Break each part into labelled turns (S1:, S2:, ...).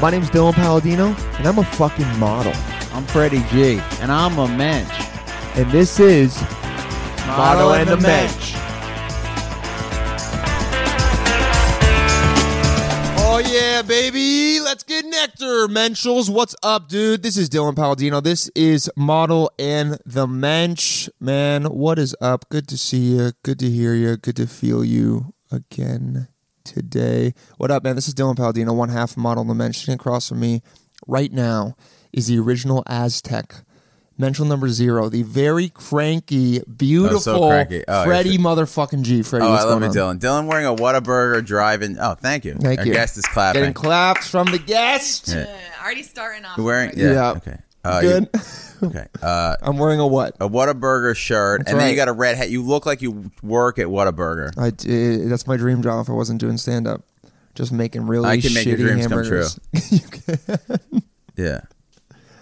S1: My name's Dylan Palladino, and I'm a fucking model.
S2: I'm Freddie G, and I'm a mensch.
S1: And this is Model and the Mensch.
S3: Oh yeah, baby. Let's get nectar, Menschels. What's up, dude? This is Dylan Palladino. This is Model and the Mensch. Man, what is up? Good to see you. Good to hear you. Good to feel you again today. What up, man? This is Dylan Palladino, one half of Model and the Mensch. Sitting across from me right now is the original Aztec. Menschel number zero, the very cranky, beautiful
S4: cranky. Oh,
S3: Freddie
S4: yeah.
S3: motherfucking G. Freddie,
S4: Oh,
S3: what's
S4: I love
S3: going
S4: it,
S3: on?
S4: Dylan. Dylan wearing a Whataburger driving. Oh, thank you.
S3: Thank
S4: Our
S3: you.
S4: guest is clapping.
S3: Getting claps from the guest.
S4: Yeah.
S5: already starting off.
S4: You're wearing.
S5: right.
S4: Yeah.
S3: Yeah.
S4: Okay. Uh,
S3: Good.
S4: you- okay. Uh,
S3: I'm wearing a what?
S4: a Whataburger shirt, and
S3: right.
S4: then you got a red hat. You look like you work at Whataburger.
S3: I did, that's my dream job if I wasn't doing stand up. Just making really
S4: I can
S3: shitty
S4: make your dreams come
S3: hamburgers. You can-
S4: Yeah.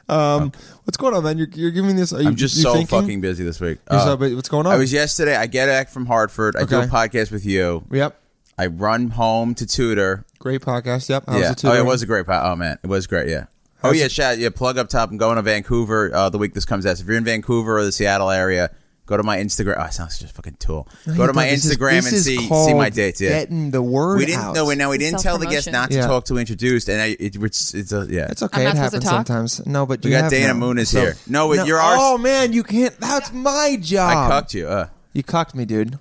S3: um, what's going on, man? You're, you're giving this. Are you,
S4: I'm just
S3: you
S4: so
S3: thinking?
S4: fucking busy this week.
S3: You're
S4: Uh,
S3: so- but what's going on?
S4: I was yesterday. I get back from Hartford. I do a
S3: Okay.
S4: podcast with you.
S3: Yep.
S4: I run home to tutor.
S3: Great podcast. Yep. How
S4: yeah.
S3: was it tutoring?
S4: Oh, it was a great pod. Oh man, it was great. Yeah. oh
S3: How's
S4: yeah,
S3: it-
S4: shout yeah. Plug up top. I'm going to Vancouver uh, the week this comes out. So if you're in Vancouver or the Seattle area, go to my Instagram. Oh, it sounds just fucking tool. go to my
S3: This is-
S4: Instagram
S3: this
S4: and
S3: is
S4: see see
S3: called
S4: my dates. Yeah.
S3: Getting the word
S4: We didn't
S3: out.
S4: know. Now we didn't tell the guest
S5: Self-promotion.
S4: not to
S3: Yeah.
S4: talk to introduced, and I, it, it's it's a yeah.
S3: It's okay. It
S5: I'm not supposed to
S3: happens
S5: talk?
S3: sometimes. No, but
S4: We
S3: you
S4: got
S3: have
S4: Dana
S3: now.
S4: Moon is
S3: So-
S4: here. No, wait, you're ours-
S3: Oh man, you can't. That's my job.
S4: I cucked you. Uh,
S3: You cocked me, dude.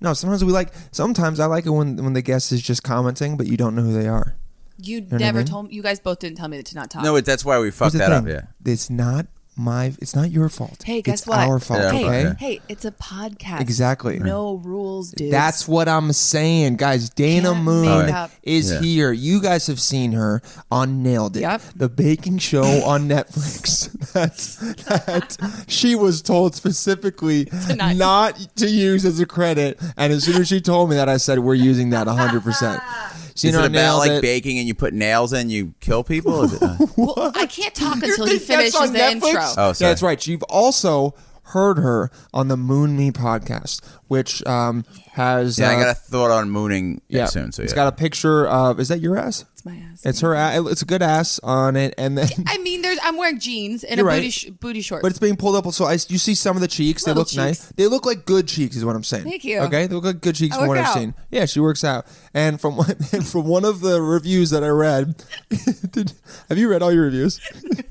S3: No, sometimes we like. Sometimes I like it when when the guest is just commenting, but you don't know who they are.
S5: You
S3: what I
S5: never
S3: mean?
S5: told me. You guys both didn't tell me to not talk.
S4: no, it, that's why we fucked
S3: Here's
S4: that
S3: the
S4: up.
S3: thing.
S4: Yeah.
S3: It's not my. It's not your fault.
S5: hey, guess
S3: it's
S5: what?
S3: Our fault.
S4: Yeah,
S5: hey,
S3: okay.
S4: yeah.
S5: hey, it's a podcast.
S3: Exactly.
S5: No rules, dude.
S3: That's what I'm saying, guys. Dana
S5: Can't
S3: Moon
S5: make up.
S3: is
S4: Yeah.
S3: here. You guys have seen her on Nailed It,
S5: Yep.
S3: the baking show on Netflix. that that she was told specifically
S5: not-
S3: not to use as a credit, and as soon as she told me that, I said we're using that 100. percent You
S4: Is
S3: know,
S4: it about
S3: Nailed
S4: like
S3: It-
S4: baking and you put nails in, you kill people? Is it, uh,
S5: Well, I can't talk until he
S3: think that's
S5: finishes
S3: on
S5: the
S3: Netflix?
S5: intro.
S4: Oh,
S3: yeah,
S4: sorry.
S3: that's right. You've also heard her on the Moon Me podcast, which um, has
S4: yeah, I
S3: uh,
S4: got a thought on mooning
S3: yeah,
S4: soon. So yeah.
S3: it's got a picture of is that your ass?
S5: It's my ass.
S3: It's her. a- It's a good ass on it, and then
S5: I mean, there's. I'm wearing jeans and
S3: You're
S5: a
S3: right.
S5: booty sh- booty short.
S3: but it's being pulled up. So I, you see some of the cheeks.
S5: Little
S3: they look nice.
S5: cheeks.
S3: They look like good cheeks, is what I'm saying.
S5: Thank you.
S3: Okay, they look like good cheeks
S5: I
S3: from
S5: work
S3: what I've
S5: out.
S3: seen. Yeah, she works out. And from one- from one of the reviews that I read, did, have you read all your reviews?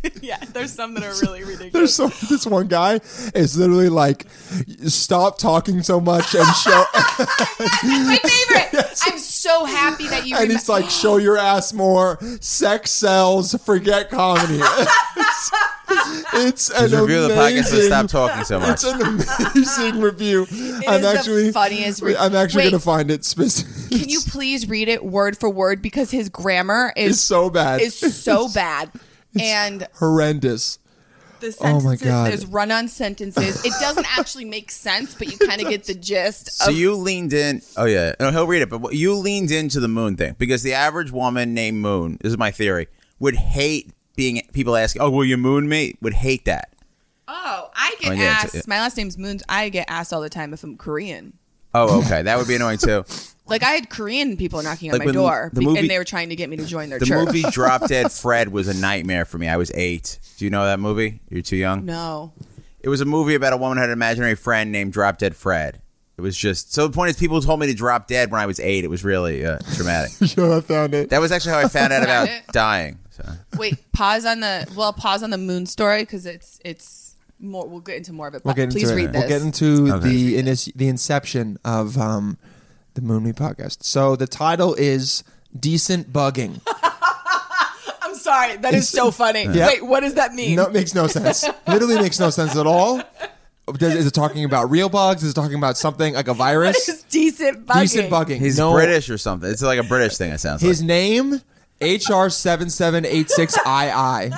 S5: yeah, there's some that are really ridiculous.
S3: There's so, this one guy is literally like, stop talking so much and show.
S5: my favorite. I'm so happy that you.
S3: and
S5: remem-
S3: it's like show your ass more sex sells forget comedy it's, it's an
S4: Just review the podcast
S3: amazing
S4: and stop talking so much.
S3: it's an amazing review i'm
S5: is the
S3: actually
S5: funniest re-
S3: i'm actually
S5: Wait.
S3: gonna find it specific
S5: Can you please read it word for word because his grammar
S3: it's
S5: is
S3: so bad
S5: is so bad. And
S3: horrendous
S5: the
S3: Oh
S5: sentences,
S3: my God.
S5: there's run-on sentences. It doesn't actually make sense, but you kind of get the gist.
S4: So
S5: of,
S4: you leaned in. Oh yeah, no, he'll read it. But what- you leaned into the moon thing because the average woman named Moon, this is my theory, would hate being people asking, "Oh, will you moon me?" Would hate that.
S5: oh, I get
S4: Oh, yeah, it's-
S5: asked. My last name's Moons. I get asked all the time if I'm Korean.
S4: Oh, okay, that would be annoying too.
S5: Like I had Korean people knocking
S4: Like
S5: on my
S4: when
S5: door,
S4: the
S5: be-
S4: movie-
S5: and they were trying to get me to join their
S4: The
S5: church.
S4: movie Drop Dead Fred was a nightmare for me. I was eight. Do you know that movie? You're too young.
S5: No,
S4: It was a movie about a woman who had an imaginary friend named Drop Dead Fred. It was just so. The point is, people told me to drop dead when I was eight. It was really uh, traumatic.
S3: sure i found it
S4: that was actually how I found out about
S5: Found it.
S4: dying. So.
S5: wait. Pause on the well. Pause on the Moon story because it's it's more. We'll get into more of it.
S3: we'll
S5: but
S3: get
S5: please
S3: into
S5: read
S3: it
S5: this.
S3: we'll get into
S4: Okay.
S3: the inis- the inception of um the moon me podcast so the title is decent bugging
S5: I'm sorry. That is so funny.
S3: Yeah.
S5: Wait, what does that mean?
S3: No, it makes no sense. Literally makes no sense at all. Does, is it talking about real bugs? Is it talking about something like a
S5: What
S3: virus?
S5: is decent bugging?
S3: Decent bugging.
S4: He's
S3: No.
S4: British or something. It's like a British thing. It sounds like.
S3: His name HR seven seven eight six II.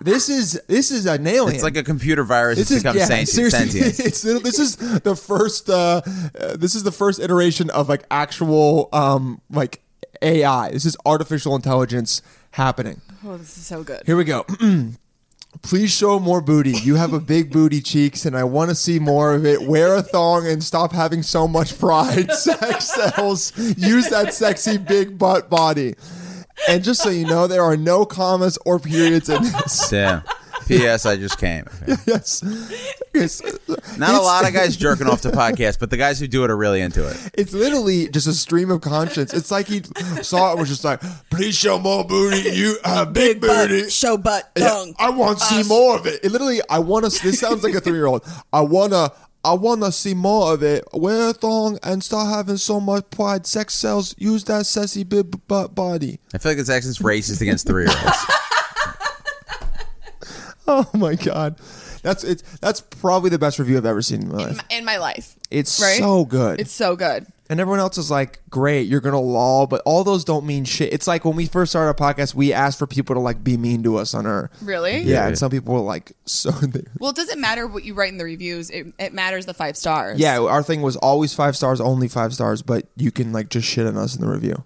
S3: This is this is an alien.
S4: It's like a computer virus
S3: this
S4: that's
S3: is
S4: become
S3: yeah,
S4: sentient.
S3: seriously.
S4: sentient.
S3: It's, this is the first. Uh, uh, this is the first iteration of like actual um like AI. This is artificial intelligence happening.
S5: Oh, this is so good.
S3: Here we go. Please show more booty. You have a big booty cheeks, and I want to see more of it. Wear a thong and stop having so much pride. Sex sells. Use that sexy big butt body. And just so you know, there are no commas or periods in this.
S4: Yeah. P.S. I just came.
S3: Yes. It's,
S4: Not a lot of guys jerking off to podcasts, but the guys who do it are really into it.
S3: it's literally just a stream of conscience. It's like he saw it and was just like, please show more booty. You a big, booty.
S5: show butt,
S3: Yeah, I want to see more of it. It literally, I want to. This sounds like a three-year-old. I wanna, I wanna see more of it. Wear a thong and start having so much pride. Sex sells. Use that sassy big butt body.
S4: I feel like this accent's racist against three year olds.
S3: Oh my god, that's it's that's probably the best review I've ever seen in my life.
S5: in my life.
S3: It's
S5: right?
S3: so good.
S5: It's so good.
S3: and everyone else is like, great, you're gonna lol, but all those don't mean shit. It's like when we first started our podcast, we asked for people to like be mean to us on our.
S5: Really?
S3: Yeah, and some people were like, so.
S5: Well, it doesn't matter what you write in the reviews. It, it matters the five stars.
S3: Yeah, our thing was always five stars, only five stars, but you can like just shit on us in the review.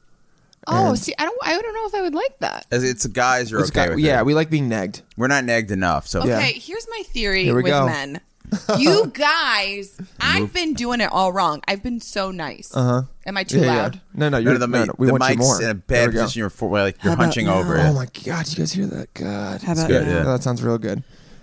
S5: Oh,
S3: And-
S5: see, I don't. I don't know if I would like that.
S4: As It's guys are
S3: It's
S4: okay
S3: got-
S4: with
S3: yeah,
S4: it.
S3: we like being nagged.
S4: We're not nagged enough. So
S3: Yeah.
S5: Okay, here's my theory
S3: Here we
S5: with
S3: go.
S5: men. You guys, I've been doing it all wrong. I've been so nice. Uh huh. Am I too
S3: Uh-huh. yeah,
S5: loud?
S3: Yeah. No, no,
S4: no,
S3: you're
S4: no, the,
S3: no,
S4: mic-
S3: no, we
S4: the
S3: want you
S4: mic's
S3: more.
S4: in
S3: There
S4: a bad
S3: we go.
S4: position. You're, for, like, you're hunching over
S3: Oh
S4: it.
S3: my god, you guys hear that? God,
S5: about
S4: good, now? yeah.
S3: that sounds real good.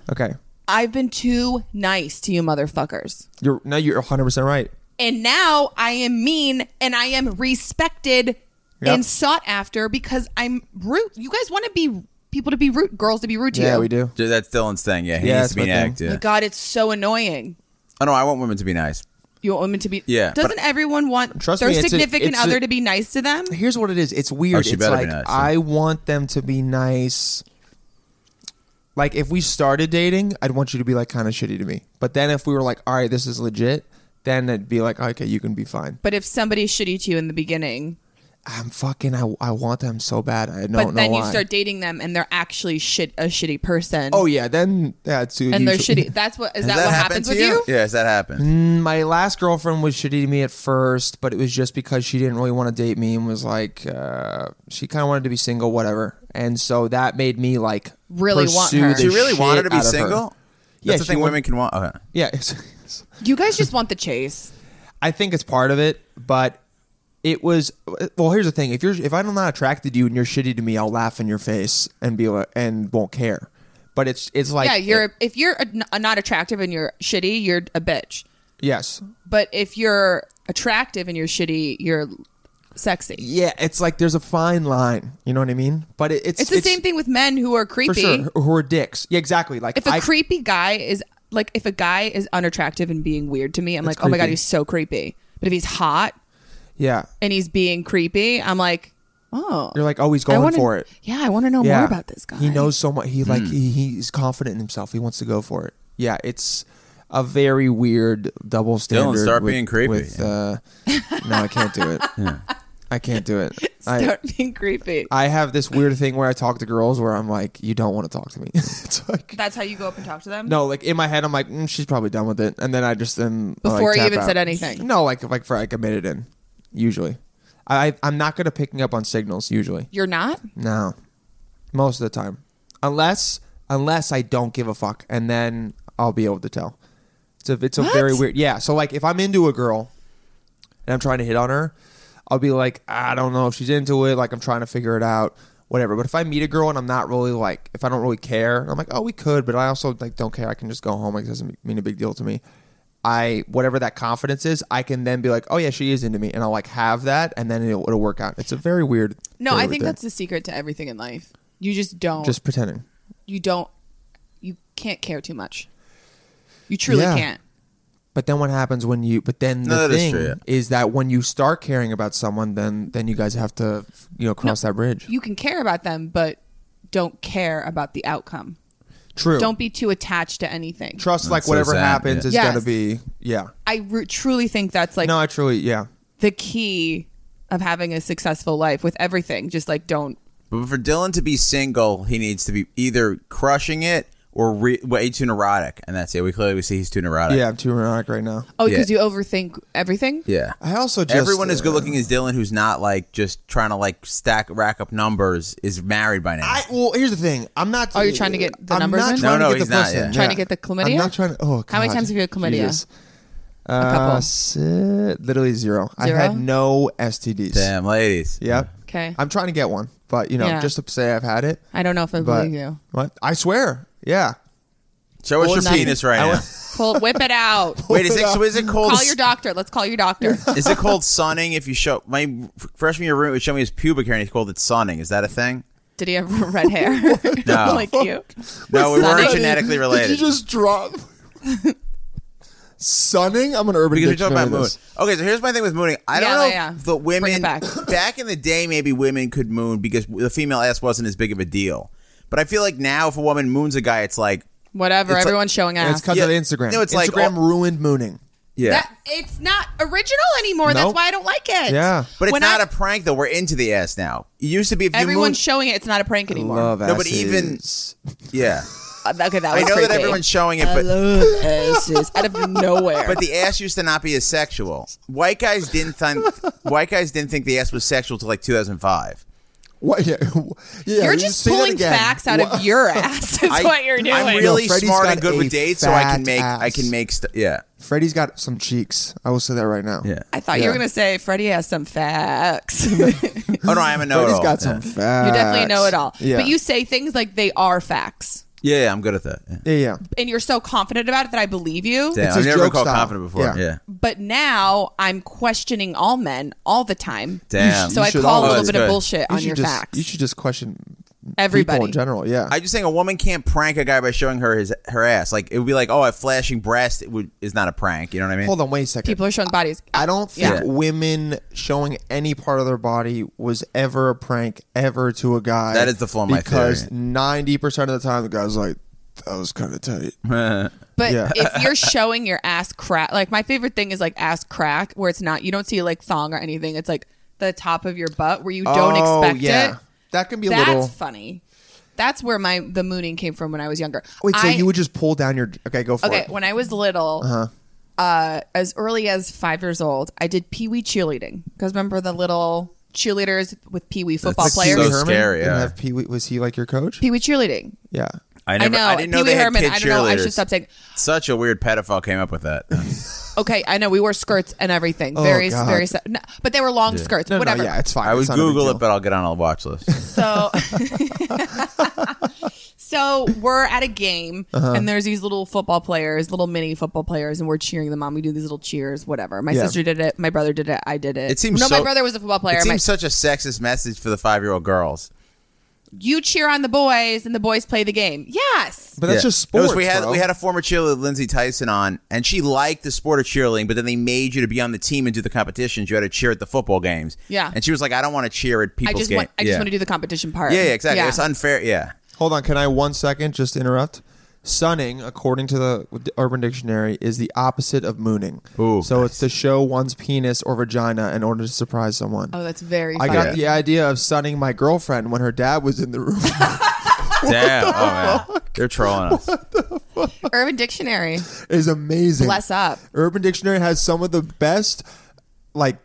S3: Okay,
S5: I've been too nice to you, motherfuckers.
S3: you're no, you're 100 percent right.
S5: And now I am mean and I am respected
S3: Yep.
S5: and sought after because I'm rude. You guys want to be people to be rude, girls to be rude to you.
S3: Yeah, we do.
S4: Dude, that's Dylan's thing. Yeah, he
S3: Yeah,
S4: needs
S3: that's
S4: to be
S3: my thing.
S4: nagged. Yeah.
S5: My God, it's so annoying.
S4: Oh no, I want women to be nice.
S5: You want women to be.
S4: Yeah, but-
S5: Doesn't everyone want
S3: Trust
S5: their
S3: me, it's a-
S5: significant
S3: it's a-
S5: other to be nice to them?
S3: Here's what it is. It's weird.
S4: she
S3: it's
S4: better be
S3: like
S4: nice, yeah.
S3: I want them to be nice. Like if we started dating, I'd want you to be like kind of shitty to me. But then if we were like, all right, this is legit, then it'd be like, okay, you can be fine.
S5: But if somebody's shitty to you in the beginning,
S3: I'm fucking. I, I want them so bad. I don't know
S5: but then you
S3: why.
S5: start dating them and they're actually shit a shitty person.
S3: Oh yeah, then yeah, it's
S5: and they're
S3: usually-
S5: shitty. That's what is
S4: Has
S5: that, what
S4: happened
S5: happens
S4: to
S5: with you?
S4: Yeah, has that happened?
S3: Mm, My last girlfriend was shitty to me at first, but it was just because she didn't really want to date me and was like, uh, she kind of wanted to be single, whatever. And so that made me like
S5: Really want
S3: pursue
S5: her.
S3: the
S4: She really
S3: shit
S4: wanted to be
S3: out of her.
S4: single.
S3: Yeah,
S4: That's the
S3: she
S4: thing
S3: wa-
S4: women can want. Okay.
S3: Yeah, it's-
S5: You guys just want the chase.
S3: I think it's part of it, but it was well. Here's the thing: if you're if I'm not attracted to you and you're shitty to me, I'll laugh in your face and be like, and won't care. But it's it's like
S5: yeah, you're if you're a, a not attractive and you're shitty, you're a bitch.
S3: yes,
S5: But if you're attractive and you're shitty, you're sexy.
S3: yeah. It's like there's a fine line. You know what I mean? But it, it's
S5: It's the same thing with men who are
S3: for
S5: creepy.
S3: sure. Who are dicks? Yeah, exactly. Like
S5: If a
S3: I-
S5: creepy guy is like if a guy is unattractive and being weird to me, I'm like, "Oh my god,
S3: creepy.
S5: he's so creepy." But if he's hot
S3: yeah,
S5: and he's being creepy, I'm like, "Oh."
S3: you're like, oh, he's
S5: I
S3: going
S5: wanna-
S3: for it.
S5: Yeah, I want to know
S3: Yeah,
S5: more about this guy.
S3: He knows so much. He like
S4: Hmm.
S3: he, he's confident in himself. He wants to go for it. Yeah, it's a very weird double standard.
S4: start
S3: with-
S4: being creepy.
S3: with, uh, no, I can't do it. I can't do it. I,
S5: Start being creepy.
S3: I have this weird thing where I talk to girls where I'm like, you don't want to talk to me. it's like
S5: That's how you go up and talk to them.
S3: no, like in my head, I'm like, mm, she's probably done with it, and then I just then I, like,
S5: Before you
S3: tap
S5: even
S3: out.
S5: said anything.
S3: No, like like for like a minute in, usually. I I'm not good at picking up on signals usually.
S5: you're not.
S3: No, most of the time, unless unless I don't give a fuck, and then I'll be able to tell. It's a it's a very
S5: What?
S3: weird. Yeah, so like if I'm into a girl, and I'm trying to hit on her, I'll be like, I don't know if she's into it. Like I'm trying to figure it out, whatever. But if I meet a girl and I'm not really like, if I don't really care, and I'm like, oh, we could, but I also like don't care. I can just go home. Like it doesn't mean a big deal to me. I whatever that confidence is, I can then be like, oh yeah, she is into me, and I'll like have that, and then it'll, it'll work out. It's a very weird.
S5: No,
S3: very
S5: I
S3: weird
S5: think
S3: thing.
S5: that's the secret to everything in life. You just
S4: Oh.
S5: don't.
S3: just pretending.
S5: you don't. You can't care too much. You truly
S3: Yeah.
S5: can't.
S3: But then what happens when you? But then
S4: No,
S3: the
S4: that is
S3: thing
S4: true, yeah.
S3: is that when you start caring about someone, then then you guys have to you know cross that bridge.
S5: You can care about them, but don't care about the outcome.
S3: True.
S5: Don't be too attached to anything.
S3: trust like
S4: That's so
S3: whatever
S4: sad,
S3: happens
S4: yeah.
S3: is
S5: Yes.
S3: gonna be yeah.
S5: I re- truly think that's like
S3: no, I truly yeah.
S5: the key of having a successful life with everything. Just like don't.
S4: But for Dylan to be single, he needs to be either crushing it or re- way too neurotic, and that's it. We clearly see he's too neurotic.
S3: Yeah, I'm too neurotic right now.
S5: Oh,
S4: Yeah.
S5: because you overthink everything.
S4: yeah.
S3: I also just
S4: Everyone as
S3: uh,
S4: good looking as Dylan, who's not like just trying to like stack rack up numbers, is married by now.
S3: I well, here's the thing. I'm not.
S5: Oh, you're trying to get the
S3: I'm
S5: numbers
S3: Not
S5: in?
S3: trying to
S4: No, no,
S3: get the
S4: he's not,
S3: person,
S4: yeah.
S5: Trying to get the chlamydia?
S3: I'm not trying to. Oh,
S5: How many
S3: God,
S5: times have you had chlamydia?
S3: Jesus.
S5: couple.
S3: Uh, si- literally zero. I
S5: Zero?
S3: had no STDs.
S4: Damn, ladies.
S3: Yep.
S5: Okay.
S3: I'm trying to get one, but you know,
S5: Yeah.
S3: just to say I've had it.
S5: I don't know if I
S3: But
S5: believe you.
S3: what? I swear. Yeah.
S4: Show us
S5: Well,
S4: your
S5: nothing.
S4: penis right
S3: I
S4: now.
S3: went-
S5: Pull, whip it out.
S4: Wait, is it, so is it called?
S5: Call your doctor. Let's call your doctor.
S4: Is it called sunning? If you show my freshman year roommate would show me his pubic hair, and he called it sunning. Is that a thing?
S5: Did he have red hair?
S4: No.
S5: like you.
S4: No, we
S5: Sunning?
S4: weren't genetically related.
S3: Did you just drop sunning? I'm an urban
S4: because we're talking
S3: dictionary
S4: about moon.
S3: this.
S4: Okay, so here's my thing with mooning. I don't
S5: Yeah,
S4: know if
S5: yeah.
S4: the
S5: Bring it
S4: women
S5: back.
S4: in the day maybe women could moon because the female ass wasn't as big of a deal. But I feel like now if a woman moons a guy, it's like
S5: Whatever.
S4: It's like-
S5: Everyone's showing
S3: And
S5: ass.
S3: it's because
S4: Yeah.
S3: of Instagram.
S4: No, it's like
S3: Instagram
S4: all-
S3: ruined mooning.
S4: yeah.
S5: That- it's not original anymore. That's
S3: Nope.
S5: why I don't like it.
S3: Yeah.
S4: but it's
S5: When
S4: not
S5: I-
S4: a prank though. We're into the ass now. It used to be if you
S5: Everyone's
S4: moon,
S5: showing it. It's not a prank anymore.
S1: Love
S4: No, but
S1: asses.
S4: even- yeah.
S5: Uh, Okay, that
S4: I
S5: was
S4: know that
S5: creepy.
S4: everyone's showing it,
S5: I
S4: but
S5: love asses out of nowhere.
S4: but the ass used to not be as sexual. White guys didn't think white guys didn't think the ass was sexual till like 2005.
S3: What? Yeah. yeah
S5: you're
S3: you
S5: just
S3: say that
S5: pulling
S3: again.
S5: facts out
S3: What-
S5: of your ass. Is
S4: I-
S5: what you're doing.
S4: I'm really
S3: No, Freddie's
S4: smart and
S3: got
S4: good
S3: a
S4: with dates, so I
S3: fat
S4: can make I
S3: ass.
S4: can make st- yeah
S3: Freddie's got some cheeks. I will say that right now.
S4: yeah.
S5: I thought you were gonna say Freddie has some facts. You're
S4: Oh no, I'm a know.
S1: He's got some facts.
S5: definitely know it all.
S3: Yeah.
S5: But you say things like they are facts,
S4: Yeah, yeah, I'm good at that. Yeah.
S3: Yeah. yeah.
S5: and you're so confident about it that I believe you.
S4: Damn,
S3: It's
S4: I've
S3: his
S4: never been
S3: joke
S4: called
S3: style.
S4: confident before. Yeah.
S3: Yeah.
S5: But now I'm questioning all men all the time.
S4: Damn.
S5: So
S4: You
S5: I
S3: should
S5: call a
S3: always-
S5: little bit
S4: Good.
S5: of bullshit
S3: You
S5: on
S3: should
S5: your
S3: just,
S5: facts.
S3: You should just question people
S5: Everybody.
S3: in general. Yeah.
S4: I just think a woman can't prank a guy by showing her his her ass. Like it would be like, oh, a flashing breast it would, is not a prank. You know what I mean?
S3: Hold on. Wait a second.
S5: People are showing bodies.
S3: I don't think
S4: Yeah.
S3: women showing any part of their body was ever a prank ever to a guy.
S4: That is the flaw of my
S3: because
S4: theory.
S3: ninety percent of the time the guy's like, "That was kind of tight."
S5: But
S3: Yeah.
S5: if you're showing your ass crack, like my favorite thing is like ass crack, where it's not you don't see like thong or anything. It's like the top of your butt where you don't
S3: Oh,
S5: expect
S3: yeah.
S5: it.
S3: That can be a
S5: That's
S3: little.
S5: funny. That's where my the mooning came from when I was younger.
S3: Wait, so
S5: I-
S3: you would just pull down your? Okay, go for
S5: okay
S3: it. Uh-huh.
S5: when I was little. uh as early as five years old, I did pee wee cheerleading. Because remember the little cheerleaders with pee wee football
S4: like so
S5: players?
S3: Pee Wee Herman
S4: scary,
S3: didn't
S4: yeah.
S3: have Pee Wee. Was he like your coach?
S5: Pee wee cheerleading.
S3: yeah.
S4: I
S5: I
S4: never.
S5: know.
S4: I didn't know
S5: Pee Wee
S4: they had
S5: Herman.
S4: kid
S5: I don't know. I
S4: cheerleaders.
S5: should stop saying.
S4: Such a weird pedophile came up with that.
S5: Okay, I know we wore skirts and everything.
S4: Oh,
S5: very,
S3: God.
S5: very, se- no, but they were long skirts.
S3: No, no,
S5: whatever.
S3: yeah, it's fine.
S4: I would
S3: It's not a big
S4: Google it,
S3: deal.
S4: but I'll get on a watch list.
S5: So, so we're at a game,
S4: Uh-huh.
S5: and there's these little football players, little mini football players, and we're cheering them on. We do these little cheers, whatever. My
S3: Yeah.
S5: sister did it. My brother did it. I did it.
S4: It seems
S5: no. my
S4: so-
S5: brother was a football player.
S4: it
S5: My-
S4: seems such a sexist message for the five year old girls.
S5: you cheer on the boys, and the boys play the game. Yes.
S3: But that's
S4: Yeah.
S3: just sports.
S4: It was- we had
S3: bro.
S4: we had a former cheerleader, Lindsay Tyson, on, and she liked the sport of cheerleading, but then they made you to be on the team and do the competitions. You had to cheer at the football games.
S5: Yeah.
S4: and she was like, "I don't want to cheer at
S5: I
S4: people's
S5: just
S4: games."
S5: want. I just want to do the competition part.
S4: Yeah, yeah, exactly. It's unfair. Yeah,
S3: Hold on, can I one second just interrupt? Sunning, according to the Urban Dictionary, is the opposite of mooning.
S4: Ooh,
S3: so it's to show one's penis or vagina in order to surprise someone.
S5: oh, that's very.
S3: I
S5: Funny.
S3: got the idea of sunning my girlfriend when her dad was in the room.
S4: Damn. Oh, man. They're trolling us.
S5: Urban Dictionary.
S3: is amazing.
S5: Bless up.
S3: Urban Dictionary has some of the best like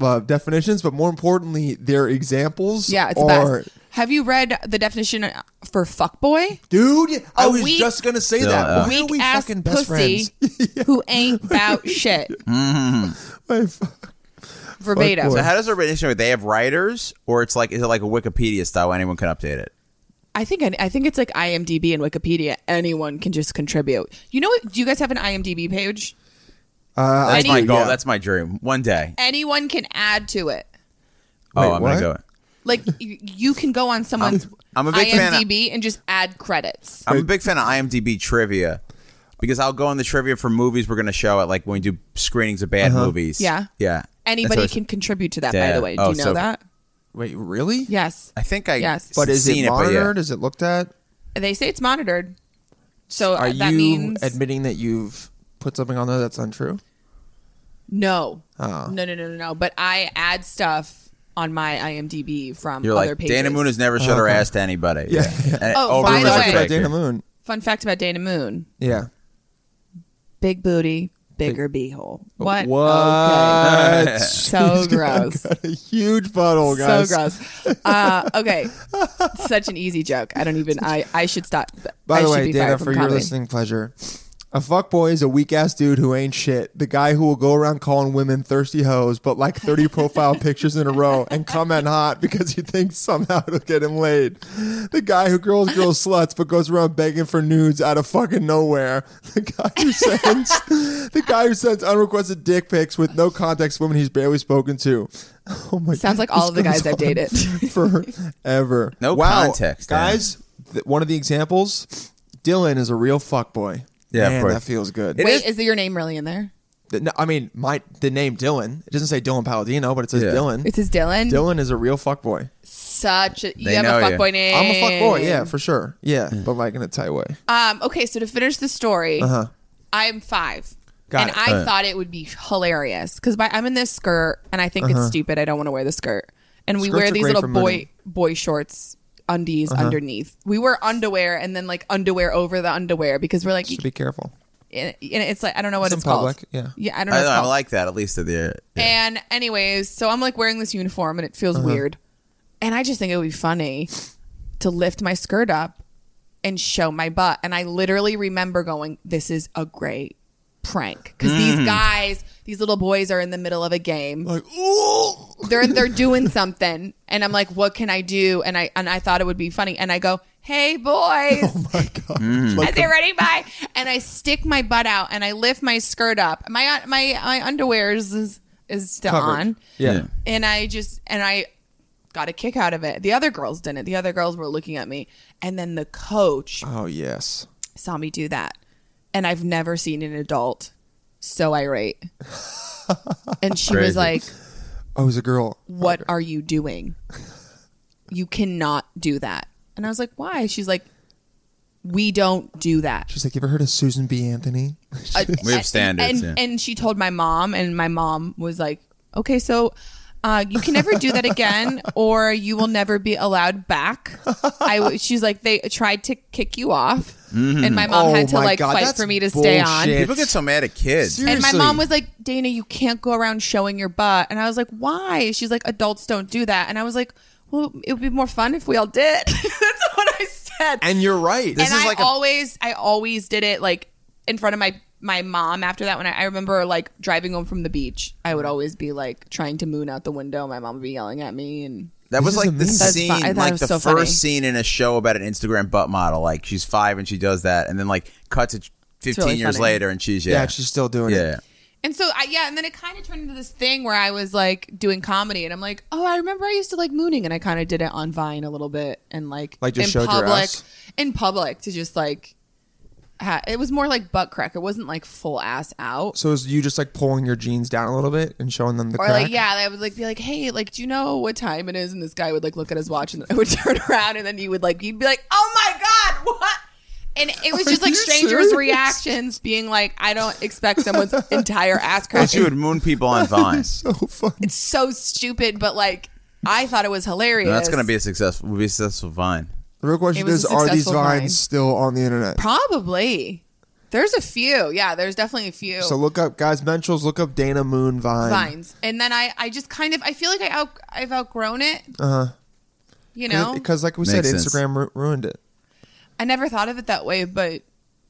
S3: uh, definitions, but more importantly, their examples.
S5: Yeah, it's the
S3: are,
S5: best. Have you read the definition for fuckboy?
S3: dude. I
S5: A
S3: was
S5: weak-
S3: just gonna say
S4: Yeah, yeah.
S3: that. Why are
S5: Weak
S3: we
S5: ass
S3: fucking best
S5: pussy
S3: friends?
S5: who ain't about shit.
S3: My fu-
S5: Verbatim.
S4: So how does Urban Dictionary? They have writers, or it's like is it like a Wikipedia style? Anyone can update it.
S5: I think I think it's like IMDb and Wikipedia. Anyone can just contribute. You know what? Do you guys have an IMDb page?
S3: Uh,
S4: That's
S5: Any-
S4: my goal.
S3: yeah.
S4: That's my dream. One day.
S5: Anyone can add to it.
S4: oh,
S3: Wait,
S4: I'm
S3: what?
S4: gonna go.
S5: Like you, you can go on someone's
S4: I'm a big fan of- Uh,
S5: IMDb and just add credits.
S4: I'm a big fan of IMDb trivia because I'll go on the trivia for movies we're gonna show at like when we do screenings of bad movies.
S5: Uh-huh. Yeah.
S4: yeah. That's
S5: Anybody
S4: always-
S5: can contribute to that. By
S4: Yeah.
S5: the way, do
S4: Oh,
S5: you know
S4: so-
S5: that?
S3: Wait, really?
S5: Yes,
S4: I think I.
S5: Yes.
S3: But is
S4: seen
S3: it
S4: but yeah.
S3: monitored? Is it looked at?
S5: they say it's monitored. So
S3: Are
S5: uh, that
S3: you
S5: means
S3: admitting that you've put something on there that's untrue?
S5: no,
S3: Oh.
S5: no, no, no, no, no. But I add stuff on my IMDb from
S4: You're
S5: other
S4: like
S5: pages.
S4: Dana Moon has never showed her ass to anybody.
S3: Yeah.
S4: And Oberman
S5: Oh, by the
S4: was a
S5: way-
S4: faker.
S3: Dana Moon.
S5: Fun fact about Dana Moon:
S3: Yeah.
S5: big booty, bigger beehole. What? Okay.
S3: What?
S5: So gross.
S3: a huge puddle, guys.
S5: So gross. Uh, okay, such an easy joke. I don't even. I I should stop.
S3: By
S5: I
S3: the
S5: should
S3: way,
S5: be
S3: Dana,
S5: fired
S3: for
S5: from
S3: your
S5: comedy.
S3: listening pleasure, A fuckboy is a weak ass dude who ain't shit. The guy who will go around calling women thirsty hoes, but like 30 profile pictures in a row and comment hot because he thinks somehow it'll get him laid. The guy who girls girls sluts but goes around begging for nudes out of fucking nowhere. The guy who sends the guy who sends unrequested dick pics with no context women he's barely spoken to. Oh my
S5: Sounds like all of the
S3: this
S5: guys I've
S3: goes on
S5: dated.
S3: forever.
S4: No
S3: wow.
S4: context, Dan.
S3: guys. Th- one of the examples, Dylan is a real fuckboy.
S4: Yeah, of
S3: Man,
S4: course.
S3: that feels good.
S5: Wait,
S4: is-
S5: is, there your name really in there?
S3: Th- no, I mean, my the name Dylan. It doesn't say Dylan Paladino, but it says
S4: Yeah.
S3: Dylan.
S5: It says Dylan.
S3: Dylan is a real fuckboy.
S5: Such a, you
S4: They
S5: have a
S4: know you.
S5: fuckboy name.
S3: I'm a fuckboy, yeah, for sure. Yeah, but like in a tight way.
S5: Um, okay, so to finish the story,
S3: Uh-huh.
S5: I'm five.
S3: Got
S5: and
S3: it.
S5: I
S4: Alright.
S5: thought it would be hilarious because I'm in this skirt and I think it's stupid. I don't want to wear the skirt. And we
S3: Uh-huh. Skirts
S5: wear
S3: are
S5: these
S3: great
S5: little
S3: for Uh-huh.
S5: boy
S3: mooning.
S5: boy shorts, undies underneath. We wear underwear and then like underwear over the underwear because we're like,
S3: So be careful.
S5: and it's like I don't know what
S3: It's in
S5: it's, called.
S3: public, yeah.
S5: yeah, I don't know.
S4: I,
S5: what it's
S4: I
S5: called.
S4: like that at least. At the, yeah.
S5: And anyways, so I'm like wearing this uniform and it feels
S3: Uh-huh.
S5: weird. And I just think it would be funny to lift my skirt up and show my butt. And I literally remember going, this is a great prank. Because these guys, these little boys are in the middle of a game.
S3: Mm. Like, ooh.
S4: Oh
S5: They're they're doing something. And I'm like, what can I do? And I and I thought it would be funny. And I go, hey boys.
S3: Oh my god.
S5: I say ready bye, and I stick my butt out and I lift my skirt up. My uh, my my underwear is is still
S3: Covered.
S5: on,
S3: Yeah.
S4: Yeah.
S5: and I just and I got a kick out of it. The other girls didn't. The other girls were looking at me, and then the coach
S3: Oh yes.
S5: saw me do that, and I've never seen an adult so irate. And she was
S4: Crazy.
S5: like,
S3: Oh, it was a girl.
S5: "What are you doing? You cannot do that." And I was like, "Why?" She's like, "We don't do that."
S3: She's like, you ever heard of Susan B. Anthony?
S5: Uh,
S4: We have
S5: and-
S4: standards,
S5: And,
S4: yeah.
S5: and she told my mom, and my mom was like, okay, so uh, you can never do that again, or you will never be allowed back. I, w- she's like, they tried to kick you off, and my mom
S3: Oh
S5: had to
S3: my
S5: like
S3: God,
S5: fight
S3: that's
S5: for me to stay on.
S3: bullshit.
S4: People get so mad at kids.
S3: Seriously.
S5: And my mom was like, Dana, you can't go around showing your butt. And I was like, why? She's like, adults don't do that. And I was like, well, it would be more fun if we all did. That's what I said
S3: And you're right.
S4: This
S5: and
S4: is
S5: I
S4: like a-
S5: always, I always did it like in front of my my mom. After that, when I, I remember like driving home from the beach, I would always be like trying to moon out the window. My mom would be yelling at me, and
S4: That was
S3: This is
S4: like the
S3: amazing.
S5: That's
S4: scene,
S5: fu- I thought it
S4: like
S5: was
S4: the
S5: so
S4: first
S5: funny.
S4: scene in a show about an Instagram butt model. Like she's five and she does that, and then like cut to fifteen
S5: really
S4: years
S5: funny.
S4: later, and she's yeah,
S3: yeah, she's still doing
S4: yeah,
S3: it.
S4: yeah.
S5: and so I, yeah, and then it kind of turned into this thing where I was like doing comedy, and I'm like, oh, I remember I used to like mooning, and I kind of did it on Vine a little bit, and like
S3: Like, just
S5: in
S3: showed your
S5: public,
S3: ass?
S5: in public to just like. Ha- it was more like butt crack. It wasn't like full ass out.
S3: So is you just like pulling your jeans down a little bit and showing them the
S5: Or
S3: crack?
S5: like, yeah, I would like be like, hey, like, do you know what time it is? And this guy would like look at his watch, and I would turn around, and then he would like, he'd be like, oh my god, what? And it was just
S3: Are
S5: like
S3: you
S5: strangers'
S3: serious?
S5: reactions, being like, I don't expect someone's entire ass crack.
S4: But she would moon people on Vine.
S3: So funny.
S5: It's so stupid, but like, I thought it was hilarious.
S4: And that's gonna be a successful, will be a successful Vine.
S3: The real question
S5: It was
S3: is:
S5: a
S3: Are these
S5: successful
S3: vines
S5: vine.
S3: still on the internet?
S5: probably. There's a few, yeah. There's definitely a few.
S3: So look up, guys. Menschels, look up Dana Moon Vine.
S5: vines, and then I, I just kind of, I feel like I out, I've outgrown it. Uh
S3: Uh-huh.
S5: You know,
S3: because like we
S4: Makes
S3: said,
S4: sense.
S3: Instagram ru- ruined it.
S5: I never thought of it that way, but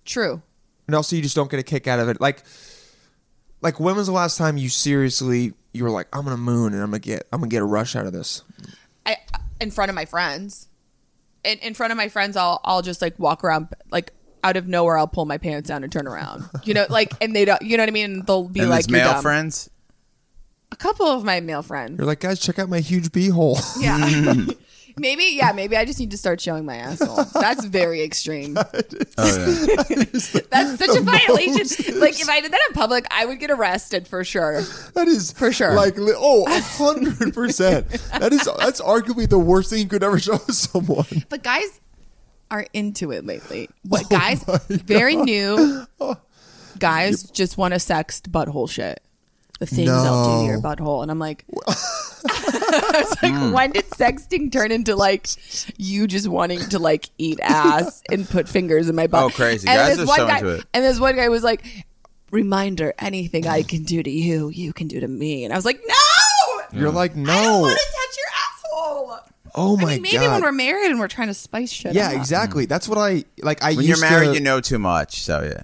S5: true.
S3: And also, you just don't get a kick out of it. Like, like when was the last time you seriously you were like, I'm gonna moon and I'm gonna get I'm gonna get a rush out of this?
S5: I in front of my friends. In, in front of my friends, I'll I'll just like walk around like out of nowhere. I'll pull my pants down and turn around. You know, like and they don't. You know what I mean? And they'll be
S4: and
S5: like,
S4: it's
S5: "You're
S4: male
S5: dumb."
S4: friends.
S5: A couple of my male friends.
S3: You're like, guys, check out my huge bee hole.
S5: Yeah. maybe. Yeah. Maybe I just need to start showing my asshole. That's very extreme.
S4: Oh, yeah.
S5: That's such a violation. Like if I did that in public, I would get arrested for sure.
S3: that is
S5: For sure.
S3: Like, li- oh, a hundred percent. That is that's arguably the worst thing you could ever show someone.
S5: But guys are into it lately. What guys? Very new. Guys just want to sexed butthole shit. The things I'll do to your
S3: No.
S5: butthole, and I'm like, I was like,
S4: Hmm.
S5: when did sexting turn into like you just wanting to like eat ass and put fingers in my butt?
S4: Oh, crazy.
S5: And
S4: Guys
S5: this
S4: are
S5: one
S4: so
S5: guy,
S4: into it.
S5: and this one guy was like, reminder: anything I can do to you, you can do to me. And I was like, no,
S3: You're like,
S5: I don't
S3: no.
S5: want to touch your asshole.
S3: Oh my
S5: I mean, maybe
S3: god.
S5: when we're married and we're trying to spice shit.
S3: yeah,
S5: up.
S3: exactly. That's what I like. I
S4: when you're
S3: used to-
S4: married, you know too much. So yeah,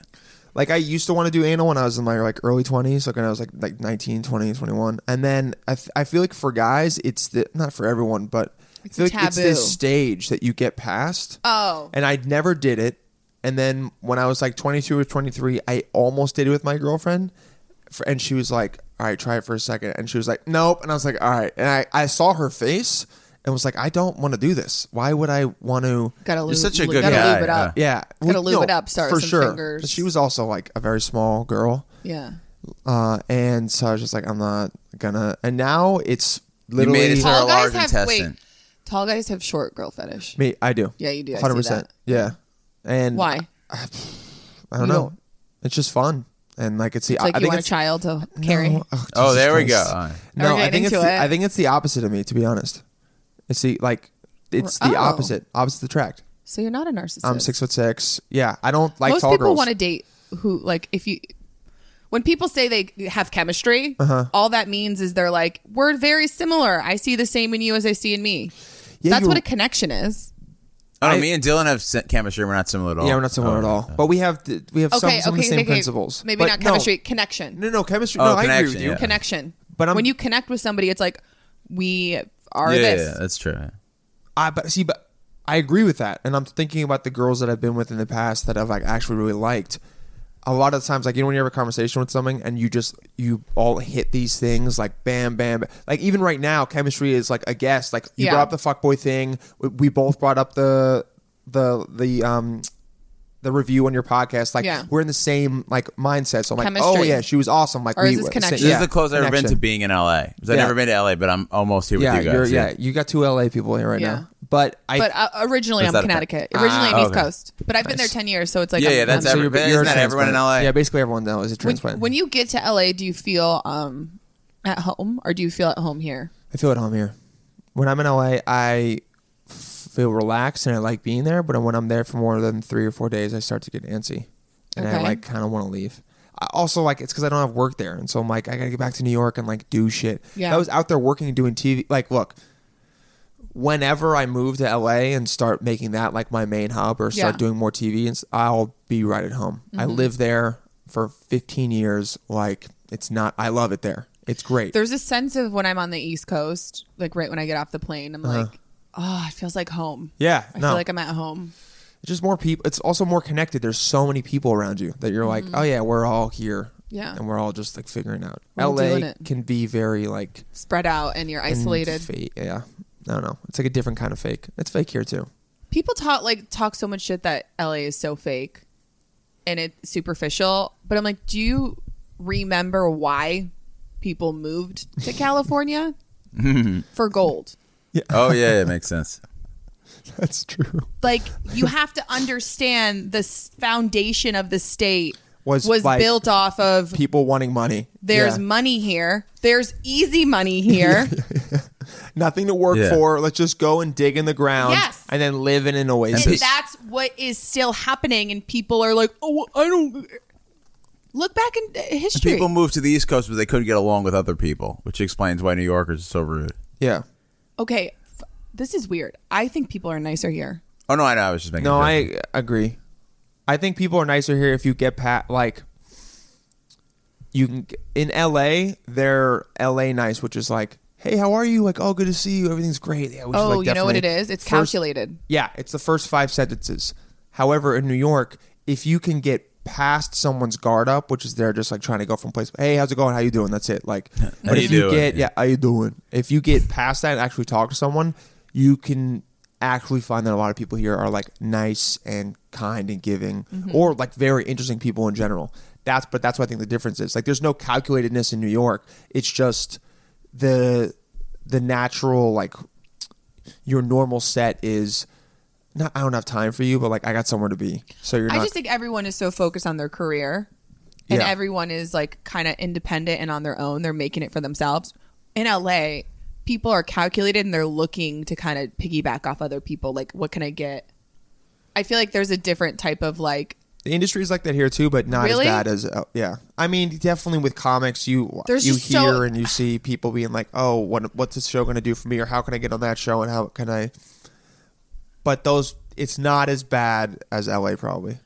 S3: Like I used to want to do anal when I was in my like early 20s, like when I was like like 19, 20, 21. And then I, th- I feel like for guys, it's the not for everyone, but
S5: It's
S3: I feel
S5: a
S3: like it's
S5: taboo.
S3: this stage that you get past.
S5: Oh.
S3: And I never did it. And then when I was like 22 or 23, I almost did it with my girlfriend. For, and she was like, all right, try it for a second. And she was like, nope. And I was like, all right. And I, I saw her face and was like, I don't want to do this. Why would I want to?
S5: Gotta lube,
S4: such a
S5: lube-
S4: good
S5: gotta
S4: guy,
S5: lube it up.
S3: Yeah.
S5: Gotta
S3: Well,
S5: lube it up, start
S3: for
S5: with some
S3: sure.
S5: fingers.
S3: But She was also like a very small girl.
S5: Yeah.
S3: Uh, and so I was just like, I'm not gonna. And now it's
S4: You
S3: literally.
S4: made it to
S5: Tall
S4: our large
S5: guys have
S4: intestine.
S5: wait. Tall guys have short girl fetish.
S3: Me, I do.
S5: Yeah, you do. I see
S3: 100%.
S5: that.
S3: Yeah. And
S5: Why?
S3: I don't
S5: You
S3: know.
S5: don't-
S3: It's just fun, and like it's the.
S5: It's like
S3: I
S5: you
S3: think
S5: want a
S3: it's,
S5: child to carry.
S3: No. uh,
S4: Oh,
S3: Jesus
S4: there we go.
S3: Christ.
S4: All right.
S5: Are we
S3: No, I
S5: getting
S3: think it's.
S5: to
S3: The,
S5: it?
S3: I think it's the opposite of me, to be honest. It's the like. It's the
S5: Oh.
S3: opposite. Opposite attract.
S5: So you're not a narcissist.
S3: I'm six foot six. Yeah, I don't like
S5: Most
S3: tall
S5: people
S3: girls.
S5: want to date who like if you when people say they have chemistry,
S3: Uh-huh.
S5: all that means is they're like, we're very similar. I see the same in you as I see in me.
S3: Yeah,
S5: That's
S3: you're-
S5: what a connection is.
S4: Oh, no,
S3: I-
S4: me and Dylan have se- chemistry. We're not similar at all.
S3: Yeah, we're not similar
S4: Oh,
S3: at all, but we have th- we have some,
S5: Okay,
S3: some of
S5: okay,
S3: the same
S5: okay.
S3: principles.
S5: Maybe
S3: But
S5: not
S3: no.
S5: chemistry, connection.
S3: No, no, chemistry.
S4: Oh,
S3: no, I agree
S4: connection,
S3: with you.
S4: yeah.
S5: Connection.
S3: But I'm-
S5: when you connect with somebody, it's like we are
S4: Yeah,
S5: this.
S4: yeah, that's true.
S3: I but see, but I agree with that, and I'm thinking about the girls that I've been with in the past that I've like actually really liked. A lot of times, like you know, when you have a conversation with something and you just you all hit these things like bam, bam, bam. like even right now, chemistry is like a guess. Like you
S5: Yeah.
S3: brought up the fuckboy thing, we, we both brought up the the the um the review on your podcast. Like
S5: Yeah.
S3: we're in the same like mindset. So I'm like, oh
S5: Chemistry.
S3: yeah, she was awesome. Like
S5: Or
S3: we
S5: is this
S3: were-
S5: connection?
S4: This
S3: yeah,
S4: is the closest I've ever been to
S3: connection.
S4: being in LA. 'Cause I've
S3: Yeah.
S4: never been to LA, but I'm almost here
S3: Yeah,
S4: with you
S3: you are
S4: guys.
S3: yeah. you got two LA people here right
S5: Yeah.
S3: now. But I
S5: but uh, originally
S4: Is
S5: I'm
S4: that a-
S5: Connecticut. Originally I'm
S4: Ah,
S5: East
S4: okay.
S5: Coast. But I've been there 10 years, so it's like
S4: Yeah,
S5: I'm-
S4: yeah, that's
S5: I'm-
S4: every-
S3: you're-
S4: isn't
S3: you're a
S4: that everyone in
S3: transplant.
S4: LA?
S3: Yeah, basically everyone now is a
S5: when,
S3: transplant.
S5: when you get to LA, do you feel um at home or do you feel at home here?
S3: I feel at home here. When I'm in LA, I feel relaxed and I like being there. But when I'm there for more than three or four days, I start to get antsy, and I
S5: Okay.
S3: like kind of want to leave. I also like it's because I don't have work there, and so I'm like I gotta get back to New York and like do shit.
S5: Yeah.
S3: I was out there working and doing TV. Like, look, whenever I move to LA and start making that like my main hub or start
S5: Yeah. Mm-hmm.
S3: doing more TV, and s- I'll be right at home. I live there for 15 years. Like, it's not. I love it there. It's great.
S5: There's a sense of when I'm on the East Coast, like right when I get off the plane, I'm
S4: Uh-huh.
S5: like, oh, it feels like home.
S3: yeah,
S5: I
S3: no.
S5: feel like I'm at home.
S3: It's just more people. It's also more connected. There's so many people around you that you're like, oh yeah, we're all here.
S5: Mm-hmm. Yeah.
S3: and we're all just like figuring out.
S5: We're all doing
S3: LA
S5: it.
S3: can be very like
S5: Spread out and you're isolated.
S3: Fake. Yeah, I don't know. It's like a different kind of fake. It's fake here too.
S5: People talk like talk so much shit that LA is so fake and it's superficial. But I'm like, do you remember why people moved to California? For gold.
S4: Oh yeah, yeah, makes sense.
S3: That's true.
S5: like you have to understand the s- foundation of the state
S3: Was,
S5: was,
S3: like,
S5: built off of
S3: People wanting money.
S5: there's
S3: Yeah.
S5: money here there's easy money here
S3: nothing to work
S4: Yeah.
S3: for. Let's just go and dig in the ground.
S5: Yes.
S3: and then live in an oasis.
S5: and that's what is still happening and people are like oh i don't look back in uh, history
S4: People moved to the East Coast because they couldn't get along with other people, which explains why New Yorkers are so rude.
S3: yeah.
S5: okay f- this is weird i think people are nicer here
S4: Oh no, I know. I was just making.
S3: No,
S4: a joke.
S3: I agree. I think people are nicer here if you get pat like you can g- in LA, they're LA nice, which is like, "Hey, how are you?" like, "Oh, good to see you. Everything's great." Yeah, which is,
S5: oh
S3: like,
S5: you know what it
S3: definitely
S5: is it's
S3: first-
S5: calculated
S3: Yeah, it's the first 5 sentences. However, in New York, if you can get past someone's guard up, which is they're just like trying to go from place, "Hey, how's it going? How you doing?" that's it. Like, but
S4: you
S3: if you
S4: doing?
S3: get yeah, how you doing? If you get past that and actually talk to someone, you can actually find that a lot of people here are like nice and kind and giving, or like very interesting people in general. That's but that's what I think the difference is. Like, there's no calculatedness in New York. It's just the the natural like your normal set is not. I don't have time for you, but like I got somewhere to be, so you're
S5: I
S3: not.
S5: just think everyone is so focused on their career and
S3: Yeah.
S5: everyone is like kind of independent and on their own. They're making it for themselves. In LA, people are calculated and they're looking to kind of piggyback off other people. Like, what can I get? I feel like there's a different type of like,
S3: the industry is like that here too, but not
S5: Really?
S3: as bad as uh, yeah. I mean, definitely with comics, you
S5: There's
S3: you
S5: just
S3: hear
S5: so-
S3: and you see people being like, "Oh, what what's this show going to do for me?" or "How can I get on that show?" and "How can I?" But those, it's not as bad as LA probably.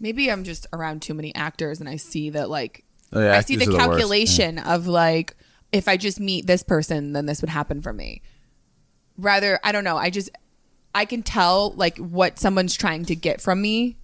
S5: Maybe I'm just around too many actors and I see that like
S4: Oh, yeah,
S5: I see the
S4: actors are the worst.
S5: calculation of like if I just meet this person then this would happen for me. Rather, I don't know, I just I can tell like what someone's trying to get from me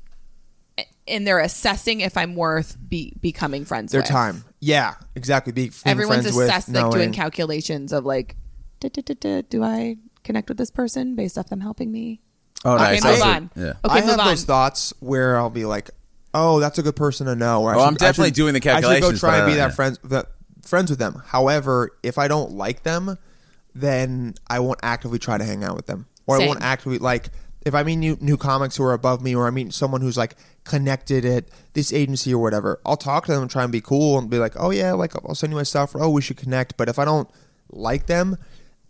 S5: a- and they're assessing if I'm worth be- becoming friends
S3: Their
S5: with.
S3: time. Yeah, exactly. Be, being
S5: Everyone's
S3: friends with,
S5: assessed like doing
S3: knowing-
S5: calculations of like duh, duh, duh, duh, do I connect with this person based off them helping me?
S4: Oh,
S5: Okay,
S4: nice.
S5: move
S4: I-
S5: on.
S4: Yeah.
S5: Okay,
S3: I
S5: move
S3: have
S5: on.
S3: those thoughts where I'll be like, "Oh, that's a good person to know." Or I
S4: Oh,
S3: should-
S4: I'm definitely
S3: I should-
S4: doing the
S3: I should go
S4: calculations,
S3: try
S4: but
S3: and be
S4: I don't-
S3: that
S4: yeah.
S3: friends that friends with them. However, if I don't like them, then I won't actively try to hang out with them, or I
S5: Same.
S3: won't actively like. If I meet new, new comics who are above me, or I meet someone who's like connected at this agency or whatever, I'll talk to them and try and be cool and be like, "Oh yeah, like I'll send you my stuff," or "Oh, we should connect." But if I don't like them,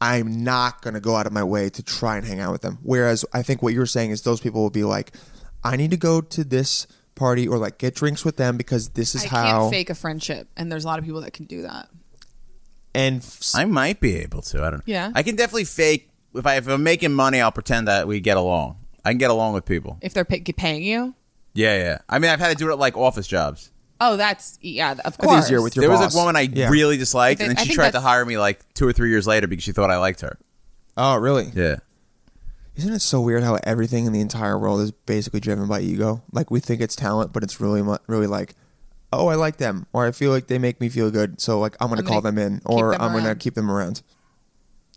S3: I'm not going to go out of my way to try and hang out with them. Whereas I think what you're saying is those people will be like, I need to go to this party or like get drinks with them because this is
S5: I
S3: how.
S5: can't fake a friendship, and there's a lot of people that can do that.
S3: and f-
S4: I might be able to. I don't know.
S5: Yeah.
S4: I can definitely fake if I if I'm making money, I'll pretend that we get along. I can get along with people.
S5: If they're pay- paying you,
S4: Yeah, yeah. I mean, I've had to do it at like office jobs.
S5: oh, that's yeah, of course.
S3: that's easier with your
S4: there
S3: boss.
S4: was a woman I
S3: Yeah.
S4: really disliked,
S5: I
S4: and
S5: think-
S4: then
S5: I
S4: she
S5: think
S4: tried to
S5: that's-
S4: hire me like two or three years later because she thought I liked her.
S3: Oh, really?
S4: Yeah.
S3: Isn't it so weird how everything in the entire world is basically driven by ego? Like we think it's talent, but it's really, mu- really like, oh, I like them, or I feel like they make me feel good, so like I'm gonna
S5: I'm
S3: call
S5: gonna
S3: them in,
S5: keep
S3: or
S5: them
S3: I'm gonna
S5: around.
S3: keep them around.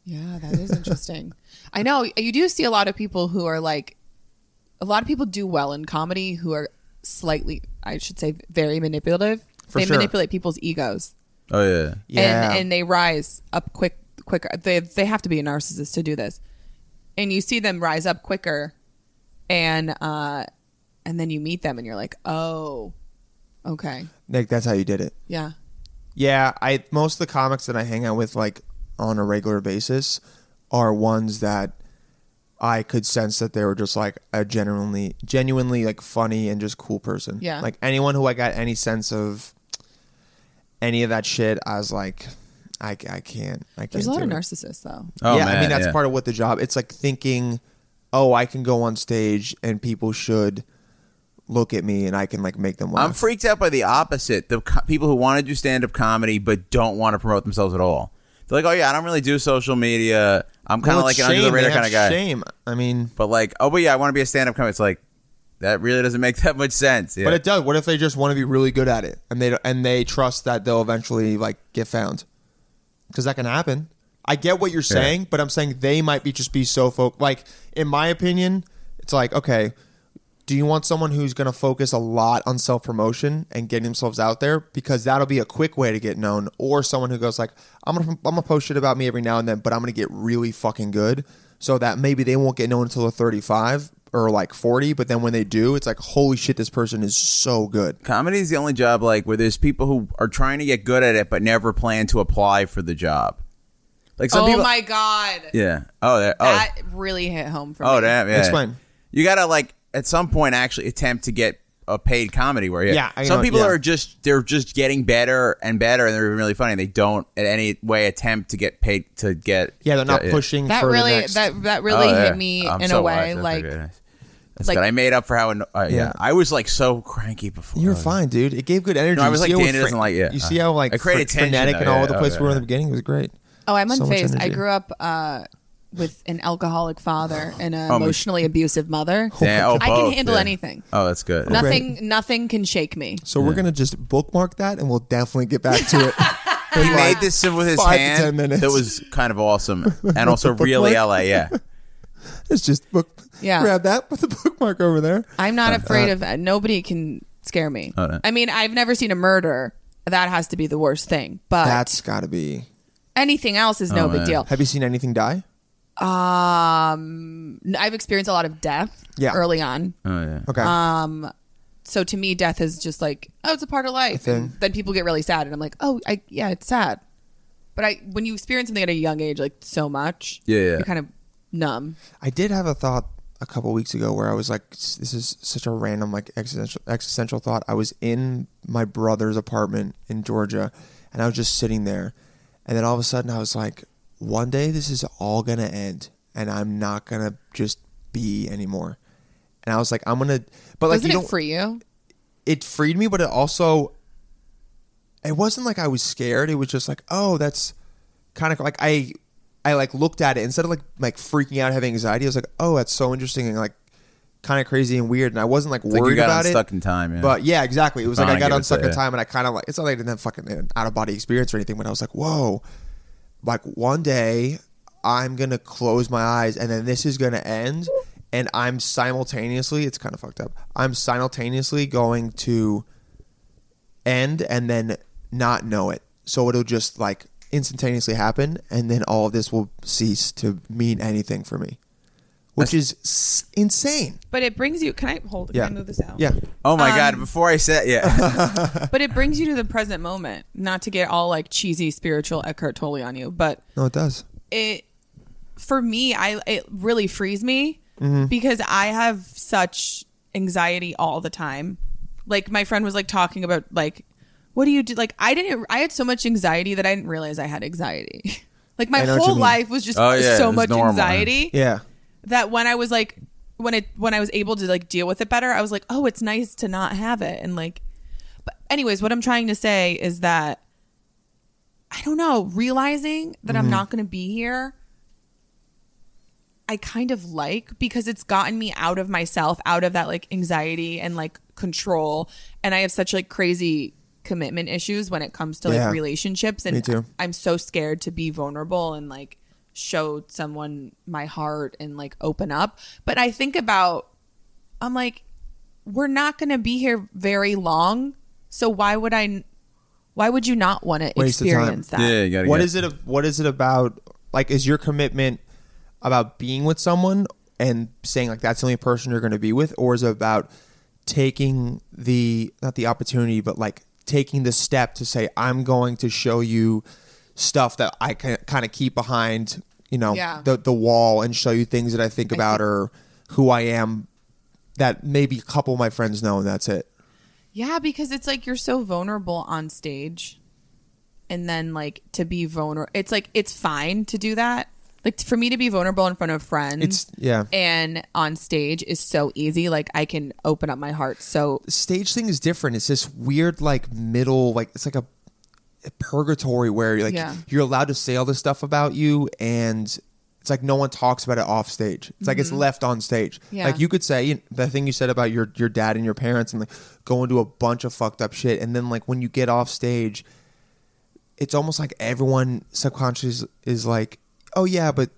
S5: Yeah, that is interesting. I know you do see a lot of people who are like, a lot of people do well in comedy who are slightly, I should say, very manipulative.
S3: For
S5: they
S3: sure.
S5: manipulate people's egos,
S4: Oh yeah.
S3: Yeah.
S5: and and they rise up quick, quicker. They they have to be a narcissist to do this, and you see them rise up quicker, and uh, and then you meet them and you're like, oh, okay,
S3: like that's how you did it.
S5: yeah.
S3: Yeah, I most of the comics that I hang out with like on a regular basis are ones that I could sense that they were just like a genuinely genuinely like funny and just cool person.
S5: Yeah.
S3: Like anyone who I got any sense of any of that shit, I was like I, I can't. I can't.
S5: There's a lot
S3: do
S5: of
S3: it.
S5: narcissists though.
S4: Oh
S3: yeah, I
S4: man,
S3: mean that's
S4: yeah.
S3: part of what the job. It's like thinking, oh, I can go on stage and people should look at me and I can like make them laugh.
S4: I'm freaked out by the opposite. The co- people who want to do stand up comedy but don't want to promote themselves at all. They're like, oh yeah, I don't really do social media. I'm kind of
S3: Well, it's
S4: like an under the
S3: shame. They
S4: radar
S3: have
S4: kind of guy.
S3: Shame. I mean,
S4: But like, oh but yeah, I want to be a stand up comic. It's like that really doesn't make that much sense. Yeah.
S3: But it does. What if they just want to be really good at it and they and they trust that they'll eventually like get found? Because that can happen. I get what you're saying, but I'm saying they might be just be so focused. Like in my opinion, it's like okay, do you want someone who's going to focus a lot on self promotion and getting themselves out there because that'll be a quick way to get known, or someone who goes like I'm gonna I'm gonna post shit about me every now and then, but I'm gonna get really fucking good so that maybe they won't get known until they're 35 or like 40, but then when they do, it's like holy shit, this person is so good.
S4: comedy is the only job like where there's people who are trying to get good at it but never plan to apply for the job. Like some
S5: oh
S4: people,
S5: my god,
S4: yeah. Oh, that, oh,
S5: that really hit home for me.
S4: oh, damn. Yeah.
S3: Explain.
S4: You gotta like at some point actually attempt to get a paid comedy where yeah,
S3: Yeah, I
S4: some
S3: know,
S4: people
S3: yeah.
S4: are just they're just getting better and better and they're really funny. They don't in any way attempt to get paid to get
S3: Yeah, they're not
S4: yeah.
S3: pushing
S5: that
S3: for the
S5: really
S3: next-
S5: that that
S4: Oh,
S5: really
S4: yeah.
S5: hit me
S4: I'm
S5: in
S4: so
S5: a
S4: wise.
S5: way
S4: That's
S5: like
S4: very nice. That's
S5: like-
S4: good. I made up for how anno- uh, yeah.
S3: Yeah.
S4: I was like so cranky before.
S3: You're fine, dude. It gave good energy.
S4: Uh, No, I was
S3: You
S4: like,
S3: see how
S4: Dana
S3: fre-
S4: doesn't like- yeah.
S3: You see how like
S4: I created
S3: fre-
S4: tension,
S3: frenetic
S4: though,
S3: and all
S4: yeah,
S3: the
S4: oh,
S3: place we were
S4: yeah.
S3: in the beginning. It was great.
S5: oh I'm
S3: So much
S5: unfazed. I
S3: energy.
S5: grew up uh, with an alcoholic father and an
S4: Oh, my-
S5: emotionally abusive mother.
S4: Damn, oh,
S5: I can
S4: both,
S5: handle
S4: yeah.
S5: anything.
S4: Oh, that's good.
S5: Nothing nothing can shake me.
S3: So we're gonna just bookmark that, and we'll definitely get back to it.
S4: He made this with his
S3: five to
S4: hand.
S3: 10 minutes.
S4: That was kind of awesome and also really LA. Yeah. Oh,
S3: It's just book.
S5: Yeah.
S3: grab that, put the bookmark over there.
S5: I'm not afraid of that. Nobody can scare me.
S4: Uh, Oh, no.
S5: I mean, I've never seen a murder. That has to be the worst thing. But
S3: That's got to be.
S5: anything else is no
S4: Oh,
S5: big
S4: man.
S5: deal.
S3: Have you seen anything die?
S5: Um, I've experienced a lot of death
S3: Yeah.
S5: early on.
S4: Oh yeah.
S3: Okay,
S5: so to me death is just like oh it's a part of life
S3: thing.
S5: and then people get really sad and i'm like oh i yeah it's sad but i when you experience something at a young age like so much
S4: Yeah, yeah.
S5: you're kind of numb
S3: I did have a thought a couple weeks ago where I was like, s- "This is such a random like existential existential thought." I was in my brother's apartment in Georgia, and I was just sitting there, and then all of a sudden I was like, "One day this is all gonna end, and I'm not gonna just be anymore." And I was like, "I'm gonna," but like
S5: wasn't
S3: you
S5: it
S3: don't.
S5: for you
S3: it freed me, but it also it wasn't like I was scared. It was just like, oh, that's kind of like I I like looked at it instead of like like freaking out, having anxiety. I was like, oh, that's so interesting and like kind of crazy and weird. And I wasn't like
S4: like you
S3: worried
S4: got
S3: about
S4: unstuck
S3: it.
S4: in time, yeah.
S3: But yeah, exactly. It was like
S4: Oh,
S3: I
S4: I
S3: got
S4: get it,
S3: unstuck
S4: yeah.
S3: in time, and I kind of like it's not like I didn't have fucking an out of body experience or anything. But I was like, whoa, like one day I'm gonna close my eyes, and then this is gonna end, and I'm simultaneously it's kind of fucked up. I'm simultaneously going to end and then not know it. So it'll just like instantaneously happen, and then all of this will cease to mean anything for me, which is s- insane.
S5: But it brings you. Can I hold? Can
S3: Yeah.
S5: I move this out?
S3: Yeah.
S4: Oh my
S5: Um,
S4: god! Before I said, yeah,
S5: But it brings you to the present moment. Not to get all like cheesy spiritual Eckhart Tolle on you, but
S3: No, it does.
S5: it for me i it really frees me
S3: Mm-hmm.
S5: because i have such anxiety all the time like my friend was like talking about like what do you do like i didn't i had so much anxiety that i didn't realize i had anxiety like my
S3: I know what you
S5: whole
S3: mean.
S5: life was just
S4: Oh, yeah,
S5: so
S4: it's
S5: much
S4: normal, huh?
S5: anxiety
S3: Yeah.
S5: that when i was like when it when i was able to like deal with it better i was like oh it's nice to not have it and like but anyways what i'm trying to say is that I don't know, realizing that I'm not going to be here, I kind of like because it's gotten me out of myself, out of that like anxiety and like control. And I have such like crazy commitment issues when it comes to like
S3: Yeah.
S5: relationships. And
S3: Me too.
S5: I'm so scared to be vulnerable and like show someone my heart and like open up. But I think about, I'm like, we're not going to be here very long. So why would I? Why would you not want to
S3: Waste of time.
S5: experience that?
S4: yeah. You gotta
S3: What
S4: get-
S3: is it? What is it about? Like, is your commitment about being with someone and saying like that's the only person you're going to be with, or is it about taking the not the opportunity, but like taking the step to say I'm going to show you stuff that I can kind of keep behind, you know,
S5: Yeah.
S3: the the wall, and show you things that I think about or who I am that maybe a couple of my friends know, and that's it.
S5: Yeah, because it's like you're so vulnerable on stage. And then like to be vulnerable, it's like it's fine to do that. Like for me to be vulnerable in front of friends
S3: It's yeah.
S5: and on stage is so easy. Like I can open up my heart. So
S3: stage thing is different. It's this weird like middle like it's like a, a purgatory where like
S5: Yeah.
S3: you're allowed to say all this stuff about you and it's like no one talks about it off stage. It's like it's left on stage.
S5: Mm-hmm. Yeah.
S3: Like you could say you know, the thing you said about your your dad and your parents and like go into a bunch of fucked up shit and then like when you get off stage it's almost like everyone subconscious is like, oh yeah, but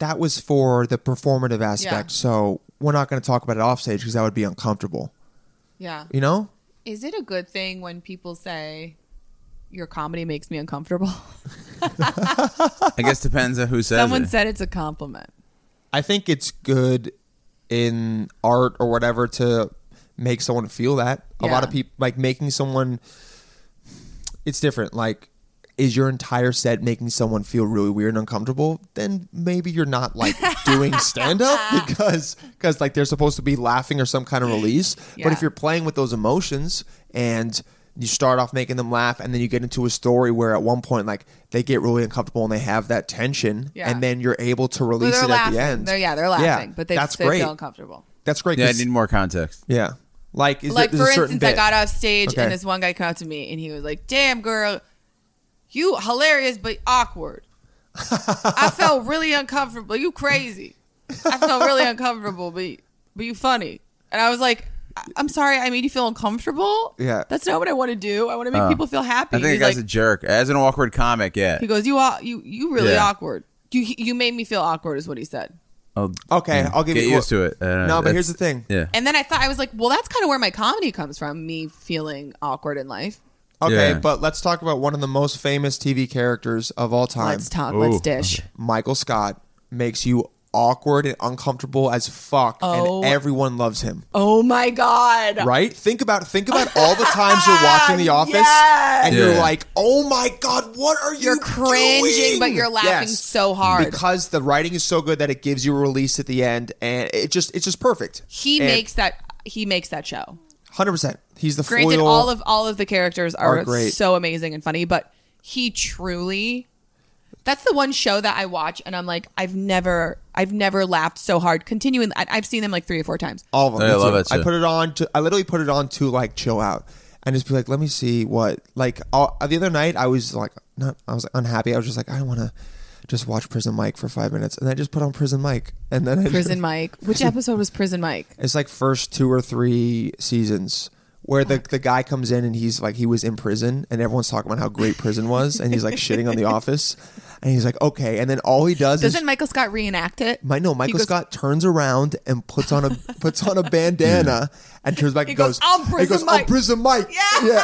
S3: that was for the performative aspect. So we're not going to talk about it off stage because that would be uncomfortable.
S5: yeah,
S3: You know?
S5: is it a good thing when people say your comedy makes me uncomfortable?
S4: I guess depends on who says
S5: Someone
S4: it.
S5: said it's a compliment.
S3: I think it's good in art or whatever to make someone feel that. A lot
S5: Yeah.
S3: of people like making someone it's different. Like is your entire set making someone feel really weird and uncomfortable? Then maybe you're not like doing stand up because because like they're supposed to be laughing or some kind of release. But
S5: Yeah.
S3: if you're playing with those emotions and you start off making them laugh and then you get into a story where at one point like they get really uncomfortable and they have that tension
S5: Yeah.
S3: and then you're able to release
S5: Well, they're
S3: it
S5: laughing.
S3: at the end.
S5: They're, yeah, they're laughing, but they,
S3: that's
S5: they
S3: great.
S5: feel uncomfortable.
S3: That's great.
S4: Yeah, I
S3: 'cause-
S4: need more context.
S3: yeah. Like, is
S5: like
S3: there,
S5: for
S3: there's a certain
S5: instance, I
S3: bit.
S5: got off stage
S3: Okay.
S5: and this one guy came up to me and he was like, "Damn girl, you hilarious but awkward." I felt really uncomfortable. You crazy. I felt really uncomfortable, but but you funny. And I was like, I- "I'm sorry, I made you feel uncomfortable."
S3: Yeah. Uh-huh.
S5: that's not what I want to do. I want to make people feel happy.
S4: I think
S5: He's
S4: a guy's
S5: like,
S4: a jerk. As an awkward comic, yeah.
S5: he goes, "You aw- you you really
S4: Yeah.
S5: awkward. You you made me feel awkward," is what he said.
S4: I'll-
S3: Okay,
S4: yeah,
S3: I'll give
S4: get
S3: you
S4: used to it. I don't
S3: No,
S4: know.
S3: but
S4: That's-
S3: here's the thing.
S4: Yeah.
S5: And then I thought I was like, "Well, that's kind of where my comedy comes from. Me feeling awkward in life."
S3: Okay,
S4: Yeah.
S3: but let's talk about one of the most famous TV characters of all time.
S5: Let's talk. Let's
S4: Ooh.
S5: dish.
S3: Michael Scott makes you awkward and uncomfortable as fuck,
S5: Oh.
S3: and everyone loves him.
S5: Oh my god!
S3: Right? Think about think about all the times you're watching The Office,
S5: Yes.
S3: and you're
S4: Yeah.
S3: like, "Oh my god, what are you
S5: You're cringing,
S3: doing?"
S5: but you're laughing
S3: Yes.
S5: so hard.
S3: because the writing is so good that it gives you a release at the end, and it just it's just perfect.
S5: he makes that he makes that show.
S3: hundred percent. He's the
S5: Granted,
S3: foil.
S5: all of all of the characters are,
S3: Are great.
S5: so amazing and funny, but he truly That's the one show that I watch, and I'm like, I've never, I've never laughed so hard. Continuing, I, I've seen them like three or four times.
S3: All of them.
S4: I
S3: me
S4: love
S3: too.
S4: it, too.
S3: I put it on to. I literally put it on to like chill out and just be like, let me see what like. All, the other night, I was like, not. I was unhappy. I was just like, I want to just watch Prison Mike for five minutes, and I just put on Prison Mike, and then I
S5: Prison Mike. Which episode was Prison Mike?
S3: It's like first two or three seasons where the, the guy comes in and he's like he was in prison and everyone's talking about how great prison was and he's like shitting on the office and he's like okay and then all he does
S5: Doesn't
S3: is
S5: Michael Scott reenact it?
S3: my, no Michael
S5: goes-
S3: Scott turns around and puts on a puts on a bandana and turns back
S5: He
S3: and goes,
S5: goes, "I'm
S3: and he
S5: Prison
S3: goes, "I'm
S5: Mike."
S3: prison Mike
S5: Yeah.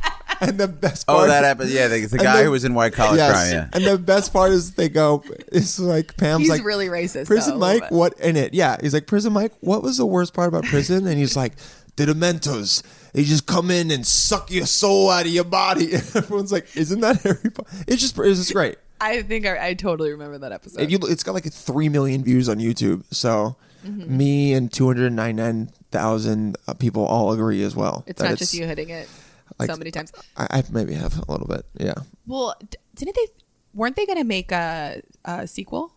S3: and the best part
S4: Oh, that happened. Yeah, the, the
S3: and
S4: guy
S3: the-
S4: who was in white collar
S3: yes.
S4: crime. Yeah.
S3: and the best part is they go it's like Pam's
S5: He's
S3: like
S5: really racist.
S3: Prison
S5: though, a little
S3: Mike,
S5: bit.
S3: what in it? Yeah, he's like Prison Mike. What was the worst part about prison? And he's like, the Dementors. They just come in and suck your soul out of your body. And everyone's like, isn't that Harry Potter? It's just, it's just great.
S5: I think I, I totally remember that episode.
S3: If you, it's got like three million views on YouTube. So
S5: Mm-hmm.
S3: me and two hundred ninety-nine thousand uh, people all agree as well.
S5: it's
S3: that
S5: not just you hitting it
S3: like-
S5: so many times.
S3: I, I maybe have a little bit. Yeah,
S5: Well, d- didn't they? Weren't they going to make a, a sequel?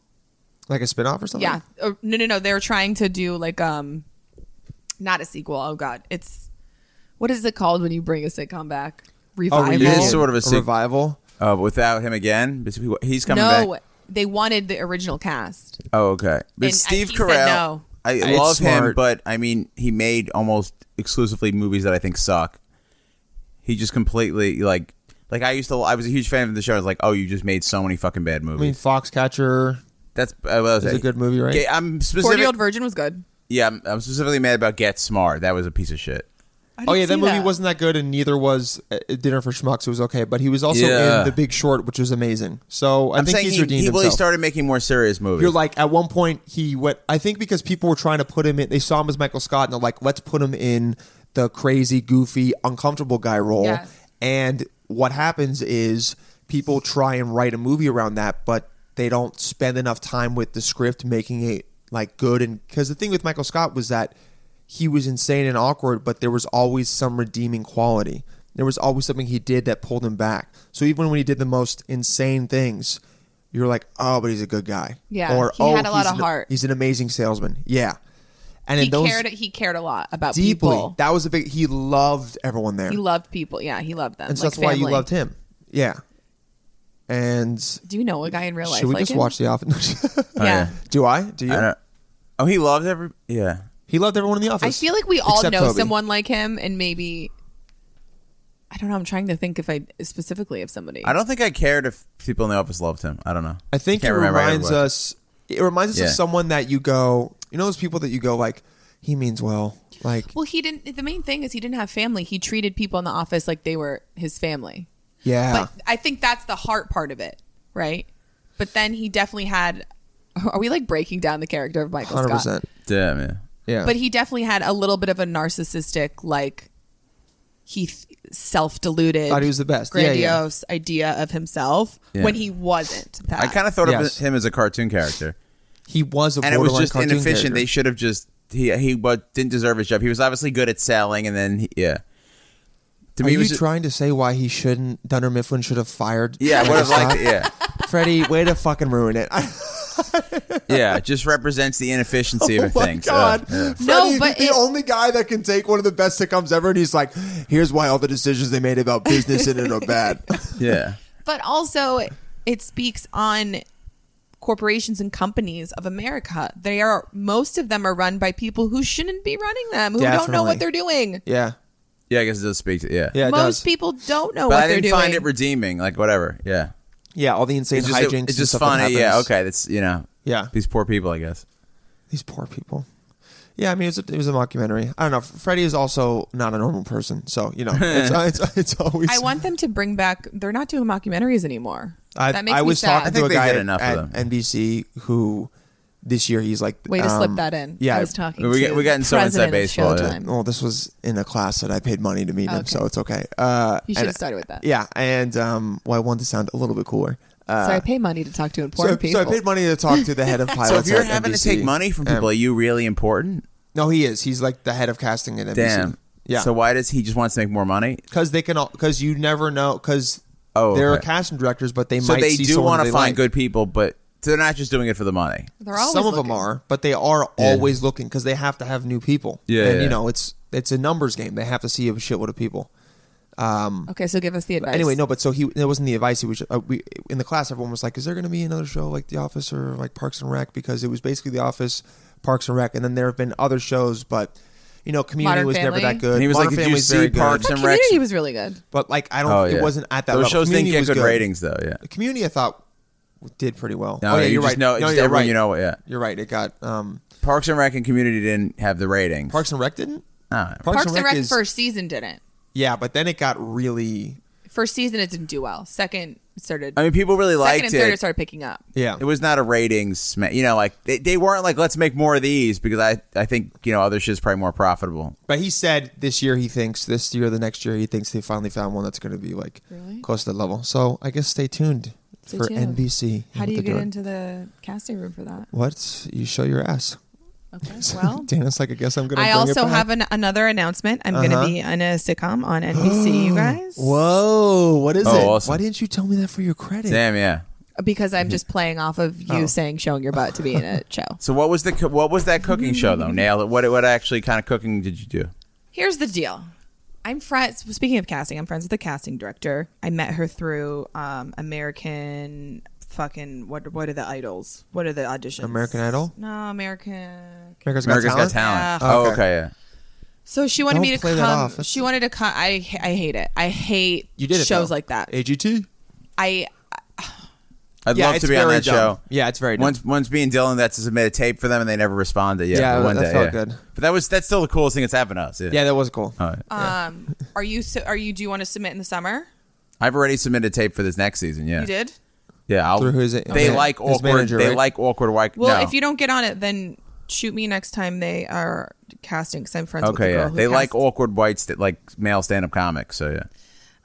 S3: like a spin-off or something.
S5: Yeah. Or, no, no, no. They were trying to do like um, not a sequel. Oh God, it's what is it called when you bring a sitcom back?
S3: Oh,
S5: Revival.
S3: reunion?
S4: It is sort of a sequ-
S3: revival.
S4: Uh, without him again, Basically, what- he's coming
S5: no,
S4: back.
S5: they wanted the original cast.
S4: Oh, okay. But
S5: And I-
S4: Steve
S5: he said
S4: Carell,
S5: no.
S4: I
S3: It's
S4: love him,
S3: smart.
S4: but I mean, he made almost exclusively movies that I think suck. He just completely like, like I used to. I was a huge fan of the show. I was like, oh, you just made so many fucking bad movies.
S3: I mean, Foxcatcher.
S4: That's uh, what I was
S3: It's a
S4: saying.
S3: good movie, right?
S4: Okay, I'm
S5: Forty Year
S4: specific.
S5: Old Virgin was good.
S4: Yeah, I'm, I'm specifically mad about Get Smart. That was a piece of shit.
S5: I
S3: Oh
S5: didn't
S3: yeah, that
S5: see
S3: movie wasn't that good, and neither was uh, Dinner for Schmucks. It was okay, but he was also
S4: Yeah.
S3: in The Big Short, which was amazing. So I
S4: I'm
S3: think
S4: saying
S3: he's
S4: he,
S3: redeemed
S4: he, well, he
S3: himself.
S4: started making more serious movies.
S3: You're like at one point he went. I think because people were trying to put him in, they saw him as Michael Scott, and they're like, let's put him in the crazy, goofy, uncomfortable guy role.
S5: Yes.
S3: And what happens is people try and write a movie around that, but they don't spend enough time with the script making it like good. And because the thing with Michael Scott was that he was insane and awkward, but there was always some redeeming quality. There was always something he did that pulled him back. So even when he did the most insane things, you're like, oh, but he's a good guy.
S5: Yeah,
S3: Or
S5: he
S3: oh,
S5: had a lot
S3: he's
S5: of
S3: an-
S5: heart.
S3: He's an amazing salesman. Yeah. And
S5: He
S3: in those
S5: cared. He cared a lot about
S3: deeply,
S5: people.
S3: that was a big. He loved everyone there,
S5: he loved people. Yeah, he loved them.
S3: and so
S5: like
S3: that's why you
S5: family.
S3: loved him. Yeah. And
S5: Do you know a guy in real life?
S3: should we
S5: like
S3: just
S5: him?
S3: watch Oh, The Office?
S5: Yeah.
S3: Do I? Do you?
S4: I don't- oh, he loves every. Yeah.
S3: He loved everyone in The Office.
S5: I feel like we all
S3: Except
S5: know
S3: Toby.
S5: someone like him, and maybe I don't know. I'm trying to think if I specifically of somebody.
S4: I don't think I cared if people in the office loved him. I don't know.
S3: I think it
S4: Can't remember. I
S3: reminds
S4: gotta watch
S3: us. It reminds us
S4: Yeah.
S3: of someone that you go. You know those people that you go like, he means well. Like
S5: Well, he didn't. The main thing is he didn't have family. He treated people in the office like they were his family.
S3: yeah,
S5: But I think that's the heart part of it, right? But then he definitely had. Are we like breaking down the character of Michael
S3: hundred percent.
S5: Scott?
S4: it. Damn. Yeah.
S3: Yeah,
S5: But he definitely had a little bit of a narcissistic, like he th- self-deluded.
S3: Thought he was the best. Yeah, yeah.
S5: Grandiose idea of himself
S4: Yeah.
S5: when he wasn't. That.
S4: I kind of thought
S3: Ah, Yes.
S4: of him as a cartoon character,
S3: he was a
S4: and it was
S3: borderline
S4: just
S3: cartoon
S4: inefficient.
S3: character.
S4: They should have just he he but didn't deserve his job. He was obviously good at selling, and then he, yeah. To
S3: Are
S4: me, it
S3: you
S4: was ju-
S3: trying to say why he shouldn't? Dunder mifflin should have fired.
S4: yeah, I would have liked it. Yeah,
S3: Freddie, way to fucking ruin it.
S4: yeah, it just represents the inefficiency of
S3: oh my
S4: things.
S3: god,
S4: Uh, yeah.
S3: Freddie,
S5: No, but
S3: the
S5: it-
S3: only guy that can take one of the best sitcoms ever, and he's like, "Here's why all the decisions they made about business in it are bad."
S4: yeah.
S5: but also it speaks on corporations and companies of America. They are most of them are run by people who shouldn't be running them, who don't know
S3: Definitely.
S5: what they're doing.
S3: yeah,
S4: Yeah, I guess it does speak to yeah.
S3: yeah, it
S5: most
S3: does.
S5: people don't know
S4: but
S5: what
S4: I
S5: they're
S4: didn't
S5: doing.
S4: find it redeeming. Like whatever. Yeah,
S3: yeah, all the insane
S4: it's just, it-
S3: hijinks. and
S4: it's just
S3: stuff that
S4: funny. Yeah,
S3: happens.
S4: okay. That's you know.
S3: Yeah.
S4: these poor people. I guess.
S3: These poor people. Yeah, I mean, it was a, it was a mockumentary. I don't know. Freddie is also not a normal person, so you know, it's it's, it's always.
S5: I want them to bring back. They're not doing mockumentaries anymore.
S3: I,
S5: that makes
S3: I
S5: me
S3: was
S5: sad.
S3: talking
S4: I
S3: to a
S4: think they
S3: guy
S4: did
S3: at,
S4: enough of
S3: at NBC who this year he's like.
S5: Way to slip
S3: um,
S5: that in.
S3: Yeah,
S5: I was talking.
S4: We
S5: to
S4: get- we got in
S5: the
S4: so inside
S5: president of
S4: baseball, yeah.
S5: Showtime.
S3: Well, this was in a class that I paid money to meet him,
S5: Okay.
S3: so it's okay. Uh,
S5: You should
S3: and-
S5: have started with that.
S3: Yeah, and um, well, I wanted to sound a little bit cooler. Uh,
S5: so I pay money to talk to
S3: so,
S5: important
S3: I- so
S5: people.
S3: I paid money to talk to the head of pilots.
S4: So if you're
S3: at
S4: having to
S3: NBC.
S4: take money
S3: um,
S4: from people, are you really important?
S3: no, he is. He's like the head of casting at NBC.
S4: Damn.
S3: Yeah.
S4: So why does he just wants to make more money?
S3: because they can because you never know because
S4: Oh,
S3: There are
S4: okay.
S3: casting directors, but they
S4: So
S3: might
S4: they
S3: see
S4: do
S3: want to
S4: find good people, but they're not just doing it for the money.
S5: They're always
S3: Some of
S5: looking.
S3: them are, but they are always looking because they have to have new people.
S4: Yeah,
S3: and
S4: yeah.
S3: you know it's it's a numbers game. They have to see a shitload of people.
S5: Okay, so give us the advice.
S3: Anyway, no, but so he that wasn't the advice. He was uh, we in the class. Everyone was like, "Is there going to be another show like The Office or like Parks and Rec?" Because it was basically The Office, Parks and Rec, and then there have been other shows, but you know, Community
S5: Modern
S3: was never
S5: Family.
S3: that good.
S4: And he was
S3: Modern
S4: like, "Did you
S3: Family's
S4: see
S3: very good,
S4: Parks and Rec?"
S5: Community was really good.
S3: But like, I don't.
S4: Oh,
S3: It
S4: yeah.
S3: wasn't at that.
S4: Those
S3: level.
S4: shows didn't
S3: Community
S4: get
S3: was
S4: good, ratings though. Yeah.
S3: Community, I thought, did pretty well.
S4: No,
S3: oh yeah,
S4: you
S3: you're
S4: just
S3: right.
S4: know-
S3: no,
S4: just
S3: you're
S4: everyone
S3: right.
S4: you know, yeah.
S3: you're right. It got um,
S4: Parks and Rec and Community didn't have the ratings.
S3: Parks and Rec didn't.
S4: Ah.
S5: Parks and Rec
S3: is-
S5: first season didn't.
S3: Yeah, but then it got really.
S5: First season it didn't do well. Second it started.
S4: I mean, people really
S5: second
S4: liked
S5: and third it
S4: it.
S5: started picking up.
S3: Yeah.
S4: It was not a ratings, sma- you know, like they, they weren't like let's make more of these because I I think you know other shit's probably more profitable.
S3: But he said this year he thinks this year the next year he thinks they finally found one that's going to be like
S5: Really?
S3: close to the level. So I guess stay tuned
S5: Stay
S3: for
S5: tuned.
S3: NBC. and
S5: How
S3: what
S5: do you
S3: they're
S5: get
S3: doing.
S5: into the casting room for that?
S3: What you show your ass?
S5: Okay. Well,
S3: Dana's like I guess I'm going to.
S5: I
S3: bring it
S5: also
S3: back.
S5: have an, another announcement. I'm going to be in a sitcom on NBC, you guys.
S3: Whoa! What is
S4: Oh,
S3: it?
S4: awesome.
S3: Why didn't you tell me that for your credit?
S4: Damn, yeah.
S5: Because I'm just playing off of you saying showing your butt to be in a show.
S4: So what was the co- what was that cooking show though? Nailed it. What what actually kind of cooking did you do?
S5: Here's the deal. I'm friends. Speaking of casting, I'm friends with the casting director. I met her through um, American fucking what? What are the idols? What are the auditions?
S3: American Idol?
S5: No, American.
S3: America's Got
S4: America's
S3: Talent? Ah,
S4: Got Talent.
S5: Yeah.
S4: Oh,
S3: Okay.
S4: okay, yeah.
S5: So she wanted
S3: Don't
S5: me to
S3: play
S5: come.
S3: that off. That's-
S5: She wanted to come. I ha- I hate it. I hate
S3: You did it,
S5: shows
S3: though.
S5: like that.
S3: AGT.
S5: I
S4: I'd
S3: Yeah,
S4: love
S3: it's
S4: to be on
S3: very
S4: that
S3: dumb.
S4: show.
S3: Yeah, it's very dumb.
S4: Once once me and Dylan that's to submit a tape for them and they never responded. Yeah,
S3: Yeah,
S4: but one
S3: that
S4: day,
S3: felt
S4: yeah.
S3: good.
S4: But that was that's still the coolest thing that's happened to us. Yeah.
S3: Yeah, that was cool.
S4: All right.
S5: um. Are you? So, are you? Do you want to submit in the summer?
S4: I've already submitted tape for this next season. Yeah,
S5: You did.
S4: Yeah, I'll,
S3: Through who is it?
S4: They
S3: Okay.
S4: like
S3: His
S4: awkward.
S3: manager,
S4: they
S3: right?
S4: like awkward. White,
S5: Well,
S4: no.
S5: if you don't get on it, then shoot me next time they are casting. Cause I'm friends. with the
S4: Okay,
S5: girl
S4: yeah,
S5: who
S4: they like
S5: cast-
S4: awkward whites that like male stand-up comics. So yeah,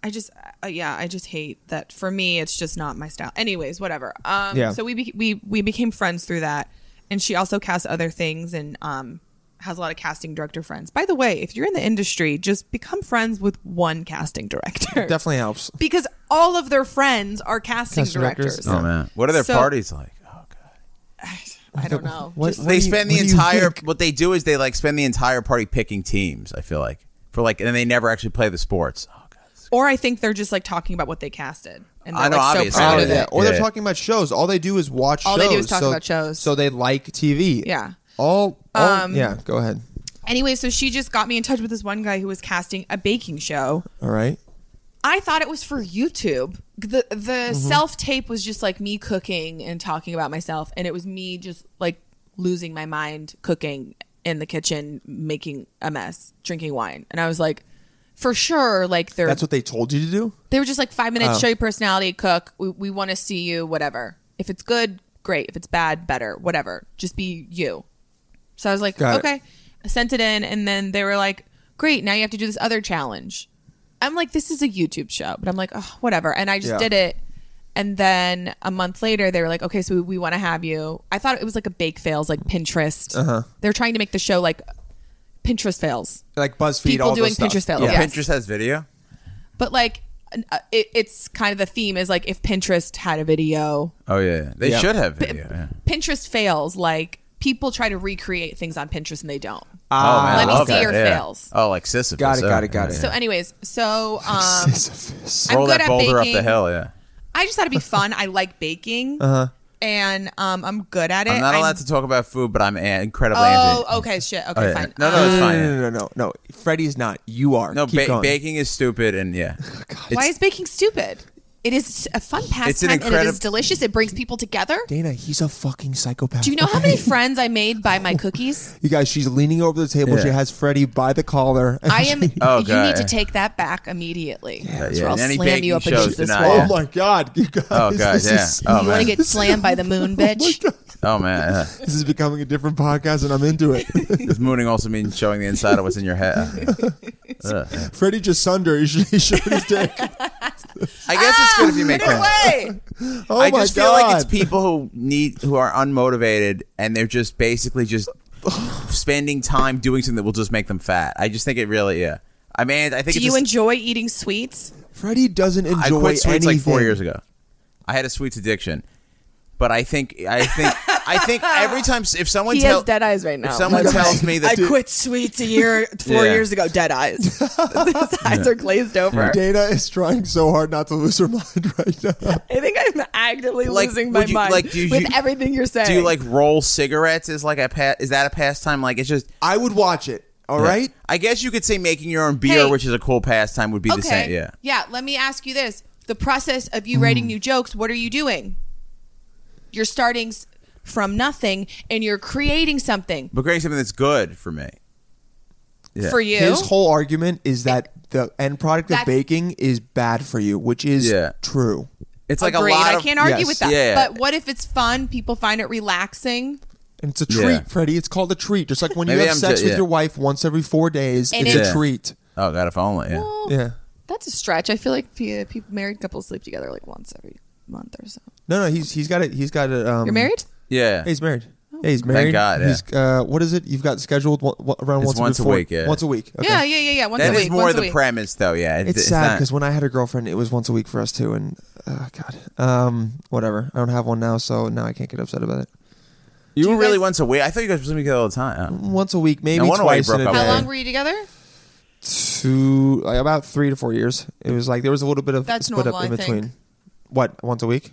S5: I just, uh, yeah, I just hate that. For me, it's just not my style. Anyways, whatever. Um,
S3: Yeah.
S5: So we be- we we became friends through that, and she also casts other things and um has a lot of casting director friends. By the way, if you're in the industry, just become friends with one casting director.
S3: Definitely helps.
S5: because all of their friends are casting
S3: Casting directors?
S5: directors.
S4: oh man, what are their
S5: So-
S4: parties like? Oh god,
S5: I don't know.
S3: Oh. What-
S5: Just-
S3: what
S4: they
S3: do you-
S4: spend
S3: what
S4: the
S3: do you
S4: entire.
S3: think?
S4: What they do is they like spend the entire party picking teams. I feel like for like, and then they never actually play the sports. Oh god,
S5: or I think they're just like talking about what they casted, and they're
S4: I know,
S5: like so
S4: obviously.
S5: proud
S3: Oh,
S5: of
S3: yeah.
S5: it.
S3: Or they're
S4: Yeah.
S3: talking about shows. All they do is watch
S5: All
S3: shows.
S5: they do is talk
S3: so-
S5: about shows.
S3: So they like TV.
S5: Yeah. Um,
S3: All, all yeah, go ahead.
S5: Anyway, so she just got me in touch with this one guy who was casting a baking show.
S3: All right.
S5: I thought it was for YouTube. The the self tape was just like me cooking and talking about myself, and it was me just like losing my mind cooking in the kitchen, making a mess, drinking wine, and I was like, for sure, like they're
S3: That's what they told you to do?
S5: they were just like five minutes,
S3: Oh.
S5: show your personality, cook. We we want to see you, whatever. If it's good, great. If it's bad, better, whatever. Just be you. So I was like,
S3: Got it.
S5: okay. I sent it in, and then they were like, great. Now you have to do this other challenge. I'm like, this is a YouTube show, but I'm like, oh, whatever. And I just
S3: Yeah.
S5: did it. And then a month later, they were like, okay, so we, we want to have you. I thought it was like a bake fails, like Pinterest. Uh-huh. They're trying to make the show like Pinterest fails.
S3: Like BuzzFeed,
S5: People
S3: all
S5: doing
S3: this stuff.
S5: Pinterest fails.
S4: yeah.
S5: Yes.
S4: Pinterest has video.
S5: but like n- uh, it, it's kind of the theme is like if pinterest had a video
S4: Oh yeah, yeah. they
S3: Yeah.
S4: should have video. Yeah.
S5: pinterest fails like people try to recreate things on pinterest and they don't
S4: Oh, man, I
S5: Let me
S4: love
S5: see
S4: that,
S5: your
S4: yeah.
S5: fails.
S4: Oh, like Sisyphus.
S3: Got it,
S4: oh,
S3: got it, got
S4: yeah.
S3: it.
S5: so anyways so um
S3: Sisyphus.
S5: I'm
S4: Roll
S5: good
S4: that
S5: at
S4: boulder up the
S5: baking.
S4: hill. Yeah,
S5: i just thought it'd be fun i like baking uh-huh. and um i'm good at it
S4: I'm not allowed to talk about food, but I'm an- incredibly. anti-
S5: oh okay shit okay
S4: Oh, yeah.
S5: fine
S4: No,
S5: Um,
S4: no, it's
S3: No,
S4: fine. yeah.
S3: no, no, no, no, no. Freddie's not. You are.
S4: No,
S3: Keep
S4: ba-
S3: going.
S4: baking is stupid, and yeah,
S5: why
S4: It's-
S5: is baking stupid it is a fun pastime
S4: It's an
S5: and it is
S4: incredib-
S5: delicious it brings people together
S3: Dana, he's a fucking psychopath.
S5: do you know how many friends i made by my cookies
S3: You guys, she's leaning over the table.
S4: Yeah.
S3: She has Freddie by the collar.
S5: I am.
S4: Oh,
S5: you
S4: God.
S5: need to take that back immediately. or
S4: yeah.
S5: I'll
S4: And any
S5: slam you
S4: baking
S5: up
S4: shows
S5: against this
S4: deny
S5: wall.
S4: it.
S3: Oh my god, you guys!
S4: Oh, God,
S3: this
S4: yeah.
S3: is,
S4: Oh,
S5: You want
S4: man.
S5: to get slammed by the moon, bitch?
S4: Oh man, yeah.
S3: this is becoming a different podcast, and I'm into it.
S4: Does mooning also mean showing the inside of what's in your head? Ugh.
S3: Freddie just sunder. He sh- he showed his dick.
S4: I guess it's good if you make friends.
S5: Ah, Way.
S3: Oh
S4: I
S3: my
S4: just feel
S3: god!
S4: like it's people who need who are unmotivated and they're just basically just spending time doing something that will just make them fat. I just think it really yeah. I mean, I think
S5: Do
S4: it's
S5: you
S4: just,
S5: enjoy eating sweets?
S3: Freddie doesn't enjoy
S4: I quit sweets
S3: anything.
S4: like four years ago. I had a sweets addiction, but I think I think I think every time s- if someone
S5: He
S4: tells
S5: has dead eyes right now.
S4: if someone
S5: Like,
S4: tells me that
S5: quit sweets a year, four
S4: Yeah.
S5: ago. Dead eyes. His eyes are glazed over.
S3: Dana is trying so hard not to lose her mind right now.
S5: I think I'm actively
S4: Like,
S5: losing my
S4: would you-
S5: mind
S4: like, do you-
S5: with everything you're saying.
S4: do you like roll cigarettes is like a pa- is that a pastime? Like it's just
S3: I would watch it. All right.
S4: I guess you could say making your own beer,
S5: Hey.
S4: which is a cool pastime, would be the same. Yeah.
S5: Let me ask you this: the process of you writing new jokes. What are you doing? You're starting s- from nothing, and you're creating something
S4: But creating something that's good for me. Yeah.
S5: for you.
S3: His whole argument is that the end product
S5: That's-
S3: of baking is bad for you, which is
S4: Yeah.
S3: true.
S4: It's like
S5: Agreed.
S4: a lot.
S5: Oh, I
S4: of-
S5: can't argue
S3: yes.
S5: with that.
S4: Yeah.
S5: But what if it's fun? People find it relaxing.
S3: And it's a
S4: Yeah.
S3: treat, Freddie. It's called a treat. Just like when you
S4: Maybe
S3: have
S4: I'm
S3: sex
S4: ju-
S3: with
S4: yeah.
S3: your wife once every four days,
S5: And
S3: it's
S5: it's-
S3: a treat.
S4: Oh god, if only. Yeah.
S5: Well,
S3: Yeah.
S5: That's a stretch. I feel like pe- people, married couples sleep together like once every month or so.
S3: No, no, he's he's got it. He's got it. Um,
S5: You're married? Oh.
S4: Yeah.
S3: He's married. Yeah, he's married.
S4: God, yeah.
S3: He's, uh, what is it? You've got scheduled one, one- around
S4: It's
S3: once,
S4: once a
S3: before-
S4: week, yeah.
S3: Once a week. Okay.
S5: Yeah, yeah, yeah, yeah. Once
S4: That
S5: a
S4: is
S5: week.
S4: more
S5: once a
S4: the
S5: week.
S4: premise, though. Yeah, It-
S3: It's, sad
S4: not-
S3: because when I had a girlfriend, it was once a week for us too. And uh, God, um, whatever. I don't have one now, so now I can't get upset about it.
S4: you were
S5: you
S4: really
S5: guys-
S4: once a week. I thought you guys were sleeping together all the time. huh?
S3: Once a week, maybe
S4: No wonder why you
S3: twice in
S4: broke
S3: a
S4: up
S3: day.
S5: How
S4: Yeah.
S5: long were you together?
S3: Two, like about three to four years. It was like there was a little bit of
S5: That's
S3: split
S5: normal,
S3: up in
S5: I think.
S3: between. What once a week?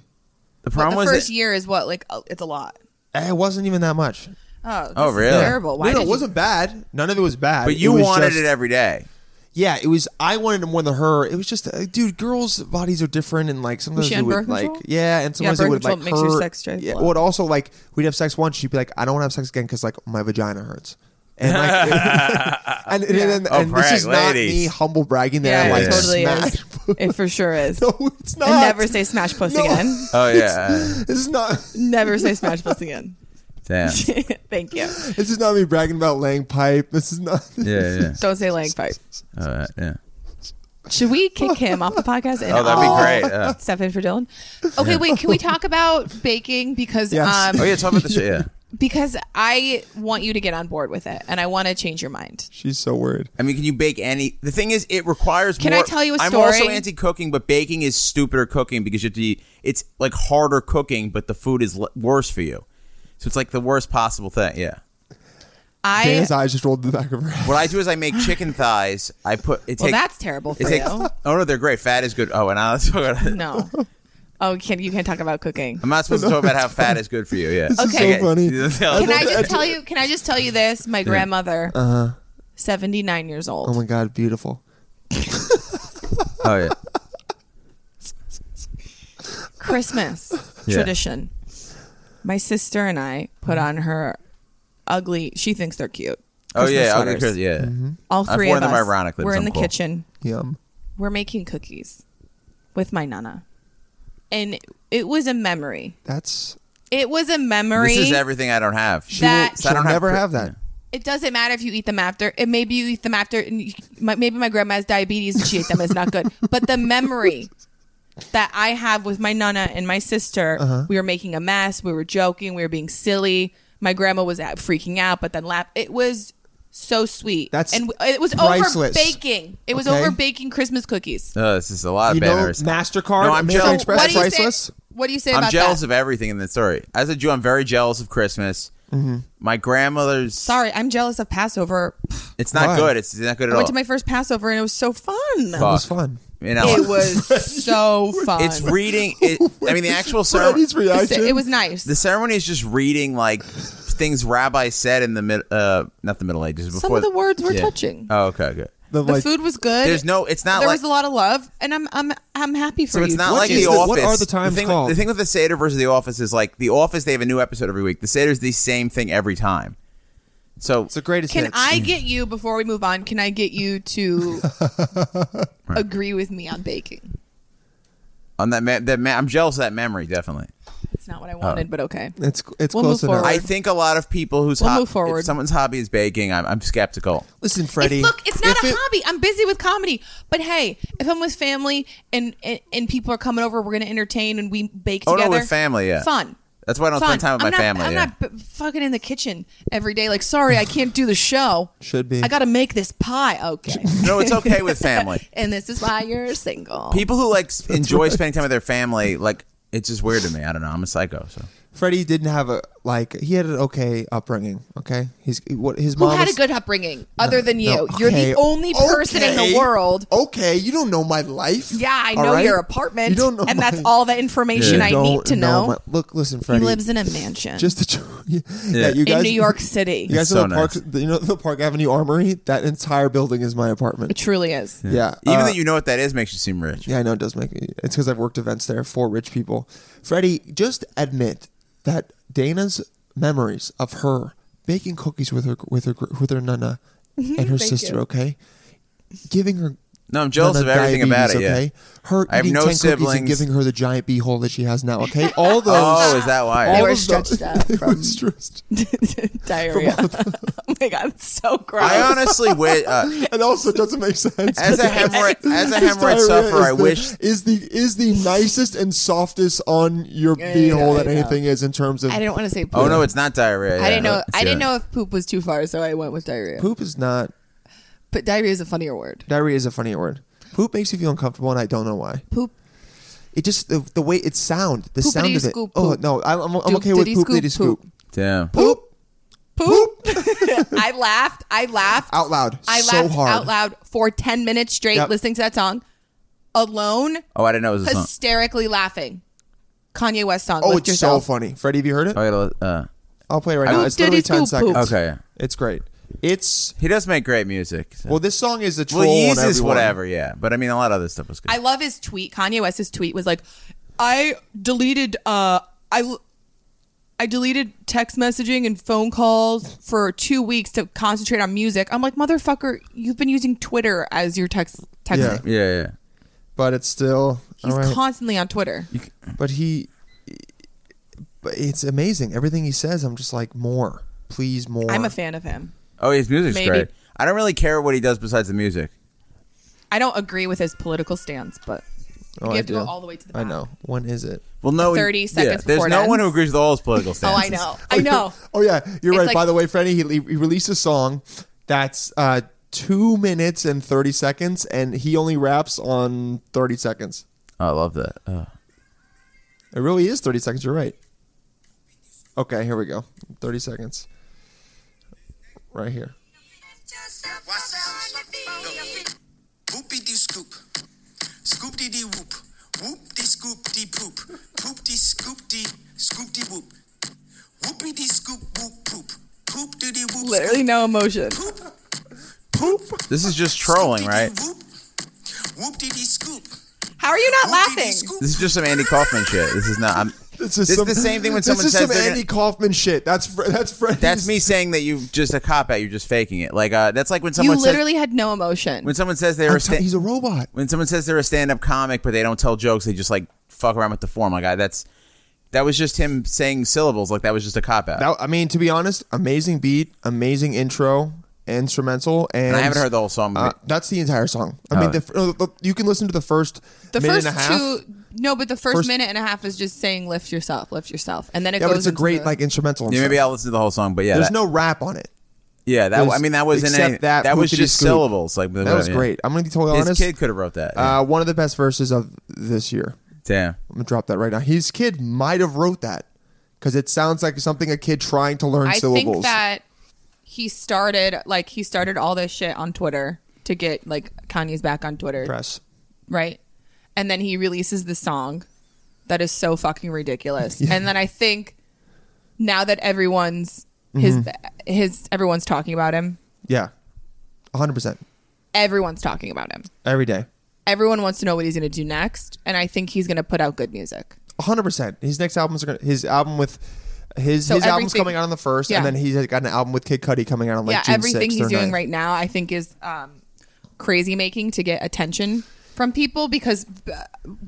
S4: The
S5: But
S4: problem
S5: the
S4: was
S5: first
S4: that-
S5: year is what like uh, it's a lot.
S3: Eh, It wasn't even that much.
S5: Oh, this
S4: Oh,
S5: is
S4: really?
S5: terrible. Why
S3: no, no,
S5: did
S3: it
S5: you-
S3: wasn't bad. None of it was bad.
S4: but you
S3: was
S4: wanted
S3: just-
S4: it every day.
S3: Yeah, it was. I wanted it more than her. It was just, uh, dude, girls' bodies are different, and like sometimes
S5: she
S3: it
S5: on
S3: would
S5: birth
S3: like,
S5: control?
S3: yeah, and sometimes it
S5: birth
S3: would like
S5: control makes your
S3: hurt.
S5: sex drive
S3: Yeah,
S5: low.
S3: would also like we'd have sex once, she'd be like, I don't want to have sex again because like my vagina hurts. And like, and, and, and, and,
S4: Oh,
S3: this is
S4: brag,
S3: not
S4: ladies.
S3: me humble bragging that
S5: Yeah,
S3: I'm
S5: it
S3: like
S5: totally
S3: smash.
S5: is. It for sure is.
S3: no, it's not.
S5: and never say smash puss
S3: No.
S5: again.
S4: Oh yeah,
S3: This is not.
S5: Never say smash puss again.
S4: damn.
S5: Thank you.
S3: This is not me bragging about laying pipe. This is not.
S4: Yeah, yeah.
S5: Don't say lang pipe.
S4: All right, yeah.
S5: Should we kick him off the podcast? And
S4: Oh, that'd be
S5: all
S4: great. yeah.
S5: Step in for Dylan. Okay, wait. Can we talk about baking because
S3: Yes.
S5: um,
S4: Oh yeah, talk about the shit. Yeah.
S5: because I want you to get on board with it, and I want to change your mind.
S3: She's so worried.
S4: I mean, can you bake any? The thing is, it requires.
S5: Can I
S4: more,
S5: tell you a
S4: I'm also
S5: story?
S4: anti cooking, but baking is stupider cooking because you have to. Be, it's like harder cooking, but the food is l- worse for you. So it's like the worst possible thing. Yeah.
S5: I
S3: Dana's eyes just rolled to the back of her head.
S4: What I do is I make chicken thighs. I put. It
S5: well,
S4: take-
S5: that's terrible
S4: It
S5: for
S4: take,
S5: you.
S4: oh no, they're great. Fat is good. Oh, and I, let's talk about.
S5: No. Oh, can you can't talk about cooking?
S4: I'm not supposed to talk about how fat is good for you. Yeah.
S3: This
S5: Okay.
S3: is so funny.
S5: Can I just tell you? Can I just tell you this? My grandmother,
S3: Uh-huh.
S5: seventy nine years old.
S3: Oh my god, beautiful.
S4: oh yeah.
S5: Christmas
S4: Yeah. Mm-hmm.
S5: tradition. My sister and I put on her ugly. She thinks they're cute.
S4: Oh yeah.
S5: Christmas
S4: I'll get
S5: sweaters. Mm-hmm.
S4: Chris- yeah.
S5: All
S4: I've
S5: three
S4: worn
S5: of
S4: them
S5: us.
S4: ironically,
S5: we're
S4: so
S5: in
S4: I'm
S5: the
S4: cool.
S5: kitchen.
S3: Yum.
S5: We're making cookies with my nana, and it was a memory.
S3: That's
S5: It was a memory.
S4: This is everything I don't have.
S3: she will,
S5: That-
S3: she'll
S4: don't have
S3: never
S4: cri-
S3: have, that.
S5: it doesn't matter if you eat them after. It maybe you eat them after, and you, my, maybe my grandma has diabetes and she ate them. It's not good. But the memory that I have with my nana and my sister,
S3: Uh-huh.
S5: we were making a mess. We were joking. We were being silly. My grandma was out, freaking out, but then laugh. It was so sweet.
S3: That's
S5: and w- it was over
S3: priceless.
S5: baking. It was
S3: Okay.
S5: over baking Christmas cookies.
S4: Oh, this is a lot of
S3: You
S4: bad
S3: know,
S4: memories.
S3: Mastercard,
S4: No, I'm
S3: American
S4: jealous.
S3: Express,
S5: what do you
S3: priceless.
S5: say? What do you say
S4: I'm
S5: about
S4: jealous
S5: that?
S4: of everything in the story. As a Jew, I'm very jealous of Christmas.
S3: Mm-hmm.
S4: My grandmother's.
S5: Sorry, I'm jealous of Passover.
S4: It's not
S3: Why?
S4: good. It's not good at
S5: I
S4: all.
S5: went to my first Passover and it was so fun.
S3: That was fun.
S4: You know,
S5: It was so fun.
S4: It's reading. It, I mean, the actual ceremony.
S3: Freddie's reaction.
S5: It was nice.
S4: The ceremony is just reading like things Rabbi said in the mid, uh, not the Middle Ages. Before
S5: Some of the words were
S4: Yeah.
S5: touching.
S4: Oh, okay, good.
S3: the,
S5: the
S3: like,
S5: food was good.
S4: There's no. It's not
S5: there
S4: like.
S5: was a lot of love, and I'm I'm I'm happy for
S4: so
S5: you.
S4: it's not like
S3: is
S4: the
S3: the-
S4: office.
S3: what are the times
S4: thing,
S3: called?
S4: The thing with the Seder versus the Office is like the Office. They have a new episode every week. The Seder is the same thing every time. So
S3: it's the greatest
S5: Can
S3: hits.
S5: I get you before we move on? Can I get you to agree with me on baking?
S4: on that, ma- that ma- I'm jealous of that memory. Definitely.
S5: It's not what I
S4: Oh.
S5: wanted, but okay.
S3: It's it's
S5: We'll
S3: close
S5: move
S3: enough.
S5: forward.
S4: I think a lot of people whose
S5: We'll
S4: hob-
S5: move forward.
S4: if someone's hobby is baking, I'm, I'm skeptical.
S3: Listen,
S5: It's,
S3: Freddie.
S5: look, it's not
S3: if
S5: a
S3: it-
S5: hobby. I'm busy with comedy, but hey, if I'm with family and and, and people are coming over, we're gonna entertain and we bake
S4: Oh, no,
S5: together.
S4: with family, yeah.
S5: fun.
S4: That's why I don't
S5: Fun.
S4: spend time with
S5: I'm
S4: my
S5: not,
S4: family.
S5: I'm
S4: yeah.
S5: not b- fucking in the kitchen every day. Like, sorry, I can't do the show.
S3: Should be.
S5: I got to make this pie. Okay.
S4: no, it's okay with family.
S5: and this is why you're single.
S4: People who like s- enjoy spending time with their family, like it's just weird to me. I don't know. I'm a psycho. So
S3: Freddie didn't have a like. He had an okay upbringing. Okay, he's what his
S5: who
S3: mom
S5: had a
S3: was-
S5: good upbringing other than you.
S3: No,
S5: You're
S3: okay,
S5: the only person in the
S3: okay,
S5: world.
S3: Okay, you don't know my life.
S5: Yeah, I
S3: all
S5: know
S3: right?
S5: your apartment.
S3: You don't know,
S5: and
S3: my-
S5: that's all the information
S3: You
S5: I
S3: don't
S5: need to know.
S3: my- look, listen,
S5: he
S3: Freddie.
S5: lives in a mansion
S3: just the tr- yeah, yeah, you guys
S5: in New York City.
S3: You guys
S4: It's
S3: know
S4: so
S3: the park.
S4: nice.
S3: the- You know the Park Avenue Armory. That entire building is my
S5: It
S3: apartment.
S5: truly is.
S3: Yeah,
S4: even
S3: uh,
S4: that you know what that is makes you seem rich.
S3: Yeah, I know it does make me. It's because I've worked events there for rich people. Freddie, just admit that Dana's memories of her baking cookies with her with her with her nana and her sister.
S5: Mm-hmm, you.
S3: Okay, giving her.
S4: No, I'm jealous
S3: nana
S4: of everything about
S3: diabetes,
S4: it, yeah.
S3: Okay, her
S4: I have
S3: eating
S4: no
S3: ten cookies and
S4: siblings.
S3: giving her the giant bee hole that she has now. Okay, all those.
S4: Oh, is that why?
S5: They
S3: all
S5: were
S3: of those-
S5: stretched out
S3: they were
S5: from-
S3: stretched-
S5: Diarrhea. oh my god, it's so gross.
S4: I honestly wish. Uh,
S3: and also it doesn't make sense.
S4: as a hemorrhoid, as a
S3: His
S4: hemorrhoid
S3: diarrhea
S4: sufferer,
S3: is
S4: I
S3: the-
S4: wish
S3: is the is the nicest and softest on your
S5: Yeah,
S3: bee
S5: yeah,
S3: hole
S5: yeah,
S3: that
S5: yeah.
S3: anything is in terms of
S5: I didn't want to say poop.
S4: Oh no, it's not diarrhea.
S5: I didn't
S4: Yeah,
S5: know.
S4: let's
S5: I
S4: see
S5: didn't
S4: it.
S5: know if poop was too far, so I went with diarrhea.
S3: poop is not
S5: But diarrhea is a funnier word.
S3: diarrhea is a funny word. Poop makes you feel uncomfortable, and I don't know why.
S5: Poop.
S3: It just the, the way it's sound, the sound of it.
S5: Poopity-scoop
S3: Oh
S5: poop.
S3: no, I'm, I'm, I'm okay with poop. Diddy
S5: Doop-diddy-scoop
S3: scoop.
S5: poop.
S4: Damn.
S3: Poop
S5: Poop. I laughed. I laughed.
S3: out loud.
S5: I
S3: so
S5: laughed
S3: hard.
S5: out loud for ten minutes straight,
S3: Yep.
S5: listening to that song, alone,
S4: Oh, I didn't know it was a song.
S5: hysterically laughing. Kanye West song.
S3: Oh,
S5: Lift
S3: it's
S5: yourself.
S3: so funny, Freddie. Have you heard it?
S4: Oh, I gotta, uh,
S3: I'll play it right now.
S5: Poop
S3: It's literally
S5: diddy
S3: ten
S5: scoop poop.
S3: seconds.
S4: okay.
S3: it's great. It's
S4: He does make great music. so-
S3: well, this song is a troll
S4: Well,
S3: on
S4: Yeezus,
S3: everyone.
S4: whatever, yeah. But I mean, a lot of other stuff was good.
S5: I love his tweet. Kanye West's tweet was like, "I deleted uh I I deleted text messaging and phone calls for 2 weeks to concentrate on music." I'm like, "Motherfucker, you've been using Twitter as your text texting."
S4: yeah, yeah.
S3: but it's still
S5: He's
S3: all right.
S5: constantly on Twitter.
S3: but he but it's amazing everything he says i'm just like more please more
S5: I'm a fan of him.
S4: Oh, his music's
S5: Maybe.
S4: great. I don't really care what he does besides the music.
S5: I don't agree with his political stance, but
S3: oh,
S5: you
S3: I
S5: have to go
S3: do.
S5: all the way to the
S3: i
S5: back.
S3: know when is it
S4: Well, no,
S5: 30 seconds
S4: There's
S5: before it
S4: no one who
S5: ends.
S4: agrees with all his political
S5: Oh,
S4: stances.
S5: I know. I know.
S3: oh yeah you're
S5: It's
S3: right
S5: like-
S3: by the way freddie he, he released a song that's uh two minutes and 30 seconds and he only raps on 30 seconds
S4: Oh, I love that. Oh.
S3: it really is 30 seconds you're right okay here we go 30 seconds right here
S6: What's up? Whoop dee scoop. Scoop dee dee whoop. Whoop dee scoop dee poop. Poop dee scoop dee scoop dee whoop. Whoopie dee scoop whoop poop. Poop dee dee whoop.
S5: Literally no emotion.
S4: This is just trolling, right?
S6: Whoop dee dee scoop.
S5: How are you not laughing?
S4: This is just some Andy Kaufman shit. This is not. I'm,
S3: this is
S4: This is
S3: some,
S4: the same thing when
S3: this
S4: someone
S3: is
S4: says
S3: some
S4: they're gonna-
S3: Andy Kaufman shit. That's Fre- that's Freddie's
S4: that's me saying that you just a cop out. You're just faking it. Like uh, that's like when
S5: You
S4: someone says
S5: literally had no emotion.
S4: when someone says they're a sta-
S3: He's a robot.
S4: when someone says they're a stand-up comic but they don't tell jokes they just like fuck around with the form like I, that's that was just him saying syllables like that was just a cop out
S3: That I mean, to be honest, amazing beat, amazing intro, instrumental, and,
S4: and i haven't heard the whole song Oh.
S3: Uh, that's the entire song. I mean, the, fir- uh, the- you can listen to the first
S5: The
S3: minute
S5: first
S3: and a half.
S5: two, no, but the first,
S3: First-
S5: minute and a half is just saying lift yourself, lift yourself, and then it
S3: yeah,
S5: goes.
S3: but it's a
S5: into
S3: great
S5: the-
S3: like instrumental. and
S4: yeah, maybe
S3: stuff.
S4: i'll listen to the whole song but yeah
S3: There's
S4: that,
S3: no rap on it.
S4: yeah that
S3: there's-
S4: i mean that wasn't
S3: except
S4: any,
S3: that
S4: that, was
S3: poopity
S4: just
S3: scoop.
S4: syllables like
S3: That was great. I'm gonna be totally
S4: his
S3: honest.
S4: kid could have wrote that yeah.
S3: uh, one of the best verses of this year.
S4: damn
S3: I'm gonna drop that right now. His kid might have wrote that because it sounds like something a kid trying to learn
S5: I
S3: syllables.
S5: think that he started like he started all this shit on Twitter to get like Kanye's back on Twitter,
S3: press.
S5: right? And then he releases the song that is so fucking ridiculous. And then I think now that everyone's his
S3: Mm-hmm.
S5: his everyone's talking about him,
S3: Yeah, 100 percent
S5: everyone's talking about him.
S3: every day.
S5: Everyone wants to know what he's going to do next, and I think he's going to put out good music.
S3: hundred percent. His next albums are gonna his album with his
S5: So
S3: his album's
S5: everything-
S3: coming out on the first,
S5: Yeah.
S3: and then he's got an album with Kid Cudi coming out on like
S5: yeah,
S3: June
S5: everything
S3: 6th
S5: he's
S3: or
S5: doing
S3: 9th.
S5: right now, I think, is um, crazy making to get attention from people because b-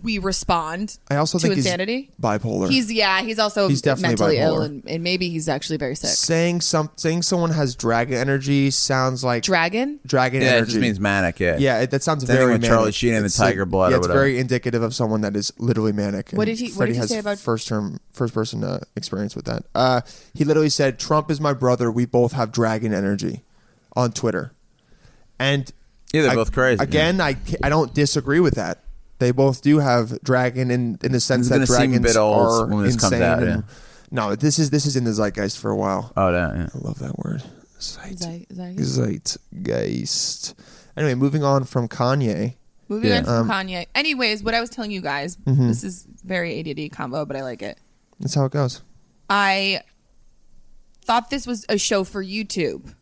S5: we respond
S3: I also
S5: to
S3: think he's
S5: insanity.
S3: bipolar.
S5: He's yeah, he's also
S3: He's definitely
S5: mentally ill
S3: bipolar.
S5: and, and maybe he's actually very sick.
S3: saying some saying someone has dragon energy sounds like
S5: Dragon?
S3: dragon
S4: Yeah,
S3: energy.
S4: it just means manic. Yeah.
S3: yeah, it, that sounds
S4: Same
S3: very
S4: with
S3: manic.
S4: Charlie Sheen and the
S3: It's like-
S4: Tiger Blood
S3: Yeah,
S4: or
S3: it's
S4: whatever.
S3: very indicative of someone that is literally manic.
S5: What
S3: and
S5: did he- what
S3: Freddie
S5: did he
S3: has
S5: say about-
S3: first term first person uh, experience with that? Uh, he literally said, "Trump is my brother. We both have dragon energy," on Twitter, and
S4: Yeah, they're
S3: I-
S4: both crazy.
S3: Again, I ca- I don't disagree with that. They both do have dragon in in the sense
S4: It's
S3: that
S4: gonna seem a
S3: dragons
S4: bit old
S3: are
S4: when this
S3: insane.
S4: comes out,
S3: and- No, this is this is in the zeitgeist for a while.
S4: Yeah. Oh, that, yeah.
S3: I love that word.
S5: Zei- zei-
S3: Zeitgeist. Anyway, moving on from Kanye.
S5: Moving
S4: Yeah.
S5: on from Kanye. Anyways, what I was telling you guys, this is very ADD combo, but I like it.
S3: That's how it goes.
S5: I thought this was a show for YouTube.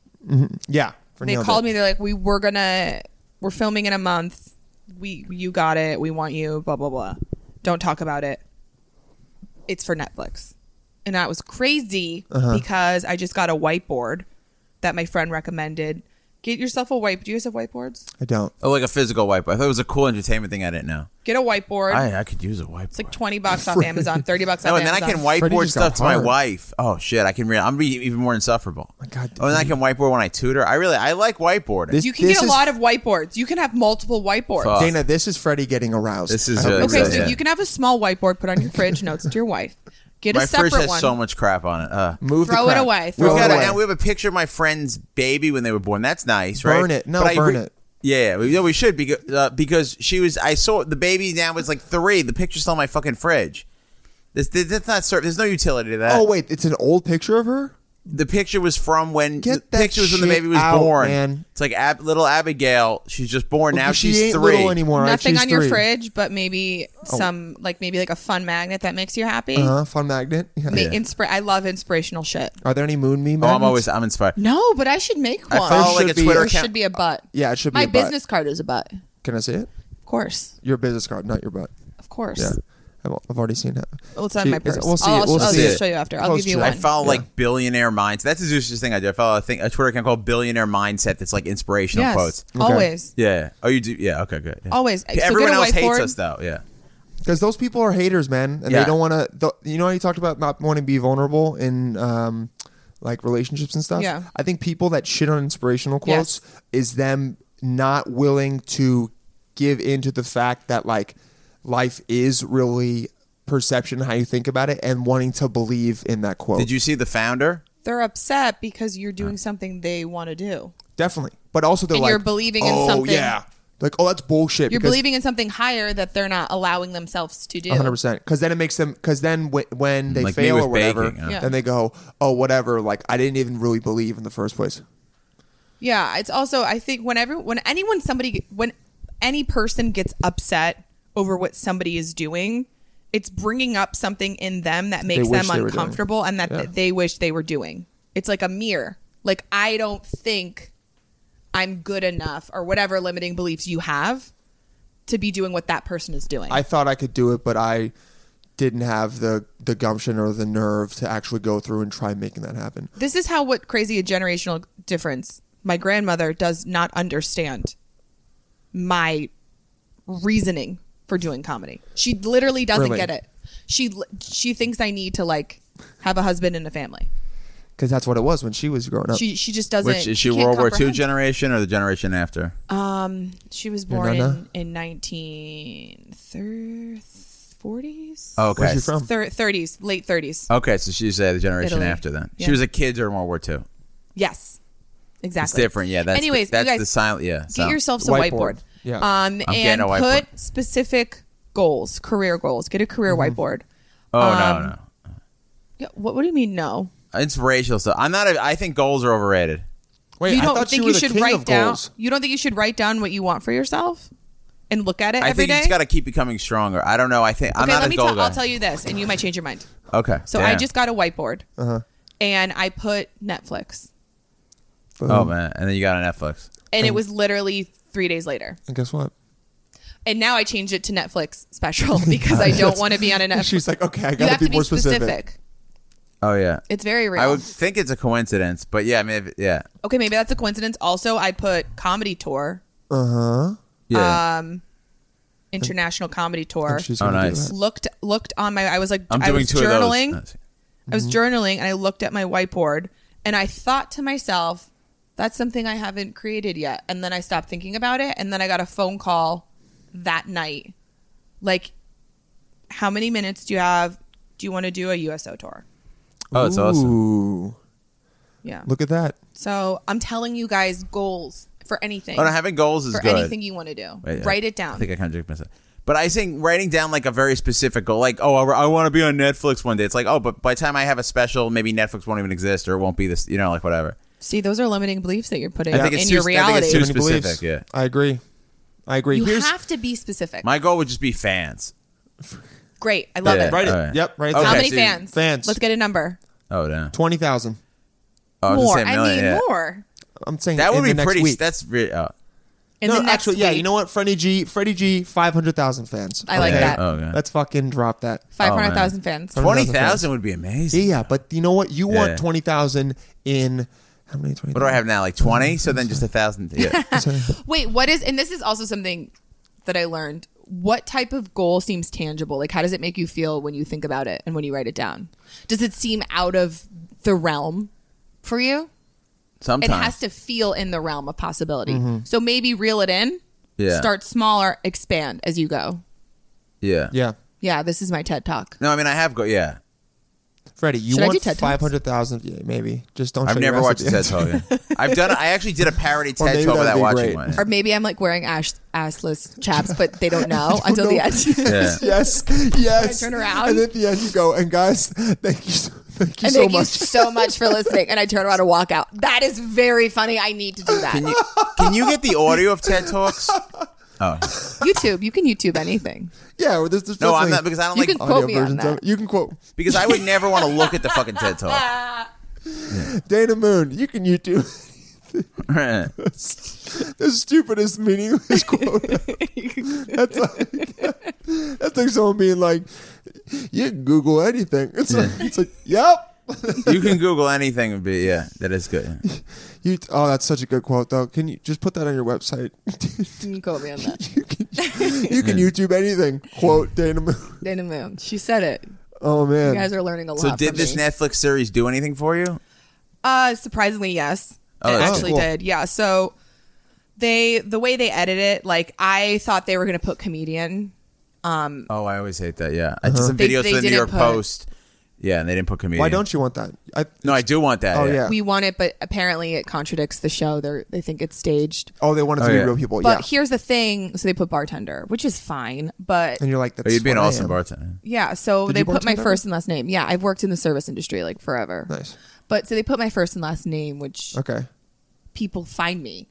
S3: Yeah. For
S5: They called me. They're like, we were gonna, we're filming in a month. We, you got it. We want you. Blah blah blah. Don't talk about it. It's for Netflix, and that was crazy because I just got a whiteboard that my friend recommended. Get yourself a white. Do you guys have whiteboards?
S3: I don't.
S4: Oh, like a physical whiteboard. I thought it was a cool entertainment thing. I didn't know.
S5: Get a whiteboard.
S4: I, I could use a whiteboard.
S5: it's like twenty bucks off Amazon, thirty bucks off
S4: Oh, and then I
S5: Amazon.
S4: can
S3: Freddie
S4: whiteboard
S3: just got
S4: stuff to my
S3: hard.
S4: wife. Oh shit, I can. Re- I'm be even more insufferable. My
S3: God,
S4: Oh, and I can whiteboard when I tutor. I really, I like whiteboarding.
S3: This-
S5: You can
S3: this
S5: get a
S3: is-
S5: lot of whiteboards. You can have multiple whiteboards.
S4: Fuck.
S3: Dana, this is Freddie getting aroused.
S4: This is
S3: I hope
S4: really
S3: you
S5: Okay,
S3: know
S5: so
S3: that.
S4: Yeah.
S5: you can have a small whiteboard put on your fridge, notes to your wife. Get
S4: my
S5: a
S4: fridge
S5: separate
S4: has
S5: one.
S4: so much crap on it. Uh,
S3: Move the
S5: Throw it
S3: crap.
S5: away.
S4: we've
S5: Throw
S3: it
S4: got a,
S3: away.
S4: and we have a picture of my friend's baby when they were born. That's nice, right?
S3: Burn it. No,
S4: But I
S3: burn it.
S4: Yeah, yeah, we, yeah, we should because uh, because she was. I saw the baby now was like three. The picture's still in my fucking fridge. This, this that's not serve. There's no utility to that.
S3: Oh wait, it's an old picture of her.
S4: the picture was from when
S3: Get
S4: the
S3: that
S4: picture was when the
S3: shit
S4: baby was
S3: out,
S4: born.
S3: man.
S4: It's like Ab- little Abigail. She's just born now.
S3: she
S4: she's
S3: ain't
S4: three.
S3: little anymore. right?
S5: Nothing
S3: She's
S5: on your
S3: three.
S5: fridge, but maybe
S4: Oh.
S5: some like maybe like a fun magnet that makes you happy.
S3: Uh-huh, fun magnet. Yeah.
S5: Ma- inspira- I love inspirational shit.
S3: Are there any moon me?
S4: Oh,
S3: Magnets?
S4: I'm always I'm inspired.
S5: No, but I should make one.
S4: I follow
S3: There
S4: like a
S3: should be-
S4: Twitter
S5: there
S4: account.
S5: should be a butt.
S3: Yeah, it should be
S5: My
S3: a butt.
S5: business card is a butt.
S3: Can I see it?
S5: Of course,
S3: Your business card, not your butt.
S5: of course.
S3: Yeah, I've, I've already seen it.
S5: Well, it's on
S3: She-
S5: my
S3: it's-
S5: purse.
S3: We'll see
S5: I'll-
S3: it. We'll
S5: I'll- I'll
S3: see
S5: just
S3: it.
S5: show you after. I'll
S3: Close
S5: give you
S3: to-
S5: one.
S4: I follow
S3: Yeah.
S4: like billionaire minds. That's the juiciest thing I do. I follow a, thing, a Twitter account called Billionaire Mindset. That's like inspirational
S5: yes,
S4: quotes.
S5: always,
S4: Yeah. Oh, you do. Yeah. Okay. Good. Yeah.
S5: always. So get
S4: Everyone
S5: a
S4: else hates
S5: whiteboard.
S4: us though. Yeah.
S3: Because those people are haters, man, and
S4: Yeah.
S3: they don't want to. Th- you know, how you talked about not wanting to be vulnerable in um, like relationships and stuff.
S5: Yeah.
S3: I think people that shit on inspirational
S5: Yes.
S3: quotes is them not willing to give in to the fact that like life is really perception, how you think about it, and wanting to believe in that quote.
S4: Did you see the founder?
S5: They're upset because you're doing something they want to do.
S3: definitely? But also, they're
S5: And
S3: like,
S5: you're believing in
S3: oh,
S5: something-
S3: Yeah. Like, oh, that's bullshit.
S5: You're
S3: because-
S5: believing in something higher that they're not allowing themselves to do.
S3: One hundred percent. Because then it makes them. Because then w- when they
S4: Like me
S3: fail
S4: with
S3: or whatever,
S4: baking, yeah.
S5: Yeah.
S3: then they go, "Oh, whatever." Like I didn't even really believe in the first place.
S5: Yeah, it's also I think whenever when anyone somebody when any person gets upset over what somebody is doing, it's bringing up something in them that makes
S3: wish
S5: them
S3: they were doing.
S5: uncomfortable and that
S3: Yeah.
S5: they wish they were doing. It's like a mirror. Like I don't think I'm good enough or whatever limiting beliefs you have to be doing what that person is doing.
S3: I thought I could do it, but I didn't have the the gumption or the nerve to actually go through and try making that happen.
S5: this is how what crazy a generational difference my grandmother does not understand my reasoning for doing comedy she literally doesn't
S3: Really?
S5: get it she she thinks i need to like have a husband and a family
S3: Because that's what it was when she was growing up.
S5: she she just doesn't
S4: Which is she
S5: can't
S4: World War II
S5: comprehend.
S4: generation or the generation after?
S5: um she was born in
S3: nana?
S5: in 1940s
S4: Oh, okay.
S3: Where's she from?
S5: Thir- 30s late 30s
S4: Okay, so she's uh, the generation
S5: Italy.
S4: after then.
S5: Yeah.
S4: She was a kid during World War II.
S5: yes exactly
S4: It's different. Yeah. That's
S5: anyways
S4: The, that's
S5: you guys,
S4: the silent. Yeah.
S5: get
S4: silent.
S5: yourselves a
S3: Whiteboard.
S5: whiteboard.
S3: Yeah.
S4: I'm
S5: Um, and
S4: getting a whiteboard.
S5: put specific goals, career goals. Get a career
S3: Mm-hmm.
S5: whiteboard.
S4: Oh
S5: um,
S4: no, no.
S5: Yeah, what, what do you mean? No,
S4: It's racial stuff. I'm not. A, I think goals are overrated.
S3: Wait,
S5: you
S3: I
S5: don't
S3: thought
S5: think
S3: you were
S5: you
S3: the
S5: should
S3: king
S5: write
S3: of
S5: down.
S3: goals.
S5: You don't think you should write down what you want for yourself and look at it
S4: I
S5: every
S4: think
S5: day.
S4: it's got to keep becoming stronger. I don't know. I think I'm
S5: okay,
S4: not
S5: let
S4: a
S5: me.
S4: goal
S5: tell.
S4: guy.
S5: I'll tell you this, and you might change your mind.
S4: Okay.
S5: So I
S4: damn.
S5: just got a whiteboard,
S3: Uh-huh.
S5: and I put Netflix,
S4: Oh man, and then you got on Netflix.
S5: and it was literally three days later.
S3: And guess what?
S5: And now I changed it to Netflix special because I don't want to be on a Netflix.
S3: She's like, okay, I
S5: you
S3: gotta
S5: have
S3: be
S5: to be
S3: more specific.
S5: specific.
S4: Oh yeah.
S5: It's very real.
S4: I would think it's a coincidence, but yeah, I mean, if- yeah,
S5: Okay, maybe that's a coincidence. Also, I put comedy tour.
S3: Uh huh.
S4: yeah.
S5: Um, international comedy tour.
S3: And she's
S4: Oh,
S3: gonna do
S4: nice.
S3: that.
S5: Looked looked on my. I was like,
S4: I'm
S5: I
S4: doing
S5: was
S4: two
S5: journaling.
S4: of those.
S5: I
S3: Mm-hmm.
S5: was journaling, and I looked at my whiteboard, and I thought to myself, "That's something I haven't created yet." And then I stopped thinking about it, and then I got a phone call that night, like, "How many minutes do you have? Do you want to do a USO tour?"
S4: Oh, that's awesome.
S3: Ooh,
S5: Yeah.
S3: look at that.
S5: So I'm telling you guys goals for anything.
S4: Oh, no, having goals is
S5: for
S4: good.
S5: anything you want to do.
S4: Wait,
S5: Write
S4: I-
S5: it down.
S4: I think I contradict myself. But I think writing down like a very specific goal, like oh, I, want to be on Netflix one day. It's like oh, but by the time I have a special, maybe Netflix won't even exist or it won't be this, you know, like whatever.
S5: See, those are limiting beliefs that you're putting
S4: I think
S5: in
S4: it's
S5: your
S4: too- I think
S5: reality.
S4: it's
S3: Too
S4: Too
S3: many
S4: specific,
S3: beliefs.
S4: yeah.
S3: I agree. I agree.
S5: you
S3: Here's
S5: have to be specific.
S4: My goal would just be fans.
S5: Great. I love
S4: Yeah.
S5: it.
S3: right.
S4: All right.
S3: Yep. Right.
S4: Okay.
S5: How
S3: there.
S5: many
S4: so you-
S5: fans?
S3: fans.
S5: Let's get a number.
S4: Oh no,
S3: Twenty thousand.
S4: oh, was gonna
S5: more.
S4: say a
S5: I
S4: million,
S5: need
S4: yeah.
S5: more.
S3: I'm saying
S4: That
S3: in
S4: would
S3: the
S4: be
S3: next
S4: pretty.
S3: Week.
S4: That's re- oh.
S5: In the next
S3: actually, yeah.
S5: week.
S3: You know what? Freddie G. Freddie G. Five hundred thousand fans.
S5: I like
S3: okay?
S5: that.
S4: Oh, okay.
S3: Let's fucking drop that.
S4: Oh,
S5: Five hundred thousand fans.
S3: From-
S4: twenty thousand would be amazing.
S3: Yeah, but you know what? You want
S4: Yeah.
S3: twenty thousand in how many? Twenty.
S4: What do I have now? Like twenty? So then just a thousand. Yeah.
S5: Wait, what is? And this is also something that I learned. What type of goal seems tangible? Like, how does it make you feel when you think about it and when you write it down? Does it seem out of the realm for you? It
S4: Sometimes Mm-hmm.
S5: has to feel in the realm of possibility. So maybe reel it in.
S4: Yeah.
S5: Start smaller, expand as you go.
S4: Yeah.
S3: Yeah,
S5: Yeah, this is my TED talk.
S4: No, I mean I have go. Yeah.
S3: Freddie, you
S5: Should I do
S3: want
S5: TED Talks?
S3: five hundred thousand? Yeah, maybe. Just don't.
S4: I've
S3: show your
S4: never watched a
S3: ass
S4: TED
S3: at the
S4: Talk.
S3: end.
S4: yeah. I've done. I actually did a parody TED
S3: maybe
S4: Talk
S3: that'd
S4: without
S3: be great.
S4: watching one.
S5: Or maybe I'm like wearing ash assless chaps, but they don't know until the end.
S4: Yeah.
S3: yes, yes.
S5: I turn around?
S3: and at the end you go. And guys, thank you, so- thank you
S5: and
S3: so
S5: thank you
S3: much.
S5: so much for listening. And I turn around and walk out. That is very funny. I need to do that.
S4: Can you, can you get the audio of TED Talks? Oh
S5: YouTube, you can YouTube anything.
S3: yeah, well, there's, there's
S4: no, I'm
S3: definitely
S4: not because I don't
S5: You
S4: like
S5: can
S3: audio
S5: quote me on
S3: versions
S5: that.
S3: of it. You can quote
S4: because I would never want to look at the fucking TED Talk.
S5: Uh,
S3: Dana Moon. You can YouTube. the stupidest, meaningless quote. that's like that's like someone being like, "You can Google anything." It's like, it's like yep.
S4: you can Google anything and be yeah, that is good.
S3: You oh, that's such a good quote though. Can you just put that on your website?
S5: You can quote me on that.
S3: you can you can YouTube anything. Quote Dana Moon.
S5: Dana Moon. She said it.
S3: Oh man,
S5: You guys are learning a lot.
S4: So did
S5: from
S4: this
S5: me.
S4: Netflix series do anything for you?
S5: Uh, surprisingly, yes.
S4: Oh,
S5: it
S4: that's
S5: actually
S3: cool.
S5: did. Yeah. So they the way they edit it, like I thought they were gonna put comedian.
S4: Oh, I always hate that. Yeah, I did some
S5: Uh-huh. They-
S4: videos
S5: they
S4: for the New
S5: didn't
S4: York
S5: put-
S4: Post. Yeah, and they didn't put comedian.
S3: why don't you want that? I,
S4: No, I do want that.
S3: Oh yeah.
S5: We want it, but apparently it contradicts the show. They they think it's staged.
S3: oh, they wanted to
S4: Oh,
S3: be
S4: yeah.
S3: real people.
S5: But
S3: yeah.
S5: here's the thing. So they put bartender, which is fine. But
S3: and you're like, that's
S4: Oh, you'd be an
S3: what I
S4: awesome
S3: am.
S4: bartender.
S5: yeah, so
S3: Did
S5: they
S3: you
S5: put
S3: bartend
S5: my
S3: ever?
S5: first and last name. Yeah, I've worked in the service industry like forever.
S3: Nice.
S5: But so they put my first and last name, which
S3: Okay.
S5: people find me.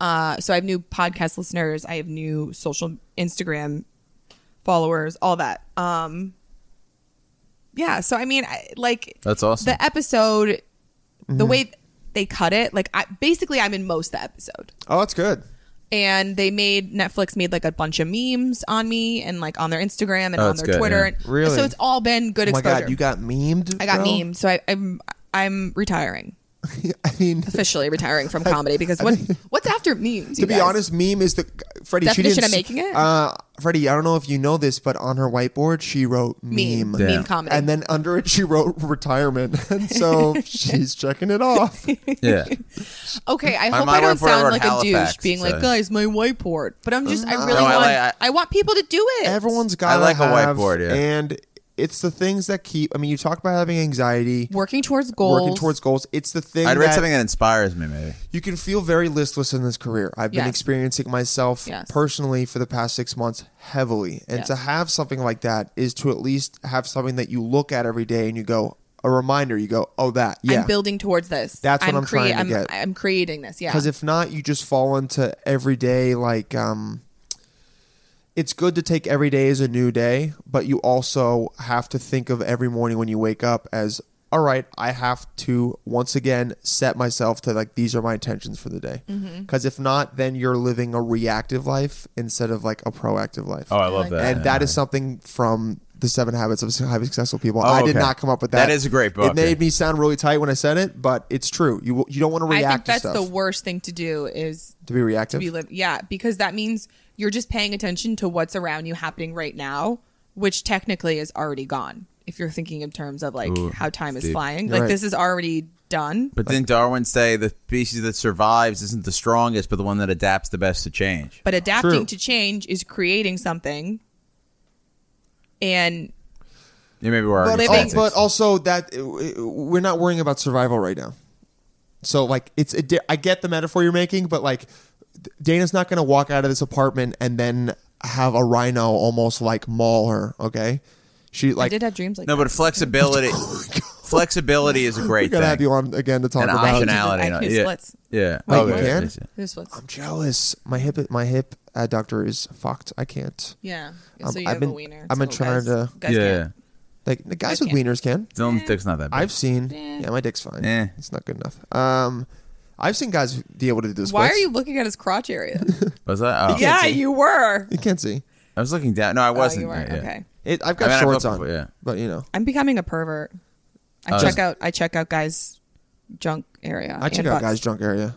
S5: Uh, so I have new podcast listeners. I have new social Instagram followers, all that. Um, yeah. So I mean, I, like
S4: That's awesome.
S5: the episode,
S3: Mm-hmm.
S5: the way they cut it, like I, basically I'm in most of the episode,
S3: Oh, that's good.
S5: and they made Netflix made like a bunch of memes on me and like on their Instagram and
S4: Oh,
S5: on
S4: that's
S5: their
S4: good,
S5: Twitter.
S4: yeah.
S5: And,
S3: Really?
S5: So it's all been good
S3: Oh my
S5: exposure.
S3: god, you got memed.
S5: I got
S3: bro?
S5: memed, so I, I'm I'm retiring
S3: I mean,
S5: officially retiring from comedy because what what's after memes?
S3: to be honest, meme is the Freddie. she
S5: Definition
S3: didn't,
S5: of making it?
S3: Uh, Freddie, I don't know if you know this, but on her whiteboard she wrote meme,
S5: meme meme,
S4: Yeah.
S5: comedy.
S3: and then under it she wrote retirement, and so she's checking it off.
S4: Yeah,
S5: okay, I
S4: My
S5: hope
S4: mom
S5: I don't
S4: went forever
S5: sound
S4: in
S5: like a douche
S4: Halifax,
S5: being
S4: so-
S5: like, guys, my whiteboard. But I'm just, I really
S4: No, I
S5: want, I,
S4: like- I-
S5: want people to do it.
S3: Mm-hmm. Everyone's got
S4: like a
S3: have,
S4: whiteboard, yeah.
S3: and it's the things that keep. I mean, you talk about having anxiety,
S5: working towards goals.
S3: working towards goals. It's the thing.
S4: I'd read
S3: that-
S4: something that inspires me. Maybe
S3: You can feel very listless in this career. I've been
S5: Yes.
S3: experiencing myself
S5: Yes.
S3: personally for the past six months heavily. And
S5: Yes.
S3: to have something like that is to at least have something that you look at every day and you go, a reminder, you go, oh, that. Yeah.
S5: I'm building towards this.
S3: That's what I'm trying to
S5: I'm,
S3: get.
S5: I'm creating this. Yeah.
S3: Because if not, you just fall into everyday, like, um, it's good to take every day as a new day, but you also have to think of every morning when you wake up as, all right, I have to once again set myself to like, these are my intentions for the day.
S5: Mm-hmm.
S3: Because if not, then you're living a reactive life instead of like a proactive life.
S4: Oh, I love that.
S3: And that is something from The Seven Habits of Highly Successful People.
S4: Oh,
S3: I did
S4: okay.
S3: not come up with that.
S4: That is a great book,
S3: It made
S4: yeah.
S3: me sound really tight when I said it, but it's true. You you don't want to
S5: I
S3: react
S5: think that's
S3: to
S5: the
S3: stuff
S5: worst thing to do is
S3: to be reactive.
S5: be live. Yeah, because that means you're just paying attention to what's around you happening right now, which technically is already gone. If you're thinking in terms of like
S4: Ooh,
S5: how time is
S4: deep.
S5: flying,
S3: You're
S5: like
S3: right.
S5: this is already done.
S4: But didn't Darwin say the species that survives isn't the strongest, but the one that adapts the best to change?
S5: But adapting
S3: True.
S5: to change is creating something. And
S4: Yeah, maybe we're
S3: but,
S4: arguing
S3: al-
S4: politics.
S3: but also that uh, we're not worrying about survival right now. So like it's a di- I get the metaphor you're making, but like Dana's not going to walk out of this apartment and then have a rhino almost like maul her. Okay, she
S5: I
S3: like
S5: did have dreams like
S4: no,
S5: that.
S4: but flexibility, flexibility is a
S3: Oh we're
S4: great
S3: gonna have
S4: thing.
S3: you on again to talk
S4: And
S3: about.
S5: option-
S3: it.
S4: optionality,
S5: I
S4: no,
S5: can
S4: yeah,
S5: splits.
S4: yeah.
S3: Wait,
S4: Oh,
S3: you
S4: yeah,
S3: can?
S4: yeah, yeah.
S5: This was
S3: I'm jealous. My hip my hip adductor is fucked. I can't.
S5: yeah.
S3: Um,
S5: so you
S3: I've
S5: have
S3: been-
S5: a wiener.
S3: I've been
S5: So
S3: trying
S5: guys-
S3: to-
S5: guys
S4: yeah.
S5: can't.
S3: Like the guys
S5: I
S3: with
S5: can't.
S3: wieners can.
S4: Dylan's dick's not that bad.
S3: I've seen.
S5: Eh.
S3: Yeah, my dick's fine.
S4: Eh.
S3: It's not good enough. Um, I've seen guys be able to do this.
S5: Why are you looking at his crotch area?
S4: was I? Oh,
S5: yeah, you were.
S3: You can't see.
S4: I was looking down. No, I
S5: Oh,
S4: wasn't.
S5: you were.
S4: Yeah, yeah.
S5: Okay.
S3: It, I've got
S4: I mean, I've
S3: shorts
S4: looked
S3: on.
S4: before, yeah.
S3: But you know,
S5: I'm becoming a pervert. I
S4: Oh,
S5: check
S4: just-
S5: out I check out guys' junk area.
S3: I check
S5: and
S3: out
S5: butts.
S3: guys' drunk area.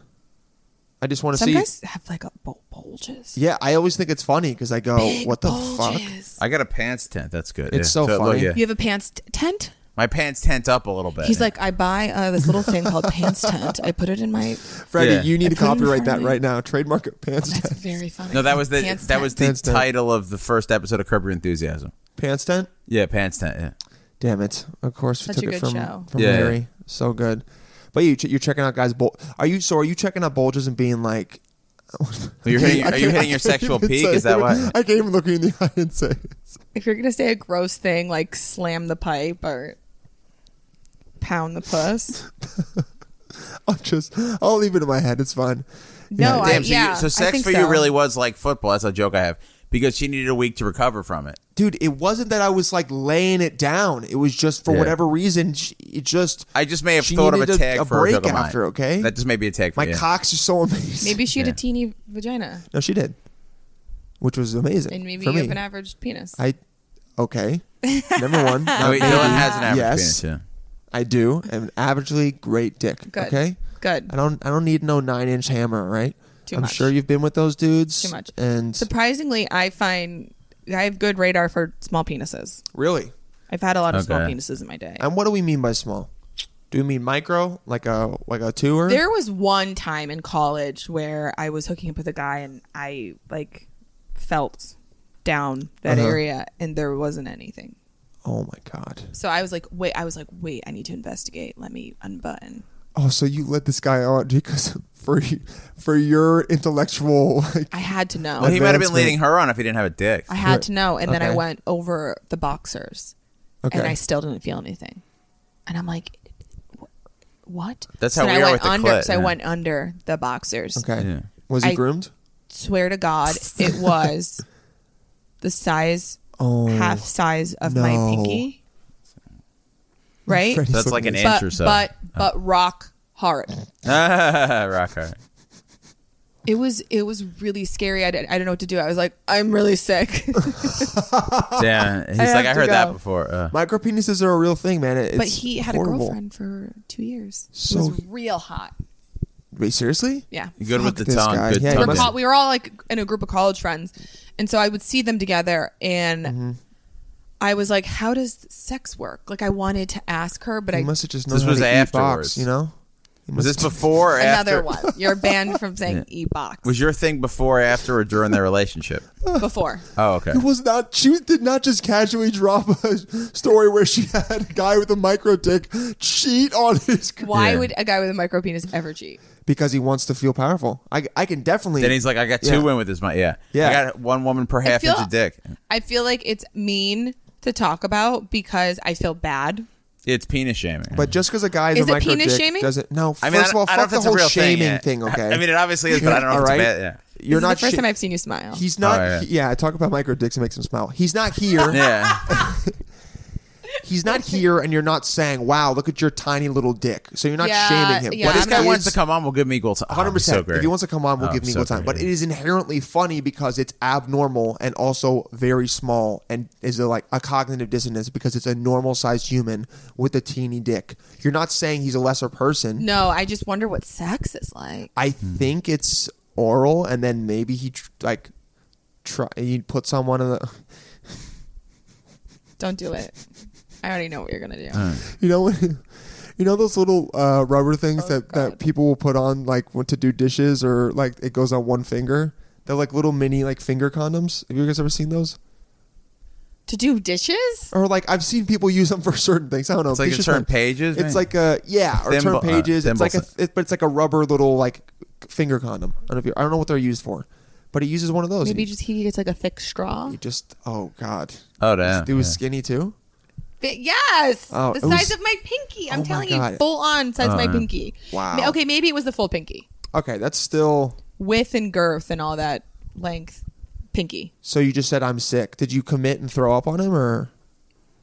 S3: I just want to
S5: Some
S3: see.
S5: guys have like a bul- bulges.
S3: yeah, I always think it's funny because I go,
S5: Big
S3: "What the fuck?"
S5: bulges.
S4: I got a pants tent. That's good.
S3: It's so
S4: it
S3: funny.
S5: You have a pants t- tent?
S4: My pants tent up a little bit.
S5: He's like, I buy uh, this little thing called pants tent. I put it in my.
S3: Freddie,
S4: Yeah.
S3: you need to
S5: put 'em in
S3: copyright
S5: front
S3: that
S5: of
S3: right
S5: me.
S3: now. Trademark it. pants
S5: That's
S3: tent.
S5: very funny.
S4: no, that was the
S5: Pants
S4: that
S5: tent.
S4: was the
S3: Pants tent.
S4: title of the first episode of Curb Your Enthusiasm.
S3: Pants tent.
S4: Yeah, pants tent. Yeah.
S3: Damn it! Of course, we
S5: Such a
S3: took it
S5: good
S3: from
S5: show.
S3: from
S4: Yeah.
S3: Larry. So good. But you, you're checking out guys' bul- Are you so? Are you checking out bulges and being like?
S4: Are you hitting, are you hitting your sexual peak? Is that why?
S3: I can't even look you in the eye and say it.
S5: If you're gonna say a gross thing like slam the pipe or pound the puss,
S3: I'll just, I'll leave it in my head. It's fine.
S5: no, I,
S4: Damn. So,
S5: yeah,
S4: you, so
S5: I
S4: sex
S5: think
S4: for
S5: so.
S4: you really was like football. That's a joke I have because she needed a week to recover from it.
S3: Dude, it wasn't that I was like laying it down. It was just for
S4: Yeah.
S3: whatever reason, sh- it just.
S4: I just may have
S3: She
S4: thought of a
S3: needed a-
S4: tag
S3: a
S4: for a joke
S3: break
S4: of mine.
S3: after, okay?
S4: That just may be a tag. For
S3: my
S4: you.
S3: cocks are so amazing.
S5: Maybe she had
S4: Yeah.
S5: a teeny vagina,
S3: No, she did, which was amazing.
S5: and maybe
S3: for
S5: you
S3: me.
S5: have an average penis.
S3: I, okay. Number one.
S4: No,
S3: not
S4: wait,
S3: maybe.
S4: Dylan has an average
S3: Yes.
S4: penis. Yeah.
S3: I do. I have an averagely great dick.
S5: Good.
S3: Okay.
S5: Good.
S3: I don't. I don't need no nine-inch hammer. all Right.
S5: Too
S3: I'm
S5: much.
S3: sure you've been with those dudes.
S5: Too much.
S3: And
S5: Surprisingly, I find I have good radar for small penises.
S3: really.
S5: I've had a lot of small
S4: Okay.
S5: penises in my day.
S3: And what do we mean by small? Do we mean micro, like a like a two or
S5: There was one time in college where I was hooking up with a guy and I like felt down that
S3: Uh-huh.
S5: area and there wasn't anything.
S3: Oh my god!
S5: So I was like, wait, I was like, wait, I need to investigate. Let me unbutton.
S3: Oh, so you let this guy on because for you, for your intellectual like
S5: I had to know.
S4: Well, he might have been
S3: Advancement.
S4: leading her on if he didn't have a dick.
S5: I had to know. And then I
S3: Okay.
S5: went over the boxers
S3: okay.
S5: and I still didn't feel anything. And I'm like, wh- what?
S4: That's
S5: So
S4: how
S5: then
S4: we
S5: I
S4: are
S5: went
S4: with the
S5: under.
S4: clit,
S5: so I
S4: yeah.
S5: went under the boxers.
S3: okay.
S4: Yeah.
S3: Was he
S5: I-
S3: groomed?
S5: Swear to God, it was the size
S3: Oh,
S5: half size of my
S3: no.
S5: pinky. Right?
S3: Freddie's
S4: That's like
S3: looking at-
S4: an
S5: But,
S4: inch or so.
S5: but but rock hard.
S4: Rock hard.
S5: It was it was really scary. I, did, I don't know what to do. I was like, I'm really sick.
S4: Yeah, he's
S5: have
S4: like I
S5: to
S4: heard that
S5: go.
S4: before. Uh,
S3: micro penises are a real thing, man. It- It's
S5: but he had
S3: horrible.
S5: a girlfriend for two years.
S3: So-
S5: it was real hot.
S3: Wait, seriously?
S5: Yeah.
S4: good with the
S3: this
S4: tongue.
S3: guy.
S4: Good
S3: Yeah, he
S5: We
S4: tongue.
S5: were,
S3: must-
S5: col- we were all like in a group of college friends, and so I would see them together, and
S3: Mm-hmm.
S5: I was like, "How does sex work?" Like I wanted to ask her, but
S3: He
S5: I
S3: must have just known
S4: This
S3: how
S4: was
S3: to eat
S4: afterwards.
S3: box, you know. He
S4: Was
S3: must-
S4: this before or
S5: another
S4: after?
S5: one. You're banned from saying e box
S4: Was your thing before, or after, or during their relationship?
S5: before.
S4: Oh, okay.
S3: It was not. She did not just casually drop a story where she had a guy with a micro dick cheat on his girl
S5: Why
S4: Yeah.
S5: would a guy with a micro penis ever cheat?
S3: because he wants to feel powerful. I, I can definitely.
S4: Then he's like, I got two
S3: Yeah.
S4: women with this. My yeah,
S3: Yeah.
S4: I got one woman per half
S5: feel-
S4: inch of dick.
S5: I feel like it's mean to talk about because I feel bad.
S4: It's penis shaming.
S3: But just because a guy is,
S5: Is
S3: a
S5: it
S3: micro
S5: penis
S3: dick
S5: shaming?
S3: doesn't. No, first
S4: I mean,
S3: of
S4: I don't-
S3: all,
S4: I
S3: fuck
S4: don't
S3: the
S4: know if it's a
S3: whole
S4: real thing
S3: shaming
S4: yet.
S3: thing. Okay,
S4: I mean, it obviously is, but I don't know if
S3: All
S4: it's
S3: right.
S4: bad. Yeah.
S3: you're
S5: this
S3: not.
S5: is the first
S3: sh-
S5: time I've seen you smile.
S3: He's not.
S4: All right.
S3: Yeah, talk about micro dicks and makes him smile. He's not here.
S4: Yeah.
S3: he's not here, and you're not saying, "Wow, look at your tiny little dick." So you're not
S5: Yeah,
S3: shaming him.
S5: yeah,
S3: But
S5: I'm
S4: This guy
S5: not-
S4: wants to come on. We'll give him equal time.
S3: Hundred percent. if he wants to come on, we'll
S4: Oh,
S3: give him
S4: so
S3: equal time. But
S4: great.
S3: it is inherently funny because it's abnormal and also very small, and is a, like a cognitive dissonance because it's a normal sized human with a teeny dick. You're not saying he's a lesser person.
S5: No, I just wonder what sex is like.
S3: I
S4: Hmm.
S3: think it's oral, and then maybe he tr- like try he put someone in the
S5: Don't do it. I already know what you're gonna do.
S3: you know when- you know those little uh, rubber things that that
S5: God.
S3: people will put on like when to do dishes or like it goes on one finger. They're like little mini like finger condoms. Have you guys ever seen those?
S5: to do dishes?
S3: Or like I've seen people use them for certain things. I don't know.
S4: It's like
S3: just
S4: to turn
S3: not-
S4: pages,
S3: It's
S4: man.
S3: like a yeah, or
S4: Thimble- uh,
S3: turn pages. it's
S4: thimble
S3: like a
S4: si-
S3: it, but it's like a rubber little like finger condom. I don't know if you, I don't know what they're used for, but he uses one of those.
S5: Maybe
S3: he,
S5: just he gets like a thick straw.
S3: he just oh god.
S4: Oh damn.
S3: He was
S4: Yeah.
S3: skinny too.
S5: But yes,
S3: Oh,
S5: the
S3: it was-
S5: size of my pinky. I'm
S3: Oh my
S5: telling you,
S3: God. Uh-huh.
S5: full on size of my pinky.
S3: Wow.
S5: Ma- Okay, maybe it was the full pinky,
S3: Okay, that's still.
S5: width and girth and all that length. Pinky.
S3: So you just said I'm sick. Did you commit and throw up on him, or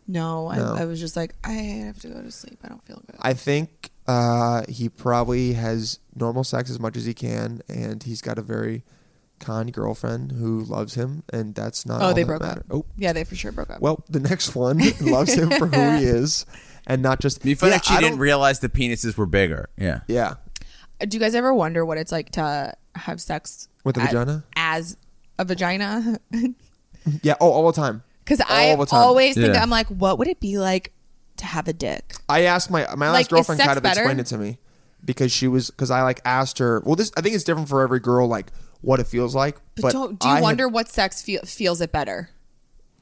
S5: No,
S3: No.
S5: I, I was just like, I have to go to sleep. I don't feel good.
S3: I think uh, he probably has normal sex as much as he can, and he's got a very kind girlfriend who loves him, and that's not.
S5: oh,
S3: all
S5: they
S3: that
S5: broke
S3: matter.
S5: up.
S3: Oh,
S5: Yeah, they for sure broke up.
S3: well, the next one loves him for who he is, and not just.
S4: It'd be funny
S3: Yeah,
S4: if she
S3: I
S4: didn't
S3: don't-
S4: realize the penises were bigger. Yeah.
S3: yeah,
S5: Do you guys ever wonder what it's like to have sex
S3: With a
S5: at-
S3: vagina?
S5: As a vagina?
S3: yeah. Oh, all the time.
S5: Because I
S3: the time.
S5: always think
S4: Yeah.
S5: I'm like, what would it be like to have a dick?
S3: I asked my my
S5: Like,
S3: last
S5: is
S3: girlfriend
S5: sex
S3: kind of
S5: better?
S3: explained it to me because she was because I like asked her. Well, this I think it's different for every girl, like what it feels like. But,
S5: But, don't, do
S3: I
S5: you
S3: had-
S5: wonder what sex feel, feels it better?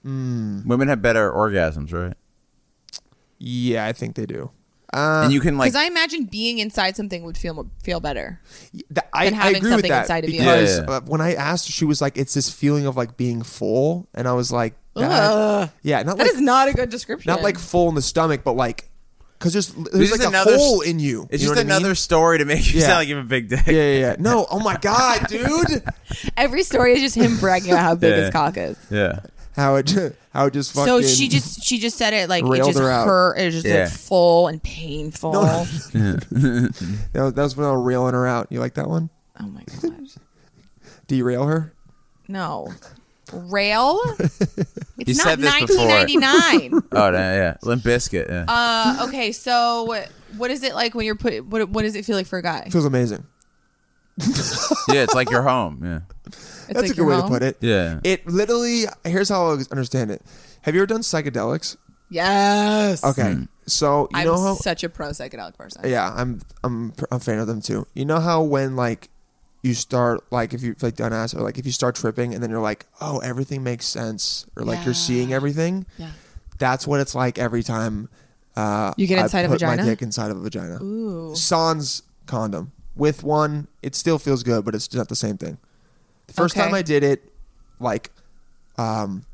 S3: Mm.
S4: Women have better orgasms, right?
S3: yeah, I think they do. Uh,
S4: and you can like
S5: Because I imagine being inside something would feel feel better.
S3: Th- I,
S5: than
S3: I
S5: having
S3: agree with
S5: something
S3: that
S5: inside of you.
S3: because
S4: Yeah.
S3: uh, when I asked, her, she was like, "It's this feeling of like being full," and I was like, that- "Yeah, not
S5: That
S3: like
S5: is not a good description.
S3: not like full in the stomach, but like because there's
S4: This
S3: there's
S4: is
S3: like
S4: another-
S3: a hole in you.
S4: It's
S3: You know
S4: just
S3: what I mean?
S4: another story to make you
S3: Yeah.
S4: sound like you have a big dick.
S3: Yeah, yeah, yeah. No, oh my god, dude,
S5: every story is just him bragging about how big
S4: Yeah.
S5: his cock is.
S4: Yeah.
S3: how it ju- how it just fucking.
S5: So she just she just said it like it
S3: Railed
S5: just
S3: her out.
S5: hurt. It was just
S4: Yeah.
S5: like full and painful.
S3: No. that was, that was when I was reeling her out. You like that one?
S5: Oh my god,
S3: Derail her.
S5: no rail. It's
S4: You
S5: not
S4: said this before.
S5: 1999.
S4: Oh, damn, yeah. Limp Biscuit. Yeah.
S5: uh, okay, so what is it like when you're put? What what does it feel like for a guy?
S3: Feels amazing.
S4: yeah. It's like you're home. Yeah.
S5: It's
S3: That's
S5: like
S3: a good way to put it.
S4: Yeah.
S3: It literally. Here's how I understand it. Have you ever done psychedelics?
S5: Yes.
S3: Okay. So you
S5: I'm
S3: know how
S5: such a pro psychedelic person.
S3: yeah i'm i'm a fan of them too you know how when like you start like if you like done ass or like if you start tripping and then you're like oh everything makes sense or like
S5: Yeah.
S3: you're seeing everything
S5: Yeah.
S3: that's what it's like every time uh
S5: You get
S3: I
S5: inside a
S3: put
S5: vagina?
S3: my dick inside of a vagina
S5: Ooh.
S3: sans condom with one it still feels good but it's not the same thing the first
S5: Okay.
S3: time i did it like um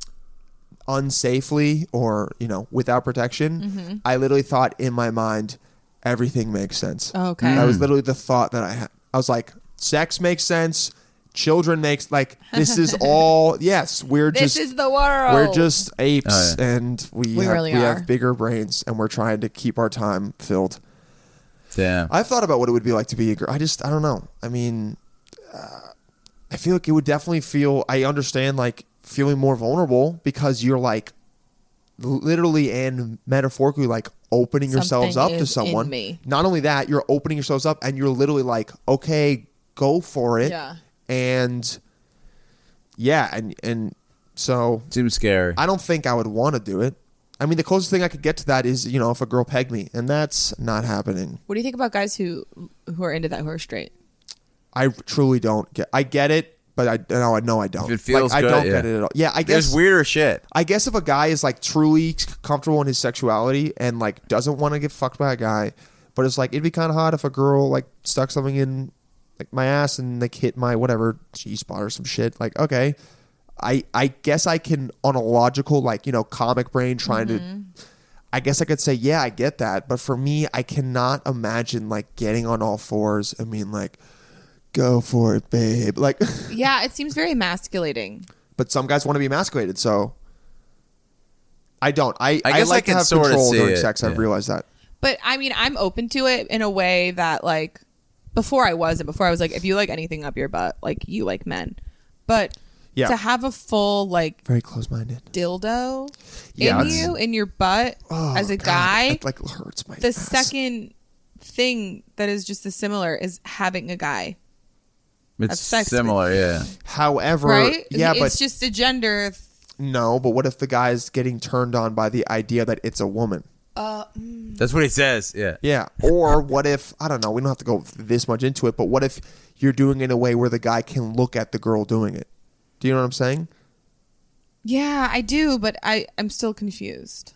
S3: unsafely or you know without protection
S5: Mm-hmm.
S3: i literally thought in my mind everything makes sense
S5: Okay.
S3: that was literally the thought that i had i was like sex makes sense children makes like this is all yes we're
S5: This
S3: just
S5: is the world.
S3: we're just apes
S4: Oh,
S3: and we,
S5: We
S3: have,
S5: really
S3: we
S5: are.
S3: have bigger brains and we're trying to keep our time filled
S4: Damn.
S3: I've thought about what it would be like to be a girl. I just, I don't know. I mean, uh, I feel like it would definitely feel, I understand like feeling more vulnerable because you're like literally and metaphorically like opening yourselves up
S5: Something
S3: to
S5: is in
S3: someone.
S5: me.
S3: Not only that, you're opening yourselves up and you're literally like, okay, go for it.
S5: Yeah.
S3: And yeah. And, and so
S4: Seems scary.
S3: I don't think I would want to do it. I mean, the closest thing I could get to that is, you know, if a girl pegged me, and that's not happening.
S5: What do you think about guys who who are into that who are straight?
S3: I truly don't get. I get it, but I no, I no, I don't.
S4: If it feels
S3: like,
S4: good,
S3: I don't
S4: yeah.
S3: get it at all. Yeah, I
S4: There's
S3: guess.
S4: weirder shit.
S3: I guess if a guy is like truly comfortable in his sexuality and like doesn't want to get fucked by a guy, but it's like it'd be kind of hot if a girl like stuck something in like my ass and like hit my whatever G spot or some shit. Like okay, I I guess I can on a logical like you know comic brain trying to. I guess I could say yeah, I get that, but for me, I cannot imagine like getting on all fours. I mean like. Go for it, babe. Like,
S5: Yeah, it seems very emasculating.
S3: but some guys want to be emasculated, so I don't. I
S4: I
S3: I,
S4: guess I
S3: like to
S4: can
S3: have
S4: sorta
S3: control
S4: see
S3: during
S4: it,
S3: sex. I've
S4: yeah.
S3: realized that.
S5: But I mean, I'm open to it in a way that like before I wasn't. Before I was like, if you like anything up your butt, like you like men. But
S3: Yeah.
S5: to have a full like
S3: Very close-minded.
S5: dildo
S3: Yeah,
S5: in
S3: it's-
S5: you in your butt as a guy,
S3: it Oh, like hurts my.
S5: the
S3: ass.
S5: second thing that is just as similar is having a guy.
S4: It's
S5: sex, but-
S4: similar, yeah.
S3: However,
S5: right?
S3: yeah,
S5: it's
S3: but
S5: just a gender. th-
S3: no. But what if the guy's getting turned on by the idea that it's a woman?
S5: uh,
S4: That's what he says. Yeah.
S3: Yeah. Or what if I don't know? We don't have to go this much into it, but what if you're doing it in a way where the guy can look at the girl doing it? Do you know what I'm saying?
S5: Yeah, I do, but I I'm still confused.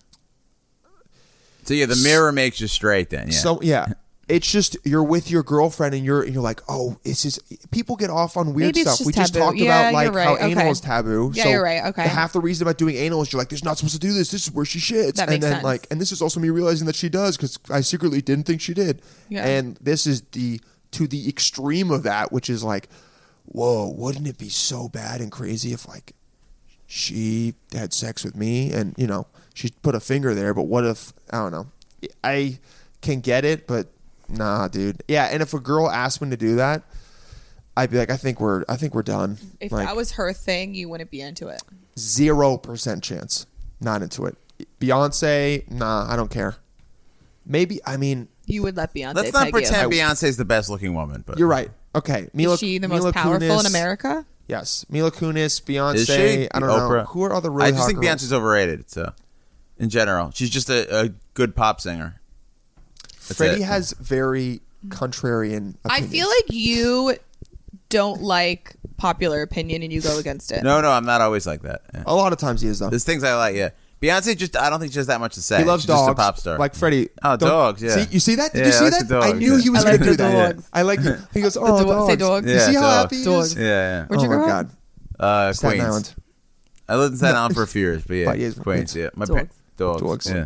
S4: So yeah, the mirror makes you straight then. Yeah.
S3: So yeah. It's just you're with your girlfriend and you're you're like, oh, this is people get off on weird
S5: Maybe it's
S3: stuff.
S5: just
S3: we just
S5: taboo.
S3: talked
S5: Yeah,
S3: about like
S5: you're
S3: how
S5: right.
S3: anal
S5: Okay.
S3: is taboo.
S5: Yeah,
S3: so
S5: you're right. Okay.
S3: Half the reason about doing anal is you're like, there's not supposed to do this. This is where she shits.
S5: That
S3: and
S5: makes
S3: then
S5: sense.
S3: like, and this is also me realizing that she does because I secretly didn't think she did.
S5: Yeah.
S3: And this is the to the extreme of that, which is like, whoa, wouldn't it be so bad and crazy if like she had sex with me and you know she put a finger there but what if i don't know i can get it but nah dude yeah and if a girl asked me to do that i'd be like i think we're i think we're done
S5: If
S3: like
S5: that was her thing, you wouldn't be into it.
S3: zero percent chance not into it beyonce nah i don't care maybe i mean
S5: You would let Beyonce.
S4: Let's not
S5: peg
S4: pretend
S5: You.
S4: Beyonce's the best looking woman, but
S3: you're right okay mila
S5: is she the most
S3: Mila
S5: powerful in
S3: Kunis-
S5: America?
S3: yes mila kunis beyonce
S4: Is she?
S3: i don't know
S4: Oprah?
S3: who are other really
S4: I just
S3: hot
S4: think
S3: girls?
S4: Beyonce's overrated. So, in general, she's just a, a good pop singer. That's
S3: freddie
S4: it.
S3: has very contrarian opinions.
S5: I feel like you don't like popular opinion and you go against it.
S4: No, no, I'm not always like that. Yeah.
S3: A lot of times he is though.
S4: There's things I like. Yeah, Beyonce just I don't think she has that much to say.
S3: he loves
S4: she's
S3: dogs.
S4: Just a pop star.
S3: Like Freddie.
S4: Oh,
S3: don't-
S4: dogs, yeah.
S3: See, you see that? Did
S4: Yeah,
S3: you
S4: I
S3: see
S4: like
S3: that?
S4: the
S3: I
S4: dogs,
S3: knew
S4: yeah.
S3: he was
S5: I
S3: going
S5: like
S3: to do
S5: the
S3: that.
S5: dogs.
S3: I like. it. He goes, oh,
S5: do-
S3: dogs.
S5: say dogs.
S3: You
S4: Yeah,
S3: see how
S4: dogs.
S3: happy he
S5: Dogs.
S3: is?
S4: yeah, yeah.
S5: Where'd
S3: Oh
S5: you
S3: my
S5: grow up?
S3: god,
S4: Uh,
S3: Staten
S4: Queens.
S3: Island.
S4: I lived in Staten Island for a few years, but yeah,
S3: Five years in
S4: Queens.
S3: Queens.
S4: Yeah, my
S5: Dogs.
S4: parents. Dogs.
S3: Dogs.
S4: Yeah.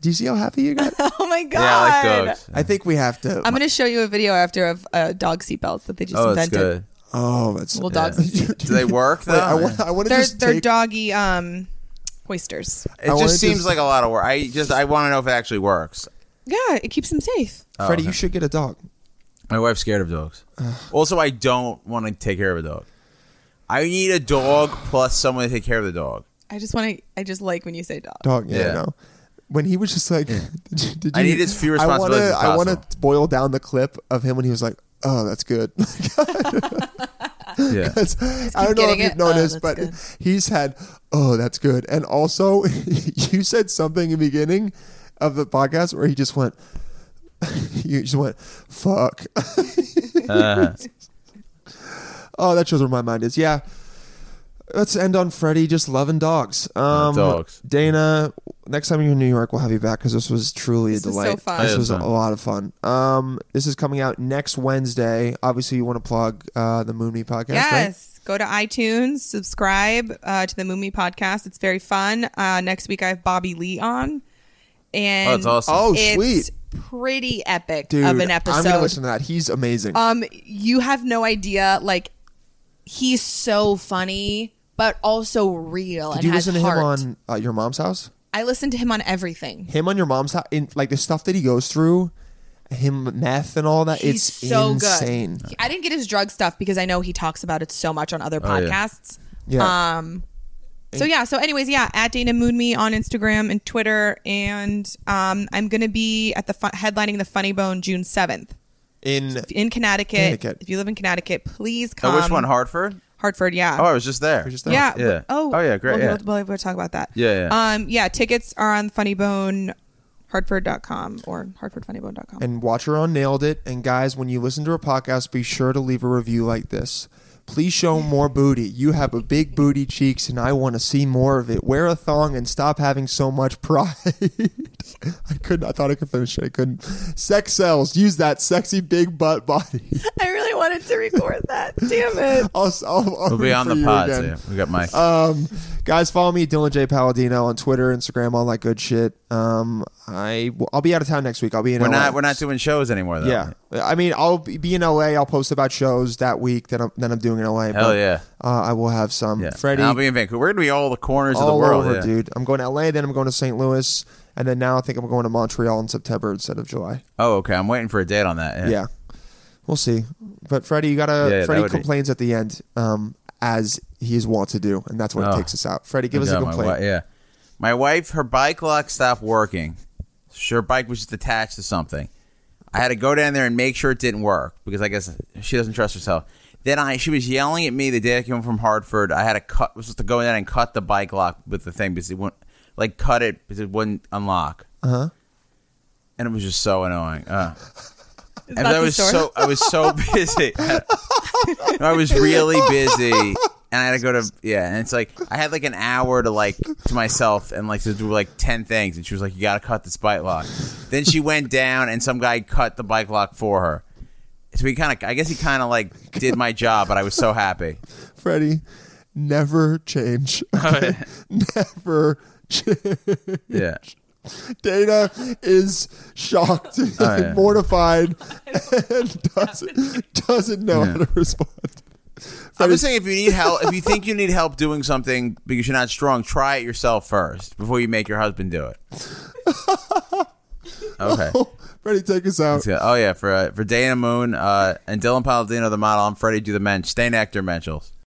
S3: Do you see how happy you got?
S5: Oh my god!
S4: Yeah, I like dogs.
S3: I think we have to.
S5: am gonna show you a video after of uh, dog seatbelts that they just
S4: Oh, it's
S5: invented.
S4: good.
S3: oh, that's
S5: Little dogs.
S4: Do they work though?
S3: Wait, I want. I want to
S5: They're
S3: just
S5: they're
S3: take.
S5: doggy um hoisters.
S4: it
S3: I wanna
S4: just seems
S3: just-
S4: like a lot of work. I just I want to know if it actually works.
S5: Yeah, it keeps them safe.
S4: Oh,
S3: Freddie, you should get a dog.
S4: My wife's scared of dogs. also, I don't want to take care of a dog. I need a dog plus someone to take care of the dog.
S5: I just want to. I just like when you say dog.
S3: Dog. Yeah.
S4: Yeah.
S3: no. When he was just like, did you, did
S4: I
S3: you-
S4: need as few
S3: I wanna-
S4: responsibilities as
S3: I want
S4: possible.
S3: to boil down the clip of him when he was like, "Oh, that's good."
S4: Yeah.
S3: That's- I don't know if
S5: getting
S3: you've
S5: it. Oh,
S3: noticed,
S5: that's
S3: but
S5: good.
S3: he's had, oh, that's good. And also, you said something in the beginning of the podcast where he just went, you just went, fuck.
S5: Uh-huh.
S3: oh, that shows where my mind is. Yeah. Let's end on Freddie just loving dogs. Um,
S4: dogs.
S3: Dana, next time you're in New York, we'll have you back because this was truly
S5: This
S3: a
S5: was
S3: delight.
S5: so fun.
S3: This
S4: Yeah,
S3: was
S4: fun.
S3: a lot of fun. Um, this is coming out next Wednesday. Obviously, you want to plug uh, the Moon Me podcast. Right?
S5: Yes. Go to iTunes, subscribe uh, to the Moomy podcast. It's very fun. Uh, next week I have Bobby Lee on, and
S4: Oh, it's awesome.
S3: Oh,
S5: it's
S3: sweet.
S5: pretty epic
S3: Dude,
S5: of an
S3: I'm gonna
S5: episode.
S3: listen to that. He's amazing.
S5: um, you have no idea. Like, he's so funny, but also real
S3: Did
S5: and
S3: you
S5: has
S3: listen to
S5: heart.
S3: him on uh, your mom's house?
S5: I listen to him on everything.
S3: Him on your mom's house, in like the stuff that he goes through, him meth and all that.
S5: He's
S3: it's
S5: so
S3: insane.
S5: good. I didn't get his drug stuff because I know he talks about it so much on other
S4: Oh, yeah.
S5: podcasts.
S3: Yeah,
S5: Um, so yeah. So anyways, yeah. At Dana Moon Me on Instagram and Twitter, and um, I'm gonna be at the fu- headlining the Funny Bone June 7th
S3: in
S5: in Connecticut.
S3: Connecticut.
S5: If you live in Connecticut, please
S4: Oh,
S5: come.
S4: which one? Hartford?
S5: Hartford. Yeah.
S4: Oh, I was just there.
S3: just there.
S5: yeah.
S4: Yeah.
S5: w- Oh.
S4: Oh, yeah, great,
S5: Well,
S4: yeah.
S5: We'll, we'll, we'll talk about that.
S4: Yeah, yeah.
S5: Um. Yeah. Tickets are on funnybone.hartford.com or hartfordfunnybone.com.
S3: and Watcher on nailed it. And guys, when you listen to a podcast, be sure to leave a review like this. Please show more booty. You have a big booty cheeks, and I want to see more of it. Wear a thong and stop having so much pride. I couldn't. I thought I could finish it. I couldn't. Sex sells. Use that sexy big butt body.
S5: I really wanted to record that. Damn it.
S3: I'll, I'll, I'll
S4: We'll be on the pod. Yeah. We got Mike.
S3: Um, Guys, follow me, Dylan J. Palladino, on Twitter, Instagram, all that good shit. Um, I I'll be out of town next week. I'll be in.
S4: We're
S3: LA.
S4: not we're not doing shows anymore though.
S3: Yeah, I mean, I'll be in LA. I'll post about shows that week that I'm that I'm doing in LA.
S4: Hell yeah.
S3: Uh, I will have some.
S4: Yeah.
S3: Freddie,
S4: And I'll be in Vancouver. We're gonna be all the corners of the
S3: all
S4: world,
S3: over,
S4: yeah.
S3: dude. I'm going to LA, then I'm going to St. Louis, and then now I think I'm going to Montreal in September instead of July.
S4: Oh, okay. I'm waiting for a date on that. Yeah.
S3: Yeah, we'll see. But Freddie, you gotta.
S4: Yeah, that
S3: Freddie
S4: would be-
S3: complains at the end, um, as he is wont to do, and that's what
S4: Oh.
S3: takes us out. Freddie, give us
S4: Yeah,
S3: a
S4: my
S3: complaint.
S4: wi- yeah. My wife, her bike lock stopped working. So Her bike was just attached to something. I had to go down there and make sure it didn't work because I guess she doesn't trust herself. Then I she was yelling at me the day I came from Hartford. I had to cut was supposed to go down and cut the bike lock with the thing because it wouldn't like cut it because it wouldn't unlock. Uh
S3: Uh-huh.
S4: huh. And it was just so annoying. Uh. And
S5: not
S4: I
S5: the
S4: was
S5: story.
S4: so I was so busy. No, I was really busy, and I had to go to yeah. And it's like I had like an hour to like to myself and like to do like ten things. And she was like, "You got to cut this bike lock." Then she went down, and some guy cut the bike lock for her. So he kind of, I guess he kind of like did my job, but I was so happy.
S3: Freddie, never change.
S4: Oh,
S3: Okay? never change.
S4: Yeah,
S3: Dana is shocked and
S4: yeah.
S3: mortified and doesn't, doesn't know how to respond.
S4: I was saying if you need help, if you think you need help doing something because you're not strong, try it yourself first before you make your husband do it. Okay.
S3: Freddie, take us out.
S4: Yeah. Oh yeah, for uh, for Dana Moon uh, and Dylan Palladino, the model. I'm Freddie, do the mensch. Stay nectar, Menschels.